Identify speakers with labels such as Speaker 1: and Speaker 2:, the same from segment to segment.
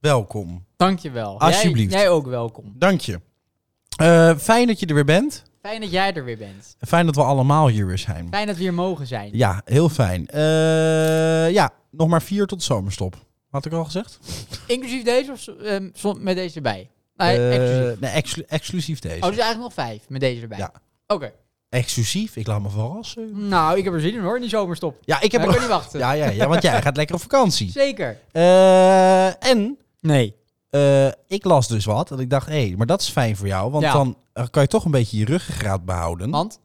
Speaker 1: welkom.
Speaker 2: Dankjewel.
Speaker 1: Alsjeblieft.
Speaker 2: Jij, jij ook welkom.
Speaker 1: Dank je. Eh, fijn dat je er weer bent.
Speaker 2: Fijn dat jij er weer bent.
Speaker 1: Fijn dat we allemaal hier weer zijn.
Speaker 2: Fijn dat we hier mogen zijn.
Speaker 1: Ja, heel fijn. Eh, ja, nog maar vier tot zomerstop. Had ik al gezegd?
Speaker 2: Inclusief deze of ehm, som- met deze erbij? Nee,
Speaker 1: Eh,
Speaker 2: Ah, exclusief.
Speaker 1: nee, exclu- exclusief deze.
Speaker 2: Oh, dus eigenlijk nog vijf met deze erbij.
Speaker 1: Ja.
Speaker 2: Oké.
Speaker 1: Exclusief? Ik laat me verrassen.
Speaker 2: Nou, ik heb er zin in hoor, in die zomerstop.
Speaker 1: Ja, ik
Speaker 2: Ik
Speaker 1: heb
Speaker 2: kan
Speaker 1: er...
Speaker 2: niet wachten.
Speaker 1: Ja, ja, ja, want jij gaat lekker op vakantie.
Speaker 2: Zeker.
Speaker 1: Eh, en
Speaker 2: Nee.
Speaker 1: eh, ik las dus wat. En ik dacht, hé, maar dat is fijn voor jou. Want
Speaker 2: Ja.
Speaker 1: dan eh, kan je toch een beetje je ruggengraat behouden.
Speaker 2: Want?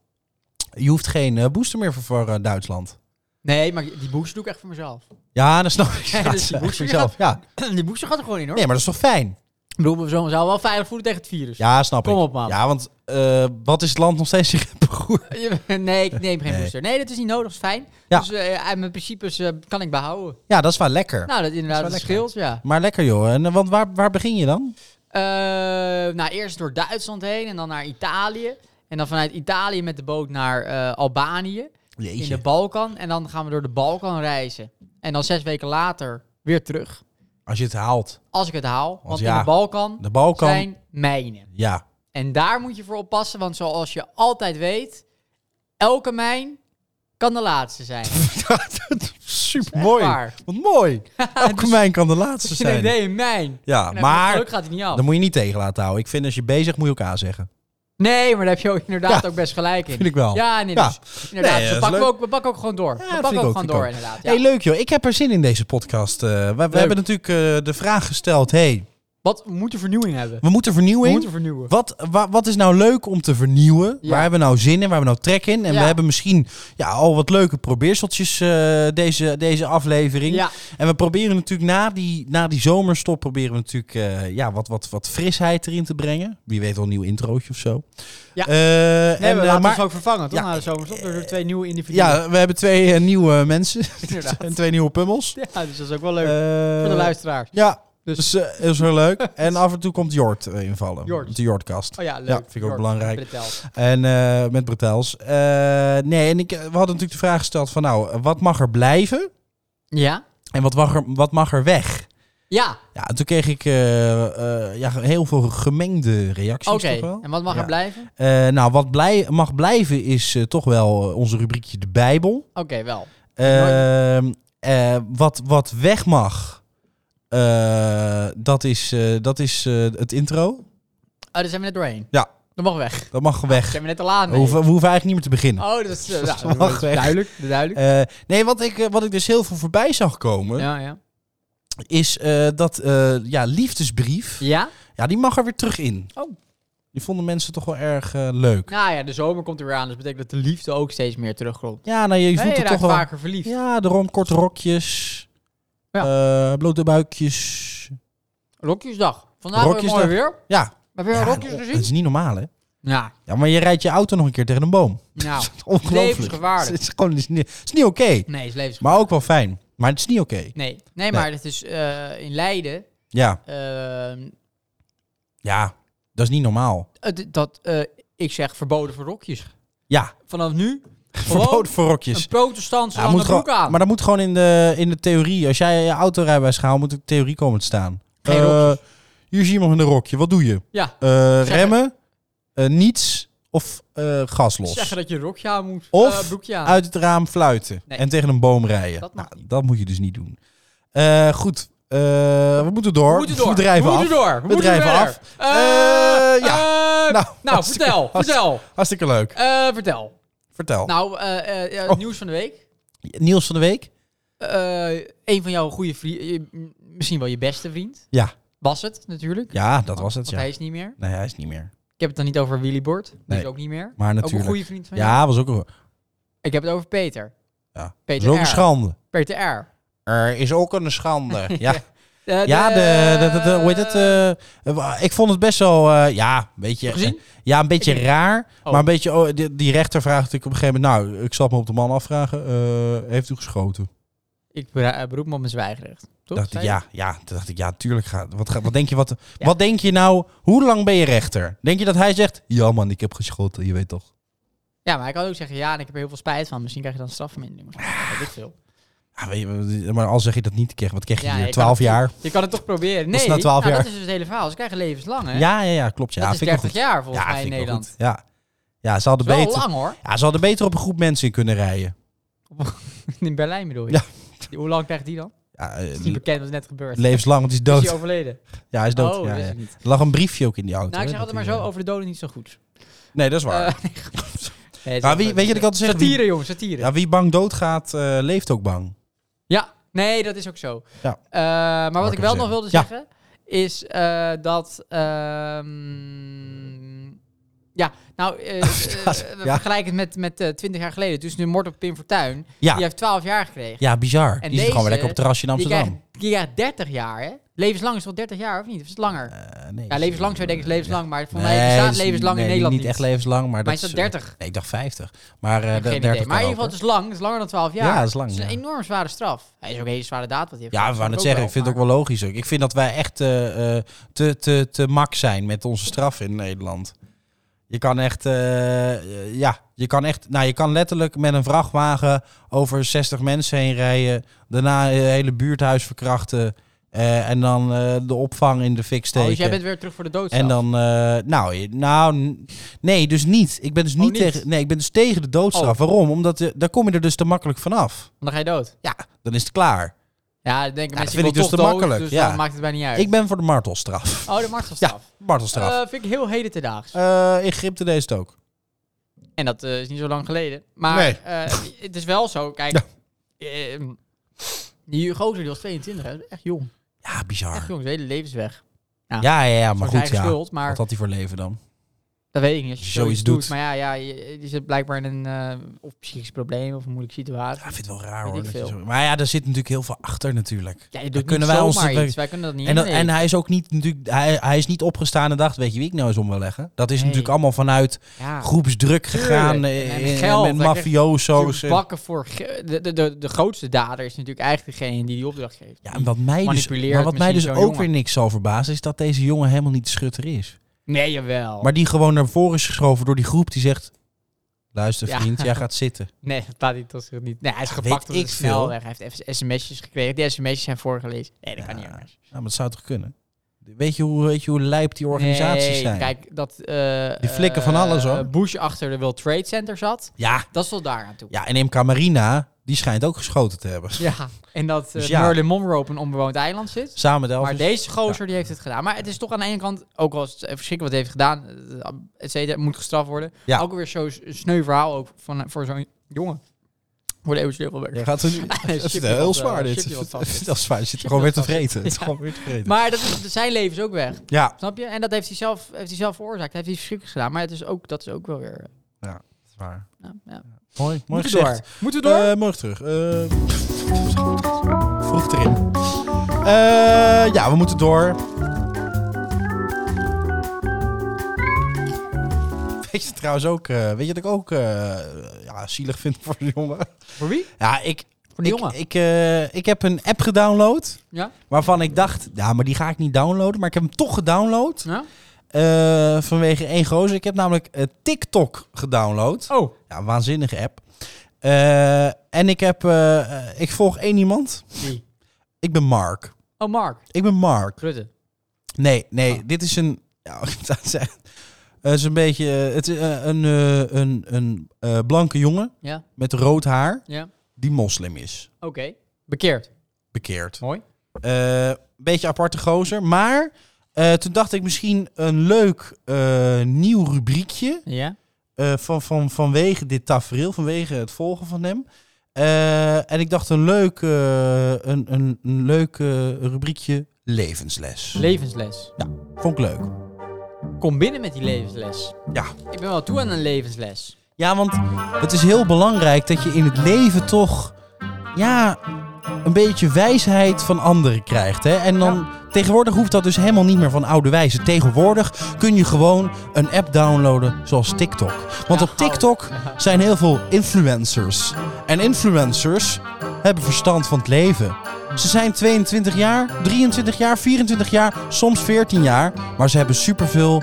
Speaker 1: Je hoeft geen eh, booster meer voor, voor eh, Duitsland.
Speaker 2: Nee, maar die booster doe ik echt voor mezelf.
Speaker 1: Ja, dat snap ik.
Speaker 2: Ja,
Speaker 1: Ja,
Speaker 2: dus die
Speaker 1: dat is
Speaker 2: booster
Speaker 1: zelf. Ja.
Speaker 2: die booster gaat er gewoon in hoor.
Speaker 1: Nee, maar dat is toch fijn?
Speaker 2: Ik bedoel, we zullen wel veilig voelen tegen het virus.
Speaker 1: Ja, snap
Speaker 2: Kom
Speaker 1: ik.
Speaker 2: op, man.
Speaker 1: Ja, want eh, wat is het land nog steeds zich beroerd?
Speaker 2: Nee, ik neem geen
Speaker 1: Nee.
Speaker 2: booster. Nee, dat is niet nodig, dat is fijn.
Speaker 1: Ja.
Speaker 2: Dus eh, en mijn principes eh, kan ik behouden.
Speaker 1: Ja, dat is wel lekker.
Speaker 2: Nou, dat inderdaad,
Speaker 1: Dat
Speaker 2: dat,
Speaker 1: is wel
Speaker 2: scheelt, ja.
Speaker 1: Maar lekker joh. En, eh, want waar, waar begin je dan?
Speaker 2: Eh, nou, eerst door Duitsland heen en dan naar Italië. En dan vanuit Italië met de boot naar eh, Albanië, in de Balkan. En dan gaan we door de Balkan reizen. En dan zes weken later weer terug,
Speaker 1: Als je het haalt.
Speaker 2: als ik het haal. Want
Speaker 1: ja,
Speaker 2: in de Balkan,
Speaker 1: De Balkan.
Speaker 2: zijn mijnen.
Speaker 1: Ja.
Speaker 2: En daar moet je voor oppassen, want zoals je altijd weet, elke mijn kan de laatste zijn.
Speaker 1: Super
Speaker 2: Echt
Speaker 1: mooi.
Speaker 2: waar.
Speaker 1: Wat mooi. Elke mijn kan de laatste
Speaker 2: Als je denkt,
Speaker 1: zijn.
Speaker 2: nee, een mijn.
Speaker 1: Ja,
Speaker 2: En maar...
Speaker 1: maar
Speaker 2: Geluk gaat het niet af.
Speaker 1: dan moet je niet tegen laten houden. Ik vind als je bezig moet je elkaar zeggen.
Speaker 2: Nee, maar daar heb je ook inderdaad
Speaker 1: Ja,
Speaker 2: ook best gelijk in.
Speaker 1: vind ik wel.
Speaker 2: Ja, nee,
Speaker 1: Ja.
Speaker 2: dus inderdaad.
Speaker 1: Nee,
Speaker 2: we,
Speaker 1: dat is
Speaker 2: pakken
Speaker 1: leuk.
Speaker 2: ook, we pakken ook gewoon door. we
Speaker 1: vind
Speaker 2: pakken ook
Speaker 1: ik ook,
Speaker 2: gewoon
Speaker 1: vind ik
Speaker 2: door,
Speaker 1: ook.
Speaker 2: inderdaad. Ja.
Speaker 1: Hey, leuk joh. Ik heb er zin in deze podcast. Eh, we, we hebben natuurlijk eh, de vraag gesteld. hey,
Speaker 2: Wat we moeten vernieuwing hebben?
Speaker 1: we moeten
Speaker 2: We
Speaker 1: vernieuwing.
Speaker 2: moeten vernieuwen.
Speaker 1: Wat, wa- wat is nou leuk om te vernieuwen?
Speaker 2: Ja.
Speaker 1: Waar hebben we nou zin in? Waar hebben we nou trek in? En
Speaker 2: Ja.
Speaker 1: we hebben misschien ja, al wat leuke probeerseltjes eh, deze, deze aflevering.
Speaker 2: Ja,
Speaker 1: En we proberen natuurlijk na die, na die zomerstop proberen we natuurlijk eh, ja, wat, wat, wat frisheid erin te brengen. Wie weet wel een nieuw introotje of zo.
Speaker 2: Ja.
Speaker 1: Eh,
Speaker 2: nee,
Speaker 1: en,
Speaker 2: we
Speaker 1: eh,
Speaker 2: laten
Speaker 1: maar,
Speaker 2: ons ook vervangen, toch?
Speaker 1: Ja.
Speaker 2: Na de zomerstop door door twee nieuwe individuen.
Speaker 1: ja, we hebben twee eh, nieuwe mensen.
Speaker 2: Inderdaad.
Speaker 1: en twee nieuwe pummels.
Speaker 2: Ja, dus dat is ook wel leuk
Speaker 1: Eh,
Speaker 2: voor de luisteraars.
Speaker 1: Ja,
Speaker 2: Dus-
Speaker 1: dus, eh, is heel leuk. en af en toe komt Jort eh, invallen.
Speaker 2: Jort.
Speaker 1: De Jortkast.
Speaker 2: Oh ja, leuk.
Speaker 1: ja, vind ik ook
Speaker 2: Jord,
Speaker 1: belangrijk.
Speaker 2: vertel.
Speaker 1: En eh, met Bretels. Eh, nee, en ik, we hadden natuurlijk de vraag gesteld van nou, wat mag er blijven
Speaker 2: Ja?
Speaker 1: en wat mag er, wat mag er weg?
Speaker 2: Ja,
Speaker 1: Ja, en toen kreeg ik eh, eh, ja, heel veel gemengde reacties
Speaker 2: oké.
Speaker 1: toch wel.
Speaker 2: En wat mag er
Speaker 1: Ja.
Speaker 2: blijven?
Speaker 1: Eh, nou, wat blij, mag blijven is eh, toch wel eh, onze rubriekje de Bijbel.
Speaker 2: Oké, wel. Oh,
Speaker 1: Eh, eh, wat, wat weg mag, eh, dat is, eh, dat is eh, het intro.
Speaker 2: Oh, daar zijn we net doorheen.
Speaker 1: Ja.
Speaker 2: Dan mag weg.
Speaker 1: Dat mag
Speaker 2: Daar
Speaker 1: weg.
Speaker 2: zijn we net te laat
Speaker 1: We
Speaker 2: mee.
Speaker 1: hoeven, we hoeven eigenlijk niet meer te beginnen.
Speaker 2: Oh, dat is, eh,
Speaker 1: Dat
Speaker 2: ja,
Speaker 1: mag
Speaker 2: dat is
Speaker 1: weg.
Speaker 2: duidelijk. duidelijk.
Speaker 1: Eh, nee, wat ik, eh, wat ik dus heel veel voorbij zag komen,
Speaker 2: ja, ja.
Speaker 1: is eh, dat eh, ja, liefdesbrief,
Speaker 2: Ja?
Speaker 1: ja, die mag er weer terug in.
Speaker 2: Oh.
Speaker 1: Die vonden mensen toch wel erg eh, leuk.
Speaker 2: Nou ja, de zomer komt er weer aan, dus betekent dat de liefde ook steeds meer terugkomt.
Speaker 1: Ja, nou, je
Speaker 2: Nee,
Speaker 1: voelt
Speaker 2: je
Speaker 1: het
Speaker 2: raakt
Speaker 1: toch wel.
Speaker 2: vaker verliefd.
Speaker 1: Ja, daarom korte rokjes, eh, blote buikjes.
Speaker 2: Rokjesdag. Vandaag weer
Speaker 1: Rokjesdag.
Speaker 2: mooi weer.
Speaker 1: Ja,
Speaker 2: Heb je
Speaker 1: ja
Speaker 2: een rokjes
Speaker 1: dat
Speaker 2: gezien?
Speaker 1: is niet normaal, hè?
Speaker 2: Ja,
Speaker 1: Ja, maar je rijdt je auto nog een keer tegen een boom.
Speaker 2: nou.
Speaker 1: Ongelooflijk.
Speaker 2: Levensgevaarlijk.
Speaker 1: Het is gewoon het is niet, het is niet oké,
Speaker 2: Nee, is levens.
Speaker 1: maar ook wel fijn. Maar het is niet oké.
Speaker 2: Nee. nee, maar het is eh, in Leiden.
Speaker 1: Ja,
Speaker 2: ehm,
Speaker 1: ja, dat is niet normaal.
Speaker 2: het- dat eh, ik zeg verboden voor rokjes.
Speaker 1: Ja,
Speaker 2: Vanaf nu
Speaker 1: verboden voor rokjes.
Speaker 2: een protestantse
Speaker 1: Ja,
Speaker 2: lange
Speaker 1: moet
Speaker 2: broek
Speaker 1: gewoon-
Speaker 2: aan.
Speaker 1: Maar dat moet gewoon in de, in de theorie. Als jij je autorijbewijs gaat halen, moet de theorie komen te staan.
Speaker 2: Geen
Speaker 1: Eh, hier zie je iemand in een rokje. Wat doe je?
Speaker 2: ja,
Speaker 1: Eh,
Speaker 2: Zeg-
Speaker 1: remmen, eh, niets of eh, gas los.
Speaker 2: zeggen dat je een rokje aan moet.
Speaker 1: Of
Speaker 2: eh, broekje aan.
Speaker 1: Uit het raam fluiten
Speaker 2: Nee.
Speaker 1: en tegen een boom rijden.
Speaker 2: Dat mag
Speaker 1: Nou, dat moet je dus niet doen. Eh, goed, Eh, we moeten door.
Speaker 2: we moeten door.
Speaker 1: drijven
Speaker 2: we
Speaker 1: af.
Speaker 2: moeten door. We moeten
Speaker 1: drijven
Speaker 2: verder.
Speaker 1: af.
Speaker 2: Eh,
Speaker 1: Eh, ja.
Speaker 2: eh, nou,
Speaker 1: Nou, hartstikke-
Speaker 2: vertel. Vertel.
Speaker 1: Hartstikke leuk.
Speaker 2: Eh, vertel.
Speaker 1: Vertel.
Speaker 2: Nou, eh, eh, eh, het
Speaker 1: Oh.
Speaker 2: nieuws van de week.
Speaker 1: Niels van de Week?
Speaker 2: Eh, een van jouw goede vrienden, misschien wel je beste vriend.
Speaker 1: Ja.
Speaker 2: Was het natuurlijk.
Speaker 1: Ja, dat was het.
Speaker 2: Want
Speaker 1: Ja.
Speaker 2: hij is niet meer.
Speaker 1: Nee, hij is niet meer.
Speaker 2: Ik heb het dan niet over Willy Bord. Die
Speaker 1: Nee.
Speaker 2: is ook niet meer.
Speaker 1: Maar
Speaker 2: Ook een
Speaker 1: natuurlijk.
Speaker 2: goede vriend van jou.
Speaker 1: ja, was ook een,
Speaker 2: Ik heb het over Peter.
Speaker 1: ja. was
Speaker 2: Peter
Speaker 1: ook een
Speaker 2: R.
Speaker 1: schande.
Speaker 2: Peter R.
Speaker 1: Er is ook een schande. Ja,
Speaker 2: Eh,
Speaker 1: ja de, de, de- de- hoe heet het? eh, eh, wa- ik vond het best wel, eh, ja, een beetje,
Speaker 2: Gezien?
Speaker 1: eh, ja, een beetje
Speaker 2: Ik-
Speaker 1: raar.
Speaker 2: Oh.
Speaker 1: Maar een beetje, oh, die, die rechter vraagt ik op een gegeven moment, nou, ik zal het me op de man afvragen. eh, heeft u geschoten?
Speaker 2: Ik bera- eh, beroep me op mijn zwijgrecht. Toch?
Speaker 1: dacht ik,
Speaker 2: Oh, Zei je?
Speaker 1: ja, ja, toen dacht ik, ja, tuurlijk. Ga, wat, ga- wat, denk je, wat, wat denk je nou, hoe lang ben je rechter? Denk je dat hij zegt, ja man, ik heb geschoten, je weet toch. Ah.
Speaker 2: Ja, maar ik kan ook zeggen ja en ik heb er heel veel spijt van. Misschien krijg je dan strafvermindering. of zo. Weet ik veel.
Speaker 1: Ja, weet je, maar al zeg je dat niet, krijg, wat krijg je
Speaker 2: Ja,
Speaker 1: hier?
Speaker 2: je
Speaker 1: 12
Speaker 2: kan het
Speaker 1: jaar?
Speaker 2: Je kan het toch proberen?
Speaker 1: Dat is
Speaker 2: Nee,
Speaker 1: na 12
Speaker 2: nou,
Speaker 1: jaar.
Speaker 2: dat is dus het hele verhaal. Ze krijgen levenslang, hè?
Speaker 1: Ja, ja, ja, klopt. Ja,
Speaker 2: dat is
Speaker 1: vind ik
Speaker 2: 30
Speaker 1: wel goed.
Speaker 2: jaar volgens
Speaker 1: ja,
Speaker 2: mij in
Speaker 1: vind ik wel
Speaker 2: Nederland.
Speaker 1: goed. Ja, ja ze, hadden
Speaker 2: Dat is wel
Speaker 1: beter,
Speaker 2: lang hoor.
Speaker 1: ja, ze hadden beter op een groep mensen in kunnen rijden.
Speaker 2: In Berlijn bedoel je?
Speaker 1: Ja.
Speaker 2: Die- Hoe lang krijgt die dan?
Speaker 1: Ja, eh,
Speaker 2: Is die bekend wat net gebeurd?
Speaker 1: levenslang, want die is
Speaker 2: Is
Speaker 1: dood.
Speaker 2: die overleden?
Speaker 1: Ja, hij is dood.
Speaker 2: Oh,
Speaker 1: ja,
Speaker 2: dat wist
Speaker 1: ja.
Speaker 2: ik niet.
Speaker 1: Er lag een briefje ook in die auto.
Speaker 2: Nou, ik
Speaker 1: hè,
Speaker 2: zeg altijd
Speaker 1: dat
Speaker 2: maar
Speaker 1: hij,
Speaker 2: zo,
Speaker 1: eh,
Speaker 2: over de doden niet zo goed.
Speaker 1: Nee, dat is waar.
Speaker 2: Eh, nee, grap. Nee, het is
Speaker 1: Maar wie-
Speaker 2: wel-
Speaker 1: weet je wat ik altijd zeg? Wie-
Speaker 2: Satire, jongens, satire.
Speaker 1: ja, wie bang doodgaat, eh, leeft ook bang.
Speaker 2: Ja, nee, dat is ook zo.
Speaker 1: Ja.
Speaker 2: Eh, maar
Speaker 1: Mag
Speaker 2: wat
Speaker 1: ik
Speaker 2: ik
Speaker 1: hem
Speaker 2: wel nog
Speaker 1: zeggen?
Speaker 2: wilde
Speaker 1: Ja.
Speaker 2: zeggen, is eh, dat... ehm, ja, nou, eh, eh, we
Speaker 1: Ja.
Speaker 2: vergelijken het met, met eh, 20 jaar geleden. Dus nu moord op Pim Fortuyn.
Speaker 1: Ja.
Speaker 2: Die heeft 12 jaar gekregen.
Speaker 1: Ja, bizar. die zit
Speaker 2: deze,
Speaker 1: gewoon weer lekker op het terrasje in
Speaker 2: die,
Speaker 1: Amsterdam.
Speaker 2: krijgt, die krijgt 30 jaar, hè? Levenslang is wel 30 jaar, of niet? Of is het langer?
Speaker 1: Eh, nee,
Speaker 2: ja, levenslang zou je denken is levenslang. Maar voor
Speaker 1: Nee,
Speaker 2: mij
Speaker 1: dat
Speaker 2: bestaat
Speaker 1: is-
Speaker 2: levenslang
Speaker 1: nee,
Speaker 2: in Nederland
Speaker 1: niet.
Speaker 2: niet.
Speaker 1: echt levenslang, maar,
Speaker 2: maar
Speaker 1: dat
Speaker 2: is dat
Speaker 1: eh,
Speaker 2: 30?
Speaker 1: nee, ik dacht 50. Maar eh,
Speaker 2: Ik heb geen
Speaker 1: 30
Speaker 2: idee. Maar in
Speaker 1: kan
Speaker 2: ieder geval,
Speaker 1: ook,
Speaker 2: het is lang. Het is langer dan 12 jaar.
Speaker 1: Ja, het is lang,
Speaker 2: Het is een
Speaker 1: ja.
Speaker 2: enorm zware straf. Hij is ook een hele zware daad wat hij heeft.
Speaker 1: Ja, we
Speaker 2: gedaan,
Speaker 1: gaan het
Speaker 2: snap
Speaker 1: zeggen. ik vind
Speaker 2: wel,
Speaker 1: het ook wel logisch. Ook. Ik vind dat wij echt eh, eh, te, te, te mak zijn met onze straf in Nederland. Je kan echt, eh, eh, ja, je kan echt, nou, je kan letterlijk met een vrachtwagen over 60 mensen heen rijden. Daarna een hele buurthuis verkrachten. eh, en dan eh, de opvang in de fik
Speaker 2: maar-
Speaker 1: steken.
Speaker 2: Oh, dus jij bent weer terug voor de doodstraf.
Speaker 1: En dan, eh, nou, je- nou, n- nee, dus niet. Ik ben dus niet,
Speaker 2: Oh, niet? Oh.
Speaker 1: tegen, nee, ik ben dus tegen de doodstraf. Waarom? Omdat eh, daar kom je er dus te makkelijk vanaf.
Speaker 2: Dan ga je dood.
Speaker 1: Ja, dan is het klaar.
Speaker 2: Ja, dan denken
Speaker 1: Ja, dat
Speaker 2: mensen
Speaker 1: vind ik
Speaker 2: wil
Speaker 1: dus te
Speaker 2: toch dood,
Speaker 1: makkelijk,
Speaker 2: Dus
Speaker 1: ja.
Speaker 2: dan maakt het bijna niet uit.
Speaker 1: Ik ben voor de martelstraf.
Speaker 2: Oh, de martelstraf.
Speaker 1: Martelstraf.
Speaker 2: Eh, vind ik heel heden te daags.
Speaker 1: Eh Egypte deed het ook.
Speaker 2: En dat eh, is niet zo lang geleden. Maar
Speaker 1: Nee.
Speaker 2: eh, het is wel zo. Kijk, ehm, die gozer die was 22, hè. Dat is echt jong.
Speaker 1: Ja,
Speaker 2: Echt
Speaker 1: bizar.
Speaker 2: jong, zijn hele leven is weg.
Speaker 1: Ja, ja, ja, maar
Speaker 2: Maar
Speaker 1: Ah. goed,
Speaker 2: eigen
Speaker 1: ja.
Speaker 2: schuld, maar
Speaker 1: Wat had hij voor leven dan?
Speaker 2: dat weet ik niet. Als je
Speaker 1: Zoiets
Speaker 2: zoiets,
Speaker 1: doet.
Speaker 2: doet. Maar ja, ja je, je zit blijkbaar in een eh, of psychisch probleem of een moeilijke situatie.
Speaker 1: Ja, ik vind het wel raar
Speaker 2: Weet
Speaker 1: hoor.
Speaker 2: ik
Speaker 1: dat
Speaker 2: veel.
Speaker 1: je zo- Maar ja, daar zit natuurlijk heel veel achter natuurlijk.
Speaker 2: Ja, je
Speaker 1: Daar
Speaker 2: doet
Speaker 1: kunnen
Speaker 2: kunnen
Speaker 1: wij
Speaker 2: wij
Speaker 1: ons
Speaker 2: zomaar
Speaker 1: natuurlijk-
Speaker 2: iets. Wij kunnen dat niet
Speaker 1: En, dat, en
Speaker 2: inleveren.
Speaker 1: hij is ook niet natuurlijk, hij, hij is niet opgestaan en dacht, weet je wie ik nou eens om wil leggen? Dat is
Speaker 2: Nee.
Speaker 1: natuurlijk allemaal vanuit
Speaker 2: ja.
Speaker 1: groepsdruk
Speaker 2: Tuurlijk.
Speaker 1: gegaan.
Speaker 2: En
Speaker 1: eh,
Speaker 2: met
Speaker 1: eh,
Speaker 2: geld,
Speaker 1: met
Speaker 2: hij kreeg
Speaker 1: mafioso's.
Speaker 2: Natuurlijk bakken voor ge- de, de, de, de grootste dader is natuurlijk eigenlijk degene die die opdracht geeft.
Speaker 1: Ja, en wat mij dus,
Speaker 2: Manipuleert
Speaker 1: maar wat mij
Speaker 2: misschien
Speaker 1: dus ook
Speaker 2: zo'n jongen.
Speaker 1: weer niks zal verbazen, is dat deze jongen helemaal niet de schutter is.
Speaker 2: Nee, jawel.
Speaker 1: Maar die gewoon naar voren is geschoven door die groep die zegt... Luister
Speaker 2: Ja.
Speaker 1: vriend, jij gaat zitten.
Speaker 2: nee, dat laat hij toch zich niet. Nee, hij is
Speaker 1: Ja,
Speaker 2: gepakt
Speaker 1: weet
Speaker 2: op de
Speaker 1: ik veel.
Speaker 2: snelweg. Hij heeft even sms'jes gekregen. Die sms'jes zijn voorgelezen. Nee, dat kan
Speaker 1: Ja,
Speaker 2: niet anders.
Speaker 1: Nou, maar dat zou toch kunnen? Weet je hoe, weet je hoe lijp die organisaties
Speaker 2: Nee,
Speaker 1: zijn?
Speaker 2: kijk, dat... eh,
Speaker 1: Die flikken van
Speaker 2: eh,
Speaker 1: alles, hoor.
Speaker 2: Bush achter de World Trade Center zat.
Speaker 1: Ja,
Speaker 2: Dat is wel daar aan toe.
Speaker 1: ja, en MK Marina, die schijnt ook geschoten te hebben.
Speaker 2: Ja, En dat eh,
Speaker 1: Dus ja.
Speaker 2: Marilyn Monroe op een onbewoond eiland zit.
Speaker 1: Samen met Elvis.
Speaker 2: Maar deze gozer die heeft het gedaan. Maar het is toch aan de ene kant, ook al is het verschrikkelijk wat hij heeft gedaan, eh, et cetera, moet gestraft worden.
Speaker 1: Ja.
Speaker 2: Ook weer zo'n sneu verhaal ook van, voor zo'n jongen. Voor de eeuwige werk.
Speaker 1: Je gaat er nu-
Speaker 2: Ship
Speaker 1: het is
Speaker 2: je
Speaker 1: heel
Speaker 2: wat,
Speaker 1: zwaar
Speaker 2: eh,
Speaker 1: dit.
Speaker 2: ship je wat vast.
Speaker 1: dat is waar, je zit er
Speaker 2: je
Speaker 1: gewoon weer
Speaker 2: wat
Speaker 1: te
Speaker 2: vast.
Speaker 1: vreten. Het is
Speaker 2: Ja.
Speaker 1: gewoon weer te vreten.
Speaker 2: Maar dat is, zijn leven is ook weg,
Speaker 1: ja,
Speaker 2: snap je? En dat heeft hij zelf, heeft hij zelf veroorzaakt. Heeft hij verschrikkelijk gedaan. Maar het is ook, dat is ook wel weer... eh,
Speaker 1: dat is waar.
Speaker 2: nou, ja.
Speaker 1: Mooi, mooi
Speaker 2: Moeten we
Speaker 1: gezegd.
Speaker 2: door? Moeten we door?
Speaker 1: Eh, morgen terug. Eh, vroeg erin. Eh, ja, we moeten door. Weet je trouwens ook, eh, weet je dat ik ook eh, ja, zielig vind voor de jongen?
Speaker 2: voor wie?
Speaker 1: Ja, ik,
Speaker 2: Voor die
Speaker 1: ik,
Speaker 2: jongen.
Speaker 1: ik, eh, ik heb een app gedownload
Speaker 2: Ja?
Speaker 1: waarvan ik dacht, ja, maar die ga ik niet downloaden. Maar ik heb hem toch gedownload
Speaker 2: ja?
Speaker 1: eh, vanwege één gozer. Ik heb namelijk eh, TikTok gedownload.
Speaker 2: Oh.
Speaker 1: Ja, een waanzinnige app. Eh, en ik heb, eh, eh, ik volg één iemand.
Speaker 2: Wie?
Speaker 1: Ik ben Mark.
Speaker 2: Oh, Mark.
Speaker 1: Ik ben Mark.
Speaker 2: Rutte.
Speaker 1: Nee, nee,
Speaker 2: Ah.
Speaker 1: dit is een. Ja, ik zou het zeggen. Het is een beetje. eh, Het is eh, een, eh, een, een eh, blanke jongen
Speaker 2: Ja?
Speaker 1: met rood haar
Speaker 2: Ja?
Speaker 1: die moslim is.
Speaker 2: Oké. Bekeerd.
Speaker 1: Bekeerd. Eh,
Speaker 2: Mooi.
Speaker 1: Een beetje aparte gozer. Maar eh, toen dacht ik misschien een leuk eh, nieuw rubriekje.
Speaker 2: Ja?
Speaker 1: eh, van, van, vanwege dit tafereel, vanwege het volgen van hem. Eh, en ik dacht een leuk, eh, een, een, een leuk eh, rubriekje levensles.
Speaker 2: Levensles.
Speaker 1: Vond ik leuk.
Speaker 2: Kom binnen met die levensles.
Speaker 1: Ja.
Speaker 2: Ik ben wel toe aan een levensles.
Speaker 1: Ja, want het is heel belangrijk dat je in het leven toch ja, een beetje wijsheid van anderen krijgt. Hè? En dan tegenwoordig hoeft dat dus helemaal niet meer van oude wijze. Tegenwoordig kun je gewoon een app downloaden zoals TikTok. Want
Speaker 2: Ja,
Speaker 1: op TikTok
Speaker 2: gauw.
Speaker 1: zijn heel veel influencers. En influencers hebben verstand van het leven. Ze zijn 22 jaar, 23 jaar, 24 jaar, soms 14 jaar. Maar ze hebben superveel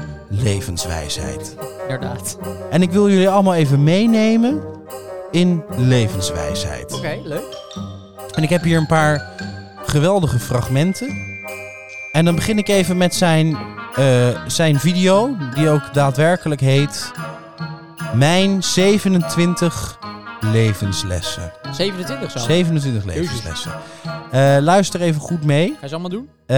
Speaker 1: levenswijsheid.
Speaker 2: Inderdaad. Oké,
Speaker 1: En ik wil jullie allemaal even meenemen in levenswijsheid.
Speaker 2: leuk.
Speaker 1: En ik heb hier een paar geweldige fragmenten. En dan begin ik even met zijn, eh, zijn video, die ook daadwerkelijk heet Mijn 27 levenslessen.
Speaker 2: 27 zo.
Speaker 1: 27 levenslessen. Eh, luister even goed mee.
Speaker 2: Ga je ze allemaal doen?
Speaker 1: Eh,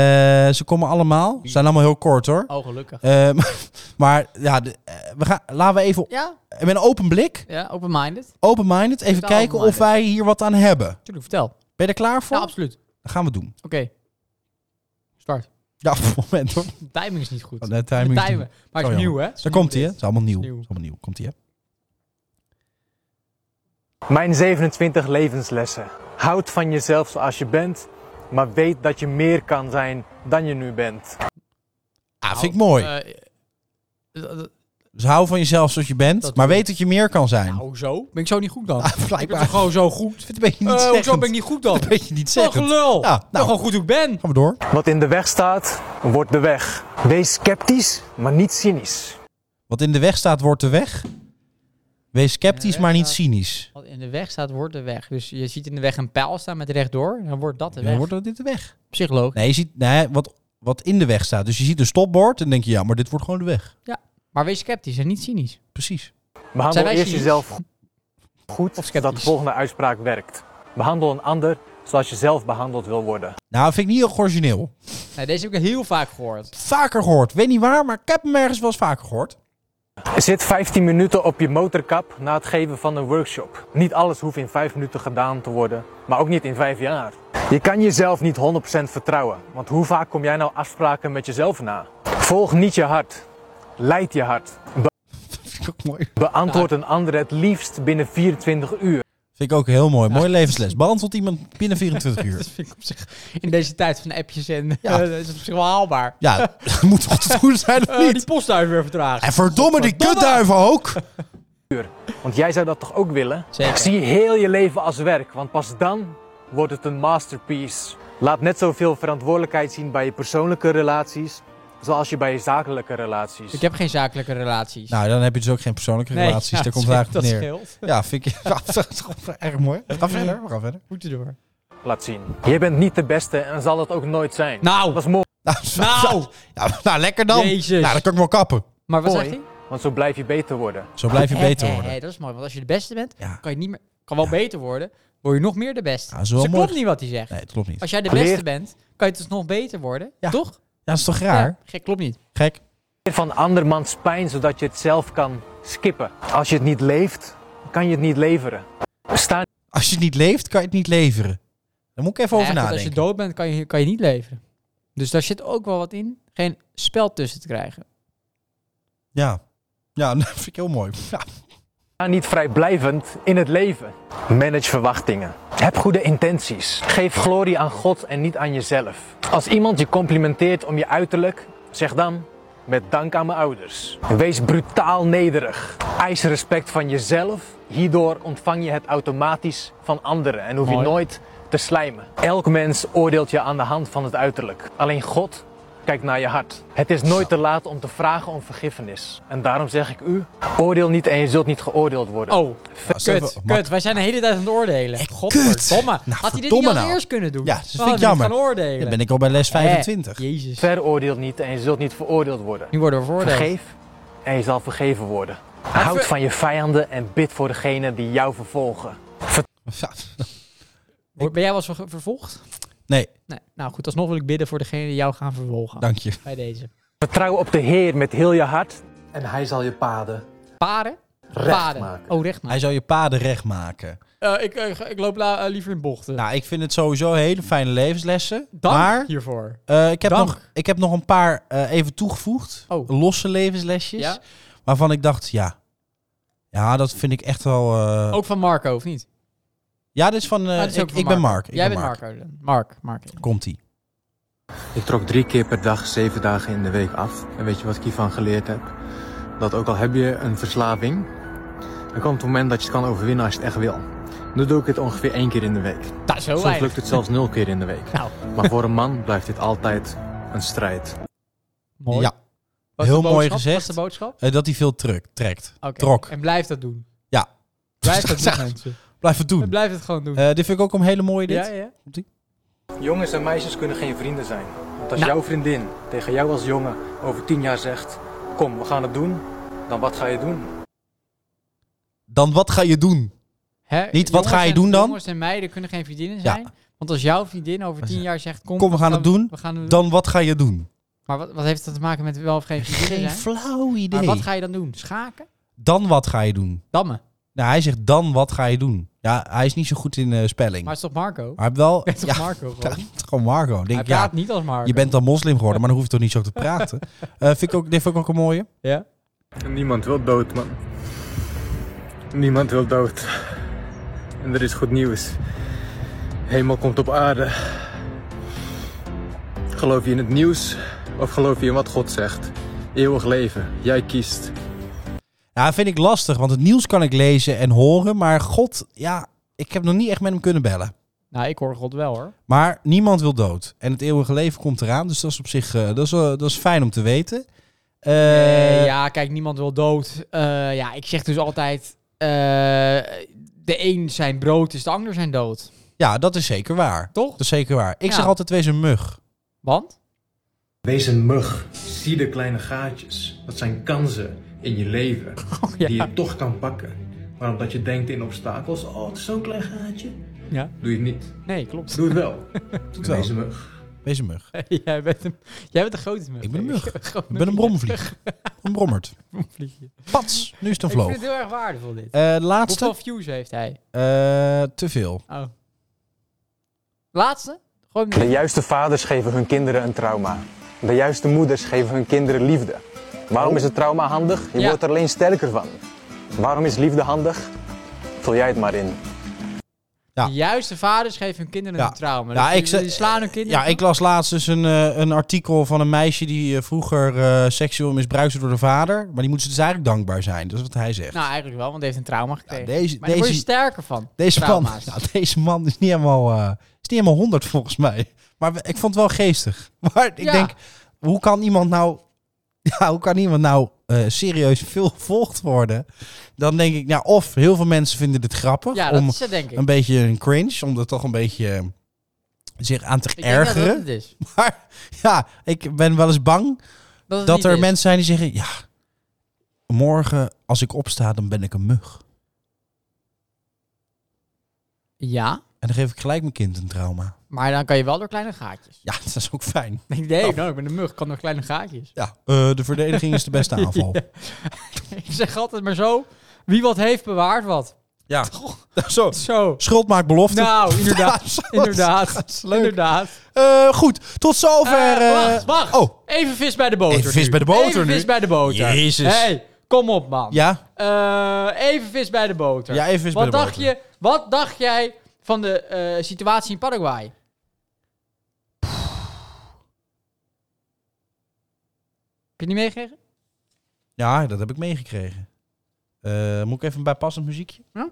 Speaker 1: ze komen allemaal. Ze zijn allemaal heel kort hoor.
Speaker 2: Oh, gelukkig.
Speaker 1: Eh, maar, maar ja, de- eh, we gaan, laten we even
Speaker 2: Ja,
Speaker 1: met een open blik,
Speaker 2: ja open-minded.
Speaker 1: open-minded, even
Speaker 2: Totaal
Speaker 1: kijken of
Speaker 2: open-minded.
Speaker 1: wij hier wat aan hebben.
Speaker 2: Tuurlijk, vertel.
Speaker 1: Ben je er klaar voor?
Speaker 2: Ja, absoluut. Oké.
Speaker 1: Dat gaan we doen.
Speaker 2: Start.
Speaker 1: Ja, moment hoor.
Speaker 2: De timing is niet goed.
Speaker 1: Oh,
Speaker 2: De
Speaker 1: de timing is
Speaker 2: timing. Maar het
Speaker 1: Oh,
Speaker 2: is
Speaker 1: jammer.
Speaker 2: nieuw, hè? Het is
Speaker 1: Daar
Speaker 2: nieuw
Speaker 1: komt hij, hè?
Speaker 2: dit.
Speaker 1: Het is allemaal nieuw.
Speaker 2: Nieuw.
Speaker 1: Het is allemaal nieuw. Komt hij, hè?
Speaker 3: Mijn 27 levenslessen. Houd van jezelf zoals je bent, maar weet dat je meer kan zijn dan je nu bent.
Speaker 1: Ah, vind ik mooi.
Speaker 2: Eh, eh, eh,
Speaker 1: dus hou van jezelf zoals je bent,
Speaker 2: dat-
Speaker 1: maar weet dat je meer kan zijn.
Speaker 2: nou, zo? Ben ik zo niet goed dan?
Speaker 1: Ah,
Speaker 2: ik ben
Speaker 1: blijkbaar.
Speaker 2: toch gewoon zo goed?
Speaker 1: Ik vind het een beetje niet
Speaker 2: Eh,
Speaker 1: zeggend.
Speaker 2: hoezo ben ik niet goed dan?
Speaker 1: Een beetje niet
Speaker 2: Toch
Speaker 1: zeggend.
Speaker 2: lul.
Speaker 1: Ja,
Speaker 2: Ik ben
Speaker 1: nou.
Speaker 2: gewoon goed hoe ik ben.
Speaker 1: Gaan we door.
Speaker 3: Wat in de weg staat, wordt de weg. Wees sceptisch, maar niet cynisch.
Speaker 1: Wat in de weg staat, wordt de weg. Wees sceptisch,
Speaker 2: weg
Speaker 1: maar niet
Speaker 2: staat-
Speaker 1: cynisch.
Speaker 2: Wat in de weg staat, wordt de weg. Dus je ziet in de weg een pijl staan met rechtdoor. Dan wordt dat de
Speaker 1: Dan
Speaker 2: weg.
Speaker 1: wordt dat dit de weg.
Speaker 2: Psycholoog.
Speaker 1: Nee, je ziet nee, wat, wat in de weg staat. Dus je ziet een stopbord en denk je, ja, maar dit wordt gewoon de weg.
Speaker 2: Maar wees sceptisch en niet cynisch.
Speaker 1: Precies.
Speaker 3: Behandel
Speaker 2: wij
Speaker 3: eerst
Speaker 2: cynisch?
Speaker 3: jezelf goed,
Speaker 2: Of sceptisch?
Speaker 3: zodat de volgende uitspraak werkt. Behandel een ander zoals je zelf behandeld wil worden.
Speaker 1: Nou, dat vind ik niet heel origineel.
Speaker 2: Nee, deze heb ik heel vaak gehoord.
Speaker 1: Vaker gehoord. Weet niet waar, maar ik heb hem ergens wel eens vaker gehoord.
Speaker 3: Zit 15 minuten op je motorkap na het geven van een workshop. Niet alles hoeft in 5 minuten gedaan te worden, maar ook niet in 5 jaar. Je kan jezelf niet 100% vertrouwen, want hoe vaak kom jij nou afspraken met jezelf na? Volg niet je hart, leid je hart. Be-
Speaker 1: Vind ik ook mooi.
Speaker 3: beantwoord een ander het liefst binnen 24 uur.
Speaker 1: Vind ik ook heel mooi. Mooie levensles. Behandelt iemand binnen 24 uur.
Speaker 2: Dat vind ik op zich in deze tijd van appjes en
Speaker 1: Ja.
Speaker 2: eh, is het op zich wel haalbaar.
Speaker 1: Ja, moet toch te doen zijn of
Speaker 2: Eh,
Speaker 1: niet?
Speaker 2: die postduif weer vertragen.
Speaker 1: En verdomme die
Speaker 2: Godverdomme.
Speaker 1: kutduiven ook.
Speaker 3: Want jij zou dat toch ook willen?
Speaker 2: Zeker.
Speaker 3: Zie heel je leven als werk, want pas dan wordt het een masterpiece. Laat net zoveel verantwoordelijkheid zien bij je persoonlijke relaties, zoals je bij je zakelijke relaties.
Speaker 2: Ik heb geen zakelijke relaties.
Speaker 1: Nou, dan heb je dus ook geen persoonlijke
Speaker 2: Nee,
Speaker 1: relaties.
Speaker 2: ja,
Speaker 1: Daar komt het
Speaker 2: dat
Speaker 1: eigenlijk op neer.
Speaker 2: scheelt.
Speaker 1: Ja, vind ik ja, dat is gewoon erg mooi. We gaan verder, we gaan verder.
Speaker 2: Moet je door.
Speaker 3: laat zien. Je bent niet de beste en zal het ook nooit zijn.
Speaker 2: Nou.
Speaker 3: Dat is mooi,
Speaker 1: Nou, is-
Speaker 2: Nou.
Speaker 1: Ja, nou, lekker dan.
Speaker 2: Jezus.
Speaker 1: Nou, dan kan ik wel kappen.
Speaker 2: Maar wat zegt hij?
Speaker 3: want zo blijf je beter worden.
Speaker 1: Zo blijf je
Speaker 2: Hè,
Speaker 1: beter
Speaker 2: hè,
Speaker 1: worden.
Speaker 2: hè, dat is mooi, want als je de beste bent,
Speaker 1: Ja.
Speaker 2: kan je niet meer, kan wel beter worden, word je nog meer de beste.
Speaker 1: Ja,
Speaker 2: Dus
Speaker 1: dat is wel
Speaker 2: dat
Speaker 1: mooi.
Speaker 2: klopt niet wat hij zegt.
Speaker 1: Nee, het klopt niet.
Speaker 2: Als jij de
Speaker 3: Leer-
Speaker 2: beste bent, kan je dus nog beter worden,
Speaker 1: Ja.
Speaker 2: toch?
Speaker 1: Ja, dat is toch raar?
Speaker 2: Ja, gek, klopt niet.
Speaker 1: Gek.
Speaker 3: Leer van andermans pijn, zodat je het zelf kan skippen. Als je het niet leeft, kan je het niet leveren. Sta
Speaker 1: Als je het niet leeft, kan je het niet leveren. Daar moet ik even
Speaker 2: Ja,
Speaker 1: over
Speaker 2: goed,
Speaker 1: nadenken.
Speaker 2: als je dood bent, kan je, kan je niet leveren. Dus daar zit ook wel wat in. Geen spel tussen te krijgen.
Speaker 1: Ja. Ja, dat vind ik heel mooi. Ja.
Speaker 3: niet vrijblijvend in het leven. Manage verwachtingen. Heb goede intenties. Geef glorie aan God en niet aan jezelf. Als iemand je complimenteert om je uiterlijk, zeg dan... Met dank aan mijn ouders. Wees brutaal nederig. Eis respect van jezelf. Hierdoor ontvang je het automatisch van anderen en hoef je
Speaker 2: Mooi.
Speaker 3: nooit te slijmen. Elk mens oordeelt je aan de hand van het uiterlijk. Alleen God kijkt naar je hart. Het is nooit te laat om te vragen om vergiffenis. En daarom zeg ik u: oordeel niet en je zult niet geoordeeld worden.
Speaker 2: Oh,
Speaker 1: zo
Speaker 2: kut,
Speaker 1: veel-
Speaker 2: kut. Wij zijn de hele tijd aan het oordelen.
Speaker 1: Eh,
Speaker 2: Godverdomme.
Speaker 1: kut. Nou,
Speaker 2: Had hij dit
Speaker 1: verdomme
Speaker 2: niet als
Speaker 1: nou.
Speaker 2: eerst kunnen doen?
Speaker 1: Ja, dat vind
Speaker 2: Dan hadden
Speaker 1: ik
Speaker 2: we niet
Speaker 1: jammer.
Speaker 2: gaan oordelen.
Speaker 1: Dan ben ik al bij les
Speaker 2: Eh,
Speaker 1: 25.
Speaker 2: jezus.
Speaker 3: Veroordeel niet en je zult niet veroordeeld worden.
Speaker 2: Nu worden we veroordeeld.
Speaker 3: Vergeef en je zal vergeven worden. Houd
Speaker 2: ver-
Speaker 3: van je vijanden en bid voor degenen die jou vervolgen.
Speaker 1: Ja.
Speaker 2: Word- Ben jij wel eens ver- vervolgd?
Speaker 1: Nee,
Speaker 2: Nee. Nou goed, alsnog wil ik bidden voor degene die jou gaan vervolgen.
Speaker 1: dank je.
Speaker 2: Bij deze.
Speaker 3: Vertrouw op de Heer met heel je hart en hij zal je paden.
Speaker 2: Paren? Paden.
Speaker 3: maken.
Speaker 2: Oh, recht
Speaker 1: Hij
Speaker 2: maken.
Speaker 1: zou je paden recht maken.
Speaker 2: Eh, ik, eh, ga- ik loop la- eh, liever in bochten.
Speaker 1: Nou, ik vind het sowieso hele fijne levenslessen.
Speaker 2: Dank
Speaker 1: maar
Speaker 2: hiervoor.
Speaker 1: eh, ik, heb
Speaker 2: Dank.
Speaker 1: nog, ik heb nog een paar eh, even toegevoegd.
Speaker 2: Oh.
Speaker 1: Losse levenslesjes.
Speaker 2: Ja?
Speaker 1: Waarvan ik dacht, ja. Ja, dat vind ik echt wel... eh,
Speaker 2: Ook van Marco, of niet?
Speaker 1: Ja, dit is van... eh,
Speaker 2: Oh. Ah, dit is
Speaker 1: ik
Speaker 2: ook van
Speaker 1: ik ben Mark. Ik
Speaker 2: Jij
Speaker 1: ben
Speaker 2: bent
Speaker 1: Mark.
Speaker 2: Marco. dan. Mark, Mark.
Speaker 1: Komt-ie.
Speaker 4: Ik trok drie keer per dag, zeven dagen in de week af. En weet je wat ik hiervan geleerd heb? Dat ook al heb je een verslaving, er komt het moment dat je het kan overwinnen als je het echt wil. Nu doe ik het ongeveer één keer in de week.
Speaker 2: Dat is heel
Speaker 4: Soms
Speaker 2: weinig.
Speaker 4: lukt het zelfs nul keer in de week.
Speaker 2: Nou,
Speaker 4: Maar voor een man blijft dit altijd een strijd.
Speaker 2: mooi.
Speaker 1: Ja.
Speaker 2: Wat is
Speaker 1: Heel
Speaker 2: de
Speaker 1: mooi
Speaker 2: boodschap?
Speaker 1: gezegd.
Speaker 2: Wat is de boodschap?
Speaker 1: Eh, dat hij veel truc trekt.
Speaker 2: Oké.
Speaker 1: Trok.
Speaker 2: En blijf dat doen.
Speaker 1: Ja.
Speaker 2: Blijf dat doen, mensen.
Speaker 1: Blijf het doen.
Speaker 2: Blijf het gewoon doen.
Speaker 1: Eh, dit vind ik ook een hele mooie dit.
Speaker 2: ja, ja.
Speaker 4: Jongens en meisjes kunnen geen vrienden zijn. Want als
Speaker 2: Nou.
Speaker 4: jouw vriendin tegen jou als jongen over tien jaar zegt: Kom, we gaan het doen. Dan wat ga je doen?
Speaker 1: Dan wat ga je doen?
Speaker 2: Hè,
Speaker 1: Niet, wat
Speaker 2: jongens
Speaker 1: ga je
Speaker 2: en-
Speaker 1: doen dan?
Speaker 2: Jongens en meiden kunnen geen vriendinnen
Speaker 1: Ja.
Speaker 2: zijn. Want als jouw vriendin over tien jaar zegt... Kom,
Speaker 1: Kom, we gaan het doen.
Speaker 2: We gaan het doen.
Speaker 1: Dan wat ga je doen?
Speaker 2: Maar wat, wat heeft dat te maken met wel of geen vriendinnen
Speaker 1: Geen
Speaker 2: zijn?
Speaker 1: flauw
Speaker 2: Maar
Speaker 1: idee.
Speaker 2: wat ga je dan doen? Schaken?
Speaker 1: Dan wat ga je doen?
Speaker 2: Dammen.
Speaker 1: Nou, hij zegt dan wat ga je doen? Ja, hij is niet zo goed in eh, spelling.
Speaker 2: Maar
Speaker 1: Maar
Speaker 2: het is toch Marco?
Speaker 1: hij heeft wel...
Speaker 2: Het is toch
Speaker 1: Ja,
Speaker 2: Marco
Speaker 1: ja,
Speaker 2: gewoon?
Speaker 1: het is gewoon Marco. Ik
Speaker 2: Hij
Speaker 1: Denk, ja,
Speaker 2: praat niet als Marco.
Speaker 1: je bent dan moslim geworden, maar dan hoef je toch niet zo te praten. Eh, vind ik ook, dit vind ik ook een mooie.
Speaker 2: Ja.
Speaker 4: Niemand wil dood, man. Niemand wil dood. En er is goed nieuws. Hemel komt op aarde. Geloof je in het nieuws of geloof je in wat God zegt? Eeuwig leven, jij kiest.
Speaker 1: Ja, vind ik lastig, want het nieuws kan ik lezen en horen. Maar god, ja, ik heb nog niet echt met hem kunnen bellen.
Speaker 2: Nou, ik hoor God wel hoor.
Speaker 1: Maar niemand wil dood. En het eeuwige leven komt eraan. Dus dat is op zich eh, dat is, eh, dat is fijn om te weten. Eh,
Speaker 2: Eh, ja, kijk, niemand wil dood. Eh, ja, ik zeg dus altijd... eh, de een zijn brood is de ander zijn dood.
Speaker 1: ja, dat is zeker waar.
Speaker 2: Toch?
Speaker 1: Dat is zeker waar. Ik
Speaker 2: Ja.
Speaker 1: zeg altijd wees een mug.
Speaker 2: Want?
Speaker 4: Wees een mug. Zie de kleine gaatjes. Dat zijn kansen in je leven
Speaker 2: ja.
Speaker 4: die je toch kan pakken. Maar omdat je denkt in obstakels, oh, het is zo'n klein gaatje,
Speaker 2: Ja.
Speaker 4: doe je het niet.
Speaker 2: Nee, klopt.
Speaker 4: Doe het wel.
Speaker 1: het wel.
Speaker 4: Wees een mug.
Speaker 1: Wees een mug.
Speaker 2: jij, bent een, jij bent een grote mug.
Speaker 1: Ik ben een mug.
Speaker 2: grote
Speaker 1: Ik ben een bromvlieg. Een brommert.
Speaker 2: vliegje.
Speaker 1: Pats, nu is het een
Speaker 2: Ik vind
Speaker 1: vloog.
Speaker 2: het heel erg waardevol dit.
Speaker 1: Eh, laatste.
Speaker 2: Hoeveel views heeft hij?
Speaker 1: Eh, te veel.
Speaker 2: Oh. Laatste? Gooi hem
Speaker 5: De juiste vaders geven hun kinderen een trauma. De juiste moeders geven hun kinderen liefde. Waarom is het trauma handig? Je
Speaker 2: Ja.
Speaker 5: wordt er alleen sterker van. Waarom is liefde handig? Vul jij het maar in.
Speaker 1: Ja.
Speaker 2: De juiste vaders geven hun kinderen
Speaker 1: Ja.
Speaker 2: een trauma.
Speaker 1: Ja,
Speaker 2: Dus
Speaker 1: ik
Speaker 2: die,
Speaker 1: ze-
Speaker 2: die slaan hun kinderen.
Speaker 1: Ja, ik las laatst dus een, eh, een artikel van een meisje die eh, vroeger eh, seksueel misbruikt werd door de vader. Maar die moet ze dus eigenlijk dankbaar zijn. Dat is wat hij zegt.
Speaker 2: Nou, eigenlijk wel, want die heeft een trauma gekregen.
Speaker 1: deze-
Speaker 2: maar daar word je
Speaker 1: deze-
Speaker 2: sterker van.
Speaker 1: Deze man,
Speaker 2: trauma's.
Speaker 1: nou, deze man is niet helemaal, eh, is niet helemaal 100 volgens mij. Maar we- ik vond het wel geestig. Maar ik
Speaker 2: Ja.
Speaker 1: denk, hoe kan iemand nou, ja, hoe kan iemand nou eh, serieus veel gevolgd worden? Dan denk ik, nou, of heel veel mensen vinden dit grappig.
Speaker 2: ja, dat
Speaker 1: om
Speaker 2: is het, denk ik.
Speaker 1: een beetje een cringe, om er toch een beetje eh, zich aan te
Speaker 2: ik denk dat dat
Speaker 1: ergeren.
Speaker 2: het is.
Speaker 1: Maar ja, ik ben wel eens bang
Speaker 2: Dat, het
Speaker 1: dat
Speaker 2: niet
Speaker 1: er
Speaker 2: is.
Speaker 1: mensen zijn die zeggen, ja, morgen als ik opsta, dan ben ik een mug.
Speaker 2: Ja,
Speaker 1: En dan geef ik gelijk mijn kind een trauma.
Speaker 2: maar dan kan je wel door kleine gaatjes.
Speaker 1: Ja, dat is ook fijn.
Speaker 2: Ik denk, nee, nou, ik ben een mug, ik kan door kleine gaatjes.
Speaker 1: Ja, eh, de verdediging is de beste aanval.
Speaker 2: ik zeg altijd maar zo, wie wat heeft, bewaart wat.
Speaker 1: Ja, zo.
Speaker 2: Zo.
Speaker 1: Schuld maakt belofte.
Speaker 2: Nou, inderdaad.
Speaker 1: Ja, zo.
Speaker 2: inderdaad. Inderdaad.
Speaker 1: Eh, goed, tot zover.
Speaker 2: Eh,
Speaker 1: eh,
Speaker 2: wacht, wacht.
Speaker 1: Oh,
Speaker 2: Even vis bij de boter.
Speaker 1: Even vis
Speaker 2: nu.
Speaker 1: bij de boter
Speaker 2: Even
Speaker 1: nu.
Speaker 2: vis bij de boter.
Speaker 1: Jezus.
Speaker 2: hey, kom op, man.
Speaker 1: ja.
Speaker 2: Eh, even vis bij de boter.
Speaker 1: Ja, even vis
Speaker 2: wat
Speaker 1: bij de
Speaker 2: dacht
Speaker 1: boter.
Speaker 2: Je, wat dacht jij van de eh, situatie in Paraguay? Heb je niet meegekregen?
Speaker 1: Ja, dat heb ik meegekregen. Eh, moet ik even een bijpassend muziekje?
Speaker 2: Ja.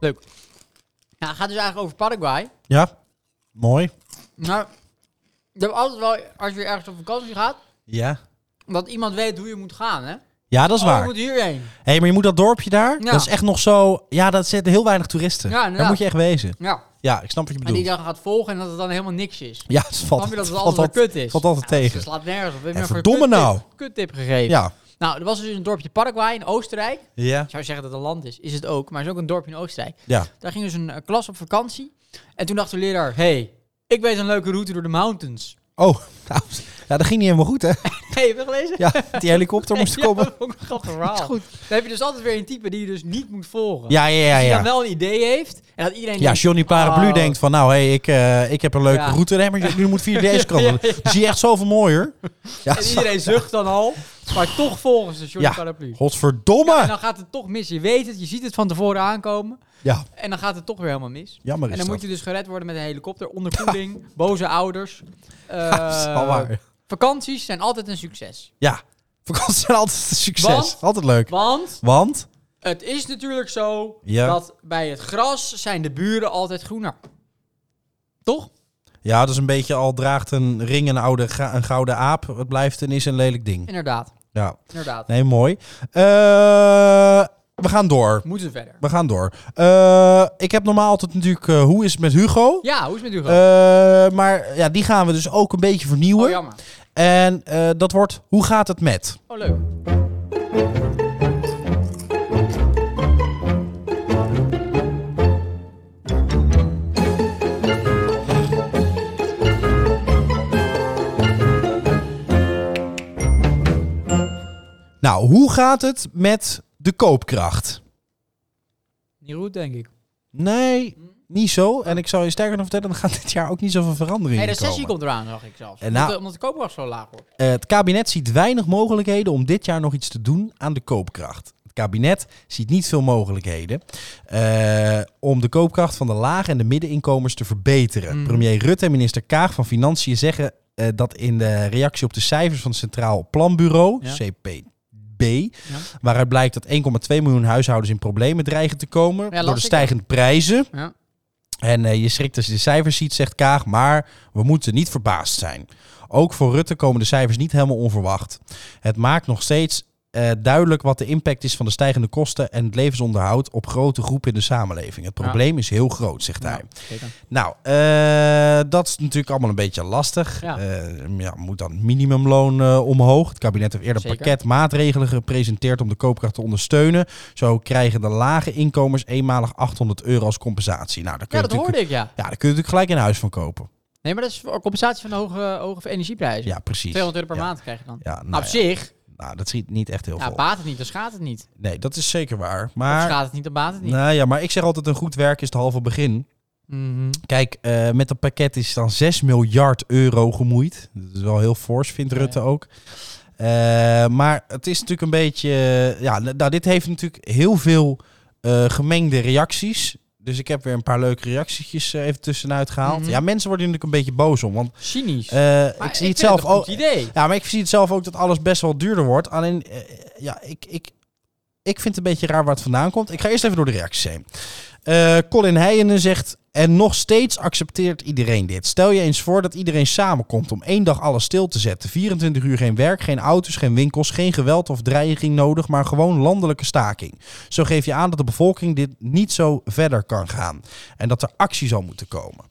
Speaker 2: Leuk. Nou, het gaat dus eigenlijk over Paraguay.
Speaker 1: Ja, mooi.
Speaker 2: Maar je hebt altijd wel, als je weer ergens op vakantie gaat,
Speaker 1: Ja.
Speaker 2: dat iemand weet hoe je moet gaan, hè?
Speaker 1: Ja, dat is
Speaker 2: Oh,
Speaker 1: waar.
Speaker 2: je moet hierheen.
Speaker 1: Hé, maar je moet dat dorpje daar,
Speaker 2: Ja.
Speaker 1: dat is echt nog zo... Ja, dat zitten heel weinig toeristen.
Speaker 2: Ja,
Speaker 1: daar
Speaker 2: inderdaad.
Speaker 1: moet je echt wezen.
Speaker 2: Ja.
Speaker 1: Ja, ik snap wat je
Speaker 2: En die
Speaker 1: bedoelt.
Speaker 2: dan gaat volgen en dat het dan helemaal niks is.
Speaker 1: Ja, het valt,
Speaker 2: Snap je dat het
Speaker 1: valt
Speaker 2: altijd
Speaker 1: altijd-
Speaker 2: weer kut is?
Speaker 1: valt altijd
Speaker 2: Ja,
Speaker 1: tegen.
Speaker 2: Het slaat nergens op. We
Speaker 1: En
Speaker 2: hebben een
Speaker 1: verdomme
Speaker 2: kuttip-
Speaker 1: nou.
Speaker 2: Kuttip gegeven.
Speaker 1: Ja.
Speaker 2: Nou, er was dus een dorpje Paraguay in Oostenrijk.
Speaker 1: Ja.
Speaker 2: Ik zou zeggen dat het een land is. Is het ook. Maar het is ook een dorpje in Oostenrijk.
Speaker 1: Ja.
Speaker 2: Daar ging dus een eh, klas op vakantie. En toen dacht de leraar... hey, ik weet een leuke route door de mountains.
Speaker 1: Oh, nou, ja, dat ging niet helemaal goed, hè?
Speaker 2: Hey, heb je dat gelezen?
Speaker 1: Ja, die helikopter moest
Speaker 2: Ja,
Speaker 1: komen.
Speaker 2: dat vond ik een grappig verhaal.
Speaker 1: goed.
Speaker 2: Dan heb je dus altijd weer een type die je dus niet moet volgen.
Speaker 1: Ja, ja, ja.
Speaker 2: Die
Speaker 1: ja.
Speaker 2: dan Dus wel een idee heeft. En dat iedereen
Speaker 1: Ja,
Speaker 2: denkt,
Speaker 1: Johnny Paraplu
Speaker 2: oh.
Speaker 1: denkt van, nou, hey, ik, eh, ik heb een leuke
Speaker 2: Ja.
Speaker 1: route. Nee, maar je- nu moet via deze kant.
Speaker 2: Ja, ja,
Speaker 1: Dan Zie je echt zoveel mooier. Ja,
Speaker 2: En
Speaker 1: zo-
Speaker 2: iedereen zucht dan al. Maar toch volgens de Johnny
Speaker 1: Ja.
Speaker 2: Paraplu. En
Speaker 1: Godverdomme!
Speaker 2: dan gaat het toch mis. Je weet het, je ziet het van tevoren aankomen.
Speaker 1: Ja,
Speaker 2: En dan gaat het toch weer helemaal mis.
Speaker 1: jammer is
Speaker 2: En dan
Speaker 1: dat.
Speaker 2: moet je dus gered worden met een helikopter, onderkoeling, boze ouders. Eh,
Speaker 1: Ja, is wel waar.
Speaker 2: Vakanties zijn altijd een succes.
Speaker 1: Ja, vakanties zijn altijd een succes.
Speaker 2: Want-
Speaker 1: altijd leuk.
Speaker 2: Want
Speaker 1: Want?
Speaker 2: het is natuurlijk zo
Speaker 1: Ja.
Speaker 2: dat bij het gras zijn de buren altijd groener. Toch?
Speaker 1: Ja, dat is een beetje al draagt een ring een, oude ga- een gouden aap. Het blijft een is een lelijk ding.
Speaker 2: Inderdaad.
Speaker 1: Ja,
Speaker 2: Inderdaad.
Speaker 1: nee, mooi. Eh, we gaan door.
Speaker 2: Moeten we verder.
Speaker 1: We gaan door. Eh, ik heb normaal altijd natuurlijk eh, hoe is het met Hugo?
Speaker 2: Ja, hoe is het met u gaan?
Speaker 1: Eh, maar ja, die gaan we dus ook een beetje vernieuwen.
Speaker 2: oh, jammer.
Speaker 1: En eh, dat wordt hoe gaat het met?
Speaker 2: Oh, leuk.
Speaker 1: Nou, hoe gaat het met de koopkracht?
Speaker 2: Niet goed, denk ik.
Speaker 1: Nee, niet zo. En ik zal je sterker nog vertellen, er gaat dit jaar ook niet zoveel verandering
Speaker 2: Hey,
Speaker 1: in
Speaker 2: de sessie
Speaker 1: komen.
Speaker 2: komt eraan, zag ik zelfs.
Speaker 1: En
Speaker 2: omdat,
Speaker 1: nou-
Speaker 2: de- omdat de koopkracht zo laag wordt.
Speaker 1: Eh, het kabinet ziet weinig mogelijkheden om dit jaar nog iets te doen aan de koopkracht. Het kabinet ziet niet veel mogelijkheden eh, om de koopkracht van de laag- en de middeninkomens te verbeteren.
Speaker 2: Mhm.
Speaker 1: Premier Rutte en minister Kaag van Financiën zeggen eh, dat in de reactie op de cijfers van het Centraal Planbureau,
Speaker 2: Ja.
Speaker 1: CPB, waaruit blijkt dat 1,2 miljoen huishoudens in problemen dreigen te
Speaker 2: las
Speaker 1: komen door de
Speaker 2: ik, ja.
Speaker 1: stijgende prijzen.
Speaker 2: Ja.
Speaker 1: En eh, je schrikt als je de cijfers ziet, zegt Kaag, maar we moeten niet verbaasd zijn. Ook voor Rutte komen de cijfers niet helemaal onverwacht. Het maakt nog steeds eh, duidelijk wat de impact is van de stijgende kosten en het levensonderhoud op grote groepen in de samenleving. Het
Speaker 2: Ja.
Speaker 1: probleem is heel groot, zegt hij.
Speaker 2: Zeker.
Speaker 1: Nou, eh, dat is natuurlijk allemaal een beetje lastig.
Speaker 2: Ja.
Speaker 1: Eh, ja, moet dan het minimumloon eh, omhoog? Het kabinet heeft eerder een
Speaker 2: Zeker.
Speaker 1: pakket maatregelen gepresenteerd om de koopkracht te ondersteunen. Zo krijgen de lage inkomens eenmalig 800 euro als compensatie. Nou, daar kun
Speaker 2: Ja,
Speaker 1: je
Speaker 2: dat
Speaker 1: natuurlijk,
Speaker 2: hoorde ik, ja.
Speaker 1: ja, daar kun je natuurlijk gelijk een huis van kopen.
Speaker 2: Nee, maar dat is voor compensatie van de hoge, hoge energieprijzen.
Speaker 1: Ja, precies.
Speaker 2: 200 euro per
Speaker 1: Ja.
Speaker 2: maand krijg je dan.
Speaker 1: Ja, nou,
Speaker 2: nou, op
Speaker 1: ja.
Speaker 2: zich,
Speaker 1: Nou, dat ziet niet echt heel
Speaker 2: ja,
Speaker 1: veel.
Speaker 2: baat het niet, dan schaadt het niet.
Speaker 1: Nee, dat is zeker waar.
Speaker 2: Of
Speaker 1: Maar,
Speaker 2: schaadt het niet, dan baat het niet.
Speaker 1: nou ja, maar ik zeg altijd een goed werk is het halve begin. Nou.
Speaker 2: Mhm.
Speaker 1: Kijk, eh, met dat pakket is dan 6 miljard euro gemoeid. Dat is wel heel fors, vindt
Speaker 2: Ja,
Speaker 1: Rutte ook. Eh, maar het is natuurlijk een beetje... eh, ja, n- nou, dit heeft natuurlijk heel veel eh, gemengde reacties. Dus ik heb weer een paar leuke reactietjes eh, even tussenuit gehaald.
Speaker 2: Mhm.
Speaker 1: Ja, mensen worden hier natuurlijk een beetje boos om. Want
Speaker 2: Cynisch.
Speaker 1: eh,
Speaker 2: Maar
Speaker 1: ik zie
Speaker 2: vind
Speaker 1: het zelf
Speaker 2: een
Speaker 1: ook... Eh,
Speaker 2: goed idee.
Speaker 1: Ja, maar ik zie het zelf ook dat alles best wel duurder wordt. Alleen, eh, ja, ik, ik, ik vind het een beetje raar waar het vandaan komt. Ik ga eerst even door de reacties heen. Eh, Colin Heijenen zegt... En nog steeds accepteert iedereen dit. Stel je eens voor dat iedereen samenkomt om één dag alles stil te zetten. 24 uur geen werk, geen auto's, geen winkels, geen geweld of dreiging nodig, maar gewoon landelijke staking. Zo geef je aan dat de bevolking dit niet zo verder kan gaan. En dat er actie zal moeten komen.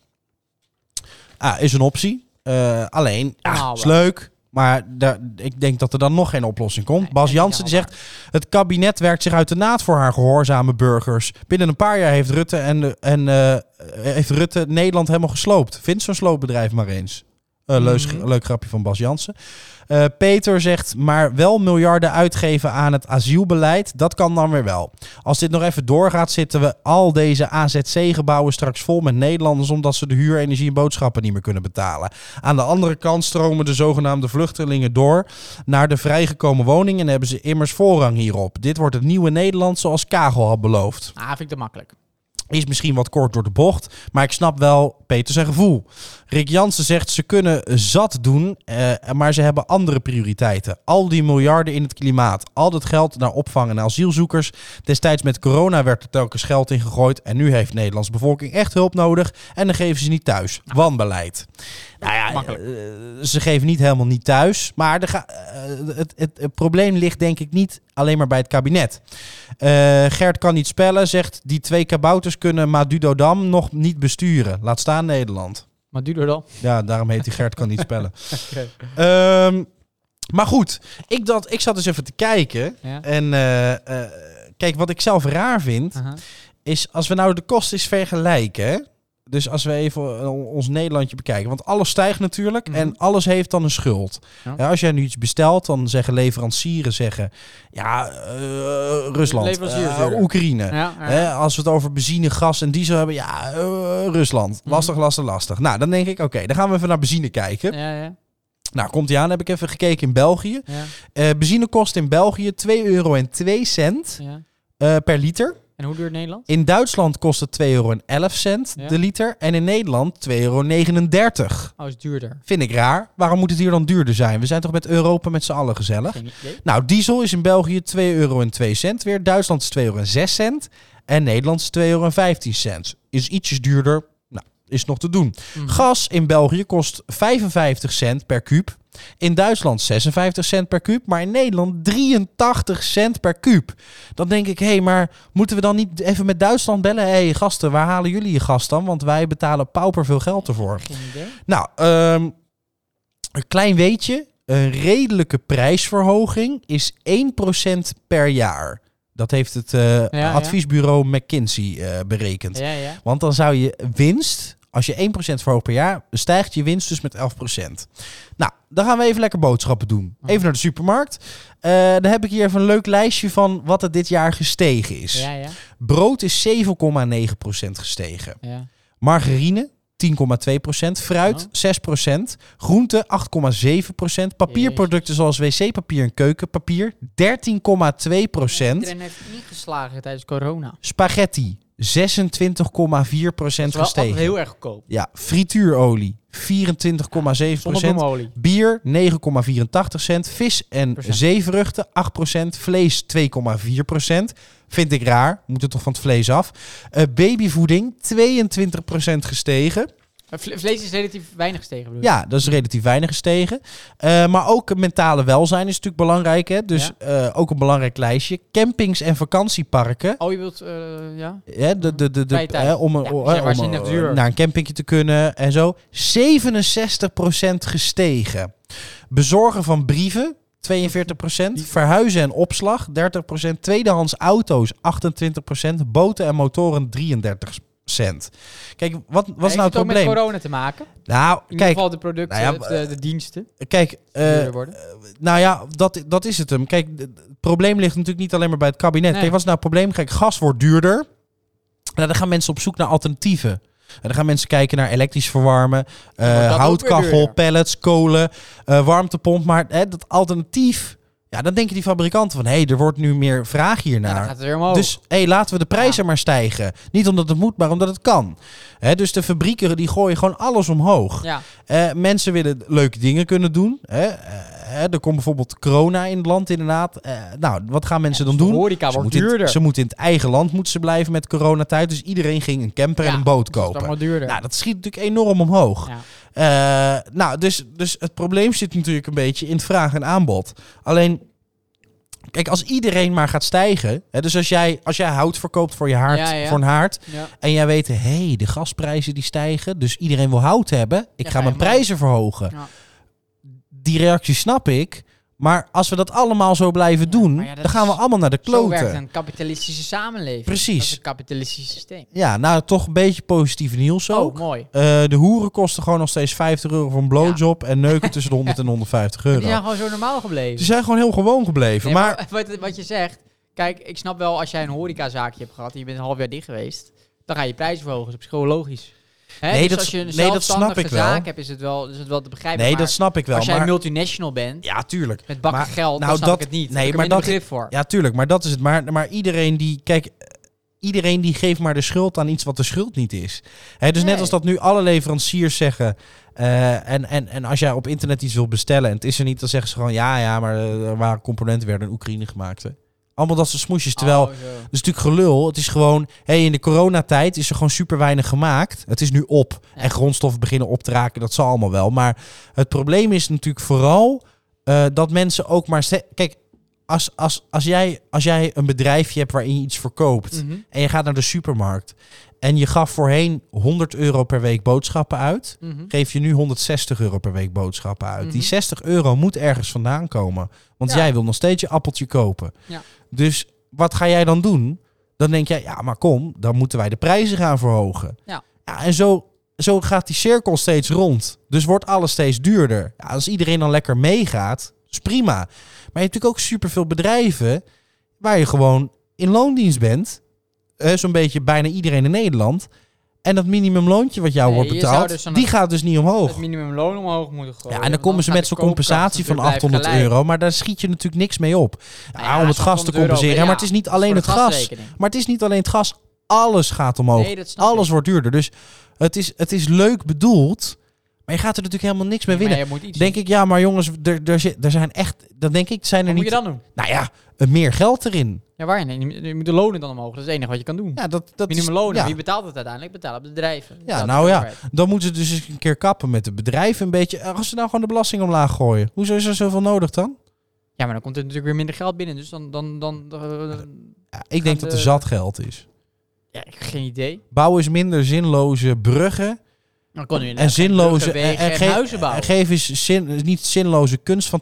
Speaker 1: Ah, is een optie. Eh, alleen, ja,
Speaker 2: Nou,
Speaker 1: is leuk. Maar daar, ik denk dat er dan nog geen oplossing komt.
Speaker 2: Nee,
Speaker 1: Bas
Speaker 2: dat is
Speaker 1: Jansen die
Speaker 2: jammer.
Speaker 1: zegt... Het kabinet werkt zich uit de naad voor haar gehoorzame burgers. Binnen een paar jaar heeft Rutte, en, de- en, eh, heeft Rutte Nederland helemaal gesloopt. Vind zo'n sloopbedrijf maar eens. Eh, leus-
Speaker 2: Mhm.
Speaker 1: Leuk grapje van Bas Jansen. Eh, Peter zegt, maar wel miljarden uitgeven aan het asielbeleid. Dat kan dan weer wel. Als dit nog even doorgaat, zitten we al deze AZC-gebouwen straks vol met Nederlanders... omdat ze de huur, energie en boodschappen niet meer kunnen betalen. Aan de andere kant stromen de zogenaamde vluchtelingen door naar de vrijgekomen woning... en hebben ze immers voorrang hierop. Dit wordt het nieuwe Nederland zoals Kagel had beloofd.
Speaker 2: Ah, vind ik te makkelijk.
Speaker 1: Is misschien wat kort door de bocht, maar ik snap wel Peter zijn gevoel. Rick Jansen zegt ze kunnen zat doen, eh, maar ze hebben andere prioriteiten. Al die miljarden in het klimaat, al dat geld naar opvang en asielzoekers. Destijds met corona werd er telkens geld in gegooid en nu heeft de Nederlandse bevolking echt hulp nodig en dan geven ze niet thuis. Wanbeleid. Nou ja,
Speaker 2: Makkelijk.
Speaker 1: eh, ze geven niet helemaal niet thuis, maar er ga- eh, het, het, het probleem ligt denk ik niet alleen maar bij het kabinet. Eh, Gert kan niet spellen, zegt die twee kabouters kunnen Madudodam nog niet besturen. Laat staan Nederland.
Speaker 2: Maar duurder dan.
Speaker 1: Ja, daarom heet hij Gert kan niet spellen. Ehm, maar goed, ik, dat, ik zat dus even te kijken.
Speaker 2: Ja.
Speaker 1: En eh, eh, kijk, wat ik zelf raar vind,
Speaker 2: Aha.
Speaker 1: is als we nou de kosten eens vergelijken. hè. Dus als we even eh, ons Nederlandje bekijken. Want alles stijgt natuurlijk
Speaker 2: Mhm.
Speaker 1: en alles heeft dan een schuld.
Speaker 2: Ja.
Speaker 1: Ja, als jij nu iets bestelt, dan zeggen leverancieren zeggen... Ja, eh, Rusland,
Speaker 2: Leveranciers
Speaker 1: eh,
Speaker 2: duurder.
Speaker 1: Oekraïne.
Speaker 2: Ja, ja.
Speaker 1: Hè, als we het over benzine, gas en diesel hebben, ja,
Speaker 2: Mhm.
Speaker 1: eh, Rusland. Lastig, lastig, lastig. Nou, dan denk ik, oké, dan gaan we even naar benzine kijken.
Speaker 2: Ja, ja.
Speaker 1: Nou, komt die aan. Heb ik even gekeken in België.
Speaker 2: Ja,
Speaker 1: Eh benzine kost in België 2,02 euro
Speaker 2: ja.
Speaker 1: eh, per liter.
Speaker 2: En hoe duurt Nederland?
Speaker 1: In Duitsland kost het 2,11 euro de
Speaker 2: Ja.
Speaker 1: liter. En in Nederland 2,39 euro.
Speaker 2: Oh, is duurder.
Speaker 1: Vind ik raar. Waarom moet het hier dan duurder zijn? We zijn toch met Europa met z'n allen gezellig?
Speaker 2: Geen idee.
Speaker 1: Nou, diesel is in België 2,02 euro weer. Duitsland is 2,06 euro. En Nederland is 2,15 euro. Is ietsjes duurder. Nou, is nog te doen. Gas in België kost 55 cent per kuub. In Duitsland 56 cent per kuub, maar in Nederland 83 cent per kuub. Dan denk ik, hé, hey, maar moeten we dan niet even met Duitsland bellen? Hé, hey, gasten, waar halen jullie je gas dan? Want wij betalen pauper veel geld ervoor.
Speaker 2: Geen idee.
Speaker 1: Nou, ehm, een klein weetje. Een redelijke prijsverhoging is 1% per jaar. Dat heeft het eh,
Speaker 2: ja.
Speaker 1: adviesbureau McKinsey eh, berekend.
Speaker 2: Ja, ja.
Speaker 1: Want dan zou je winst, als je 1% verhoogt per jaar, stijgt je winst dus met 11%. Nou, dan gaan we even lekker boodschappen doen. Even naar de supermarkt. Eh, dan heb ik hier even een leuk lijstje van wat er dit jaar gestegen is.
Speaker 2: Ja, ja.
Speaker 1: Brood is 7,9% gestegen.
Speaker 2: ja.
Speaker 1: Margarine 10,2%, fruit 6%, groente 8,7%, papierproducten zoals wc-papier en keukenpapier 13,2%,
Speaker 2: Iedereen heeft ingeslagen tijdens corona.
Speaker 1: spaghetti 26,4%
Speaker 2: Het is wel altijd
Speaker 1: gestegen.
Speaker 2: heel erg goedkoop.
Speaker 1: Ja, frituurolie 24,7%.
Speaker 2: Zonder bloemolie.
Speaker 1: Bier 9,84 cent. Vis en
Speaker 2: Procent.
Speaker 1: zeevruchten 8 Vlees 2,4 Vind ik raar. Moet het toch van het vlees af. Eh, babyvoeding 22 gestegen.
Speaker 2: Eh, vle- Vlees is relatief weinig tegen, bedoel je?
Speaker 1: Ja, dat is relatief weinig gestegen. Eh, maar ook het mentale welzijn is natuurlijk belangrijk. Hè? Dus eh, ook een belangrijk lijstje. Campings en vakantieparken.
Speaker 2: Oh, je wilt... eh, ja?
Speaker 1: Hè, de, de, de, de,
Speaker 2: Vrije tijd.
Speaker 1: hè, om een,
Speaker 2: Ja,
Speaker 1: om,
Speaker 2: zeg maar,
Speaker 1: om
Speaker 2: zin
Speaker 1: een-
Speaker 2: heeft duur.
Speaker 1: naar een campingje te kunnen en zo. 67% gestegen. Bezorgen van brieven, 42%. Verhuizen en opslag, 30%. Tweedehands auto's, 28%. Boten en motoren, 33%. Kijk, wat was
Speaker 2: Heeft
Speaker 1: nou het
Speaker 2: het ook met
Speaker 1: probleem?
Speaker 2: corona te maken? In
Speaker 1: Nou,
Speaker 2: ieder
Speaker 1: kijk,
Speaker 2: geval de producten,
Speaker 1: nou ja,
Speaker 2: of de, de diensten die
Speaker 1: kijk eh,
Speaker 2: duurder worden.
Speaker 1: nou ja, dat, dat is het hem. Kijk, het probleem ligt natuurlijk niet alleen maar bij het kabinet.
Speaker 2: Nee.
Speaker 1: Kijk, wat is nou het probleem? Kijk, gas wordt duurder. Nou, dan gaan mensen op zoek naar alternatieven. En dan gaan mensen kijken naar elektrisch verwarmen, eh,
Speaker 2: wordt dat ook weer
Speaker 1: houtkachel,
Speaker 2: duurder.
Speaker 1: pellets, kolen, eh, warmtepomp. Maar hè, dat alternatief, ja, dan denken die fabrikanten van... hé, hey, er wordt nu meer vraag
Speaker 2: Ja,
Speaker 1: hiernaar.
Speaker 2: dan gaat het weer omhoog.
Speaker 1: Dus hé, laten we de prijzen maar stijgen. Niet omdat het moet, maar omdat het kan. Hè, dus de fabrieken die gooien gewoon alles omhoog.
Speaker 2: ja.
Speaker 1: Eh, mensen willen leuke dingen kunnen doen. Hè? Eh, eh, er komt bijvoorbeeld corona in het land inderdaad. Eh, nou, wat gaan mensen
Speaker 2: Ja,
Speaker 1: dan
Speaker 2: dus
Speaker 1: doen?
Speaker 2: de horeca
Speaker 1: ze
Speaker 2: wordt
Speaker 1: moeten in het-
Speaker 2: duurder.
Speaker 1: ze moeten in het eigen land moeten ze blijven met coronatijd. Dus iedereen ging een camper en
Speaker 2: Ja,
Speaker 1: een boot
Speaker 2: Dat is
Speaker 1: kopen.
Speaker 2: allemaal duurder.
Speaker 1: Nou, dat schiet natuurlijk enorm omhoog.
Speaker 2: Ja.
Speaker 1: Eh, nou, dus, dus het probleem zit natuurlijk een beetje in het vraag en aanbod. Alleen, kijk, als iedereen maar gaat stijgen... Hè, dus als jij, als jij hout verkoopt voor, je haard,
Speaker 2: Ja, ja.
Speaker 1: voor een haard...
Speaker 2: ja.
Speaker 1: En jij weet, hé, hey, de gasprijzen die stijgen, dus iedereen wil hout hebben. Ik
Speaker 2: Ja,
Speaker 1: ga
Speaker 2: ga
Speaker 1: mijn
Speaker 2: je
Speaker 1: prijzen verhogen.
Speaker 2: Ja.
Speaker 1: Die reactie snap ik. Maar als we dat allemaal zo blijven
Speaker 2: Ja,
Speaker 1: doen,
Speaker 2: maar ja, dat
Speaker 1: dan gaan we
Speaker 2: is-
Speaker 1: allemaal naar de
Speaker 2: Zo werkt
Speaker 1: kloten.
Speaker 2: een kapitalistische samenleving.
Speaker 1: Precies.
Speaker 2: Dat is een kapitalistisch systeem.
Speaker 1: Ja, nou toch een beetje positieve nieuws ook.
Speaker 2: Oh, mooi.
Speaker 1: Eh, de hoeren kosten gewoon nog steeds 50 euro voor een blowjob en neuken tussen de 100 en 150 euro.
Speaker 2: Die zijn gewoon zo normaal
Speaker 1: Ze
Speaker 2: gebleven.
Speaker 1: zijn gewoon heel gewoon gebleven.
Speaker 2: Nee,
Speaker 1: maar,
Speaker 2: maar wat, wat je zegt, kijk, ik snap wel als jij een horecazaakje hebt gehad en je bent een half jaar dicht geweest, dan ga je prijzen verhogen. Dat is psychologisch. Hè?
Speaker 1: Nee,
Speaker 2: dus
Speaker 1: dat-
Speaker 2: als je een
Speaker 1: nee, dat snap
Speaker 2: zelfstandige
Speaker 1: ik wel.
Speaker 2: zaak hebt, is het wel, is het wel te begrijpen.
Speaker 1: nee,
Speaker 2: maar
Speaker 1: dat snap ik wel.
Speaker 2: als jij
Speaker 1: maar,
Speaker 2: multinational bent,
Speaker 1: ja, tuurlijk.
Speaker 2: met bakken
Speaker 1: Maar-
Speaker 2: geld,
Speaker 1: nou,
Speaker 2: dan snap
Speaker 1: dat-
Speaker 2: ik het niet.
Speaker 1: nee,
Speaker 2: Nee, ik
Speaker 1: maar
Speaker 2: maar
Speaker 1: dat-
Speaker 2: dat begrip voor.
Speaker 1: Ja, tuurlijk, maar dat is het. Maar, maar iedereen die, kijk, iedereen die geeft maar de schuld aan iets wat de schuld niet is. Hè, dus net
Speaker 2: Nee.
Speaker 1: als dat nu alle leveranciers zeggen. eh, en, en, en als jij op internet iets wilt bestellen en het is er niet, dan zeggen ze gewoon ja, ja, maar eh, er waren componenten werden in Oekraïne gemaakt. Hè. Allemaal dat soort smoesjes. Terwijl
Speaker 2: Oh, zo.
Speaker 1: dat is natuurlijk gelul. Het is gewoon, hé, in de coronatijd is er gewoon super weinig gemaakt. Het is nu op.
Speaker 2: Ja.
Speaker 1: En grondstoffen beginnen op te raken, dat zal allemaal wel. Maar het probleem is natuurlijk vooral eh, dat mensen ook maar... ste- Kijk, als, als, als, jij, als jij een bedrijfje hebt waarin je iets verkoopt...
Speaker 2: Mhm.
Speaker 1: en je gaat naar de supermarkt... en je gaf voorheen 100 euro per week boodschappen uit...
Speaker 2: Mhm.
Speaker 1: geef je nu 160 euro per week boodschappen uit. Die
Speaker 2: Mhm.
Speaker 1: 60 euro moet ergens vandaan komen. Want
Speaker 2: Ja.
Speaker 1: jij wil nog steeds je appeltje kopen.
Speaker 2: Ja.
Speaker 1: Dus wat ga jij dan doen? Dan denk jij, ja, maar kom, dan moeten wij de prijzen gaan verhogen.
Speaker 2: Ja.
Speaker 1: en zo, zo gaat die cirkel steeds rond. Dus wordt alles steeds duurder. Ja, als iedereen dan lekker meegaat, is prima. Maar je hebt natuurlijk ook superveel bedrijven waar je gewoon in loondienst bent. Eh, Zo'n beetje bijna iedereen in Nederland. En dat minimumloontje wat jou
Speaker 2: Nee,
Speaker 1: wordt
Speaker 2: je zou
Speaker 1: betaald,
Speaker 2: dus zo'n-
Speaker 1: die gaat dus niet
Speaker 2: Het
Speaker 1: omhoog.
Speaker 2: minimumloon omhoog moeten gooien.
Speaker 1: Ja, en dan
Speaker 2: want
Speaker 1: komen ze
Speaker 2: gaat
Speaker 1: met
Speaker 2: de
Speaker 1: zo'n compensatie van
Speaker 2: koopkracht
Speaker 1: 800
Speaker 2: natuurlijk blijven
Speaker 1: euro. Maar daar schiet je natuurlijk niks mee op.
Speaker 2: Nou
Speaker 1: Ja,
Speaker 2: ja,
Speaker 1: om het
Speaker 2: zo'n
Speaker 1: gas te
Speaker 2: 100 euro,
Speaker 1: compenseren.
Speaker 2: ja,
Speaker 1: maar het is niet
Speaker 2: dat is
Speaker 1: alleen het
Speaker 2: voor de
Speaker 1: gas.
Speaker 2: gasrekening.
Speaker 1: Maar het is niet alleen het gas. Alles gaat omhoog.
Speaker 2: Nee, dat snap
Speaker 1: Alles
Speaker 2: ik.
Speaker 1: wordt duurder. Dus het is, het is leuk bedoeld. Maar je gaat er natuurlijk helemaal niks mee
Speaker 2: gelijk. Maar
Speaker 1: winnen.
Speaker 2: je moet iets
Speaker 1: Denk
Speaker 2: doen.
Speaker 1: ik, ja, maar jongens, er, er, zit- er zijn echt. Dan denk ik, zijn er
Speaker 2: Wat moet
Speaker 1: niet.
Speaker 2: je dan doen?
Speaker 1: Nou ja, meer geld erin.
Speaker 2: Ja, waar? Nee, je- je moet de lonen dan omhoog. Dat is het enige wat je kan doen.
Speaker 1: Ja, dat, dat is,
Speaker 2: Minimumlonen.
Speaker 1: ja.
Speaker 2: Wie betaalt het uiteindelijk? Betalen bedrijven.
Speaker 1: Ja,
Speaker 2: Betaalt de
Speaker 1: nou ja,
Speaker 2: overheid.
Speaker 1: dan moeten ze dus eens een keer kappen met de bedrijven een beetje. Eh, Als ze nou gewoon de belasting omlaag gooien, hoezo is er zoveel nodig dan?
Speaker 2: Ja, maar dan komt er natuurlijk weer minder geld binnen. Dus dan... dan, dan, eh,
Speaker 1: Ja, ik denk
Speaker 2: Gaan
Speaker 1: dat er
Speaker 2: de-
Speaker 1: zat geld is.
Speaker 2: ja, ik heb geen idee.
Speaker 1: Bouw eens minder zinloze bruggen
Speaker 2: Dan kon je
Speaker 1: en zinloze
Speaker 2: wegen
Speaker 1: en,
Speaker 2: en,
Speaker 1: en ge-
Speaker 2: huizen bouwen.
Speaker 1: en geef eens zin, niet zinloze kunst van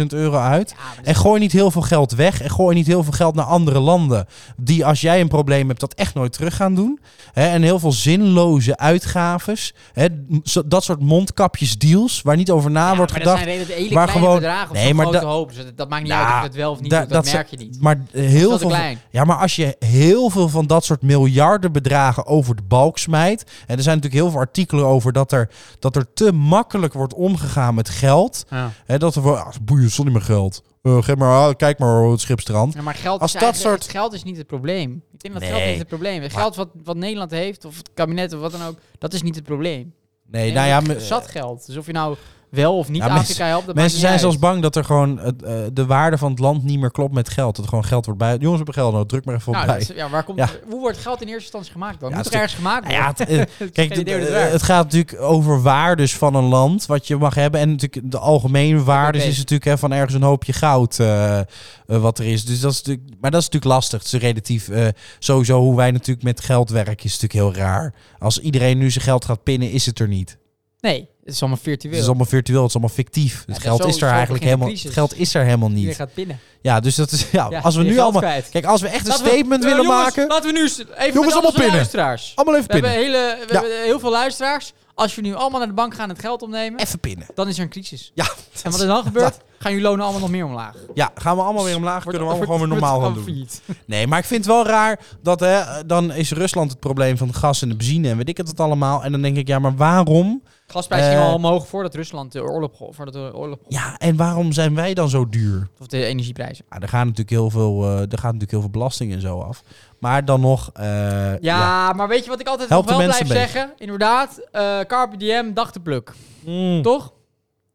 Speaker 1: 80.000 euro uit.
Speaker 2: Ja, maar dat is-
Speaker 1: En gooi niet heel veel geld weg. En gooi niet heel veel geld naar andere landen. Die als jij een probleem hebt, dat echt nooit terug gaan doen. Hè, en heel veel zinloze uitgaves. Hè, zo- dat soort mondkapjesdeals waar niet over na
Speaker 2: Ja,
Speaker 1: wordt
Speaker 2: maar
Speaker 1: gedacht.
Speaker 2: Dat zijn redelijk hele
Speaker 1: maar
Speaker 2: kleine
Speaker 1: gewoon-
Speaker 2: bedragen op
Speaker 1: nee,
Speaker 2: zo'n
Speaker 1: maar
Speaker 2: grote
Speaker 1: dat-
Speaker 2: hoop. Dus dat, dat maakt niet
Speaker 1: Ja,
Speaker 2: uit of je het wel of niet
Speaker 1: Nou, Da-
Speaker 2: doet. Dat,
Speaker 1: ze-
Speaker 2: merk je niet.
Speaker 1: Maar eh,
Speaker 2: Heel
Speaker 1: heel
Speaker 2: veel
Speaker 1: veel.
Speaker 2: klein.
Speaker 1: Ja, maar als je heel veel van dat soort miljardenbedragen over de balk smijt. En er zijn natuurlijk heel veel artikelen over dat er, dat er te makkelijk wordt omgegaan met geld.
Speaker 2: Ja.
Speaker 1: Hè, dat er wel, ah, boeien, het is niet meer geld. Eh, geef maar, ah, kijk maar op het schipstrand.
Speaker 2: Ja, maar geld,
Speaker 1: Als
Speaker 2: is
Speaker 1: dat
Speaker 2: eigenlijk-
Speaker 1: soort-
Speaker 2: het geld is niet het probleem. Ik denk dat geld
Speaker 1: Nee.
Speaker 2: niet het probleem is. Het geld wat, wat Nederland heeft, of het kabinet of wat dan ook, dat is niet het probleem.
Speaker 1: Nee,
Speaker 2: Ik
Speaker 1: nou
Speaker 2: denk
Speaker 1: ja,
Speaker 2: dat
Speaker 1: me-
Speaker 2: zat geld. Dus of je nou wel of niet
Speaker 1: Ja,
Speaker 2: Afrika
Speaker 1: mensen-
Speaker 2: helpt, dat maakt
Speaker 1: Mensen
Speaker 2: niet
Speaker 1: zijn
Speaker 2: uit.
Speaker 1: zelfs bang dat er gewoon het, eh, de waarde van het land niet meer klopt met geld. Dat er gewoon geld wordt bij. Jongens, we hebben geld nodig. Druk maar even op
Speaker 2: Nou,
Speaker 1: bij.
Speaker 2: dat is- ja, waar komt,
Speaker 1: Ja.
Speaker 2: Hoe wordt geld in eerste instantie gemaakt dan?
Speaker 1: Ja,
Speaker 2: Moet er
Speaker 1: dat is
Speaker 2: ergens gemaakt
Speaker 1: Nou
Speaker 2: worden?
Speaker 1: ja, het, eh, kijk,
Speaker 2: Geen idee hoe
Speaker 1: het,
Speaker 2: dat werkt.
Speaker 1: het gaat natuurlijk over waardes van een land, wat je mag hebben. En natuurlijk de algemene waardes
Speaker 2: Oké.
Speaker 1: is natuurlijk hè, van ergens een hoopje goud eh, eh, wat er is. Dus dat is natuurlijk, maar dat is natuurlijk lastig. Het is relatief eh, sowieso hoe wij natuurlijk met geld werken is natuurlijk heel raar. Als iedereen nu zijn geld gaat pinnen, is het er niet.
Speaker 2: Nee, het is allemaal virtueel.
Speaker 1: Het is allemaal virtueel, het is allemaal fictief.
Speaker 2: dat
Speaker 1: het
Speaker 2: is
Speaker 1: geld is
Speaker 2: sowieso
Speaker 1: er eigenlijk
Speaker 2: begin de
Speaker 1: helemaal.
Speaker 2: crisis.
Speaker 1: Het geld is er helemaal
Speaker 2: Iedereen
Speaker 1: niet.
Speaker 2: gaat pinnen.
Speaker 1: Ja, dus dat is ja.
Speaker 2: Ja,
Speaker 1: Als we
Speaker 2: je
Speaker 1: nu
Speaker 2: geld
Speaker 1: allemaal,
Speaker 2: kwijt.
Speaker 1: kijk, als we echt een
Speaker 2: Laten we-
Speaker 1: statement
Speaker 2: Eh,
Speaker 1: willen
Speaker 2: jongens,
Speaker 1: maken,
Speaker 2: Laten we nu s- even met
Speaker 1: allemaal
Speaker 2: al onze
Speaker 1: pinnen.
Speaker 2: luisteraars.
Speaker 1: allemaal even
Speaker 2: We hebben,
Speaker 1: pinnen,
Speaker 2: hele, we
Speaker 1: Ja.
Speaker 2: hebben heel veel luisteraars. Als we nu allemaal naar de bank gaan en het geld opnemen,
Speaker 1: even pinnen.
Speaker 2: dan is er een crisis.
Speaker 1: Ja,
Speaker 2: En wat er dan gebeurt, gaan jullie lonen allemaal nog meer omlaag.
Speaker 1: ja, gaan we allemaal weer omlaag? Kunnen we allemaal gewoon weer
Speaker 2: Wordt-
Speaker 1: normaal gaan
Speaker 2: wordt
Speaker 1: doen?
Speaker 2: gewoon failliet.
Speaker 1: Nee, maar ik vind het wel raar dat hè, dan is Rusland het probleem van de gas en de benzine en weet ik het wat allemaal. En dan denk ik, ja, maar waarom?
Speaker 2: Gasprijzen
Speaker 1: Eh,
Speaker 2: gingen al omhoog voordat Rusland de oorlog, ge- voordat de oorlog
Speaker 1: Ja, en waarom zijn wij dan zo duur?
Speaker 2: of de energieprijzen.
Speaker 1: Ja, er, gaan natuurlijk heel veel, eh, er gaat natuurlijk heel veel belasting en zo af. Maar dan nog, eh,
Speaker 2: Ja, maar weet je wat ik altijd
Speaker 1: Help
Speaker 2: nog
Speaker 1: de
Speaker 2: wel
Speaker 1: mensen
Speaker 2: blijf
Speaker 1: een beetje.
Speaker 2: zeggen? Inderdaad, eh carpe diem, dag te pluk.
Speaker 1: Mm.
Speaker 2: Toch?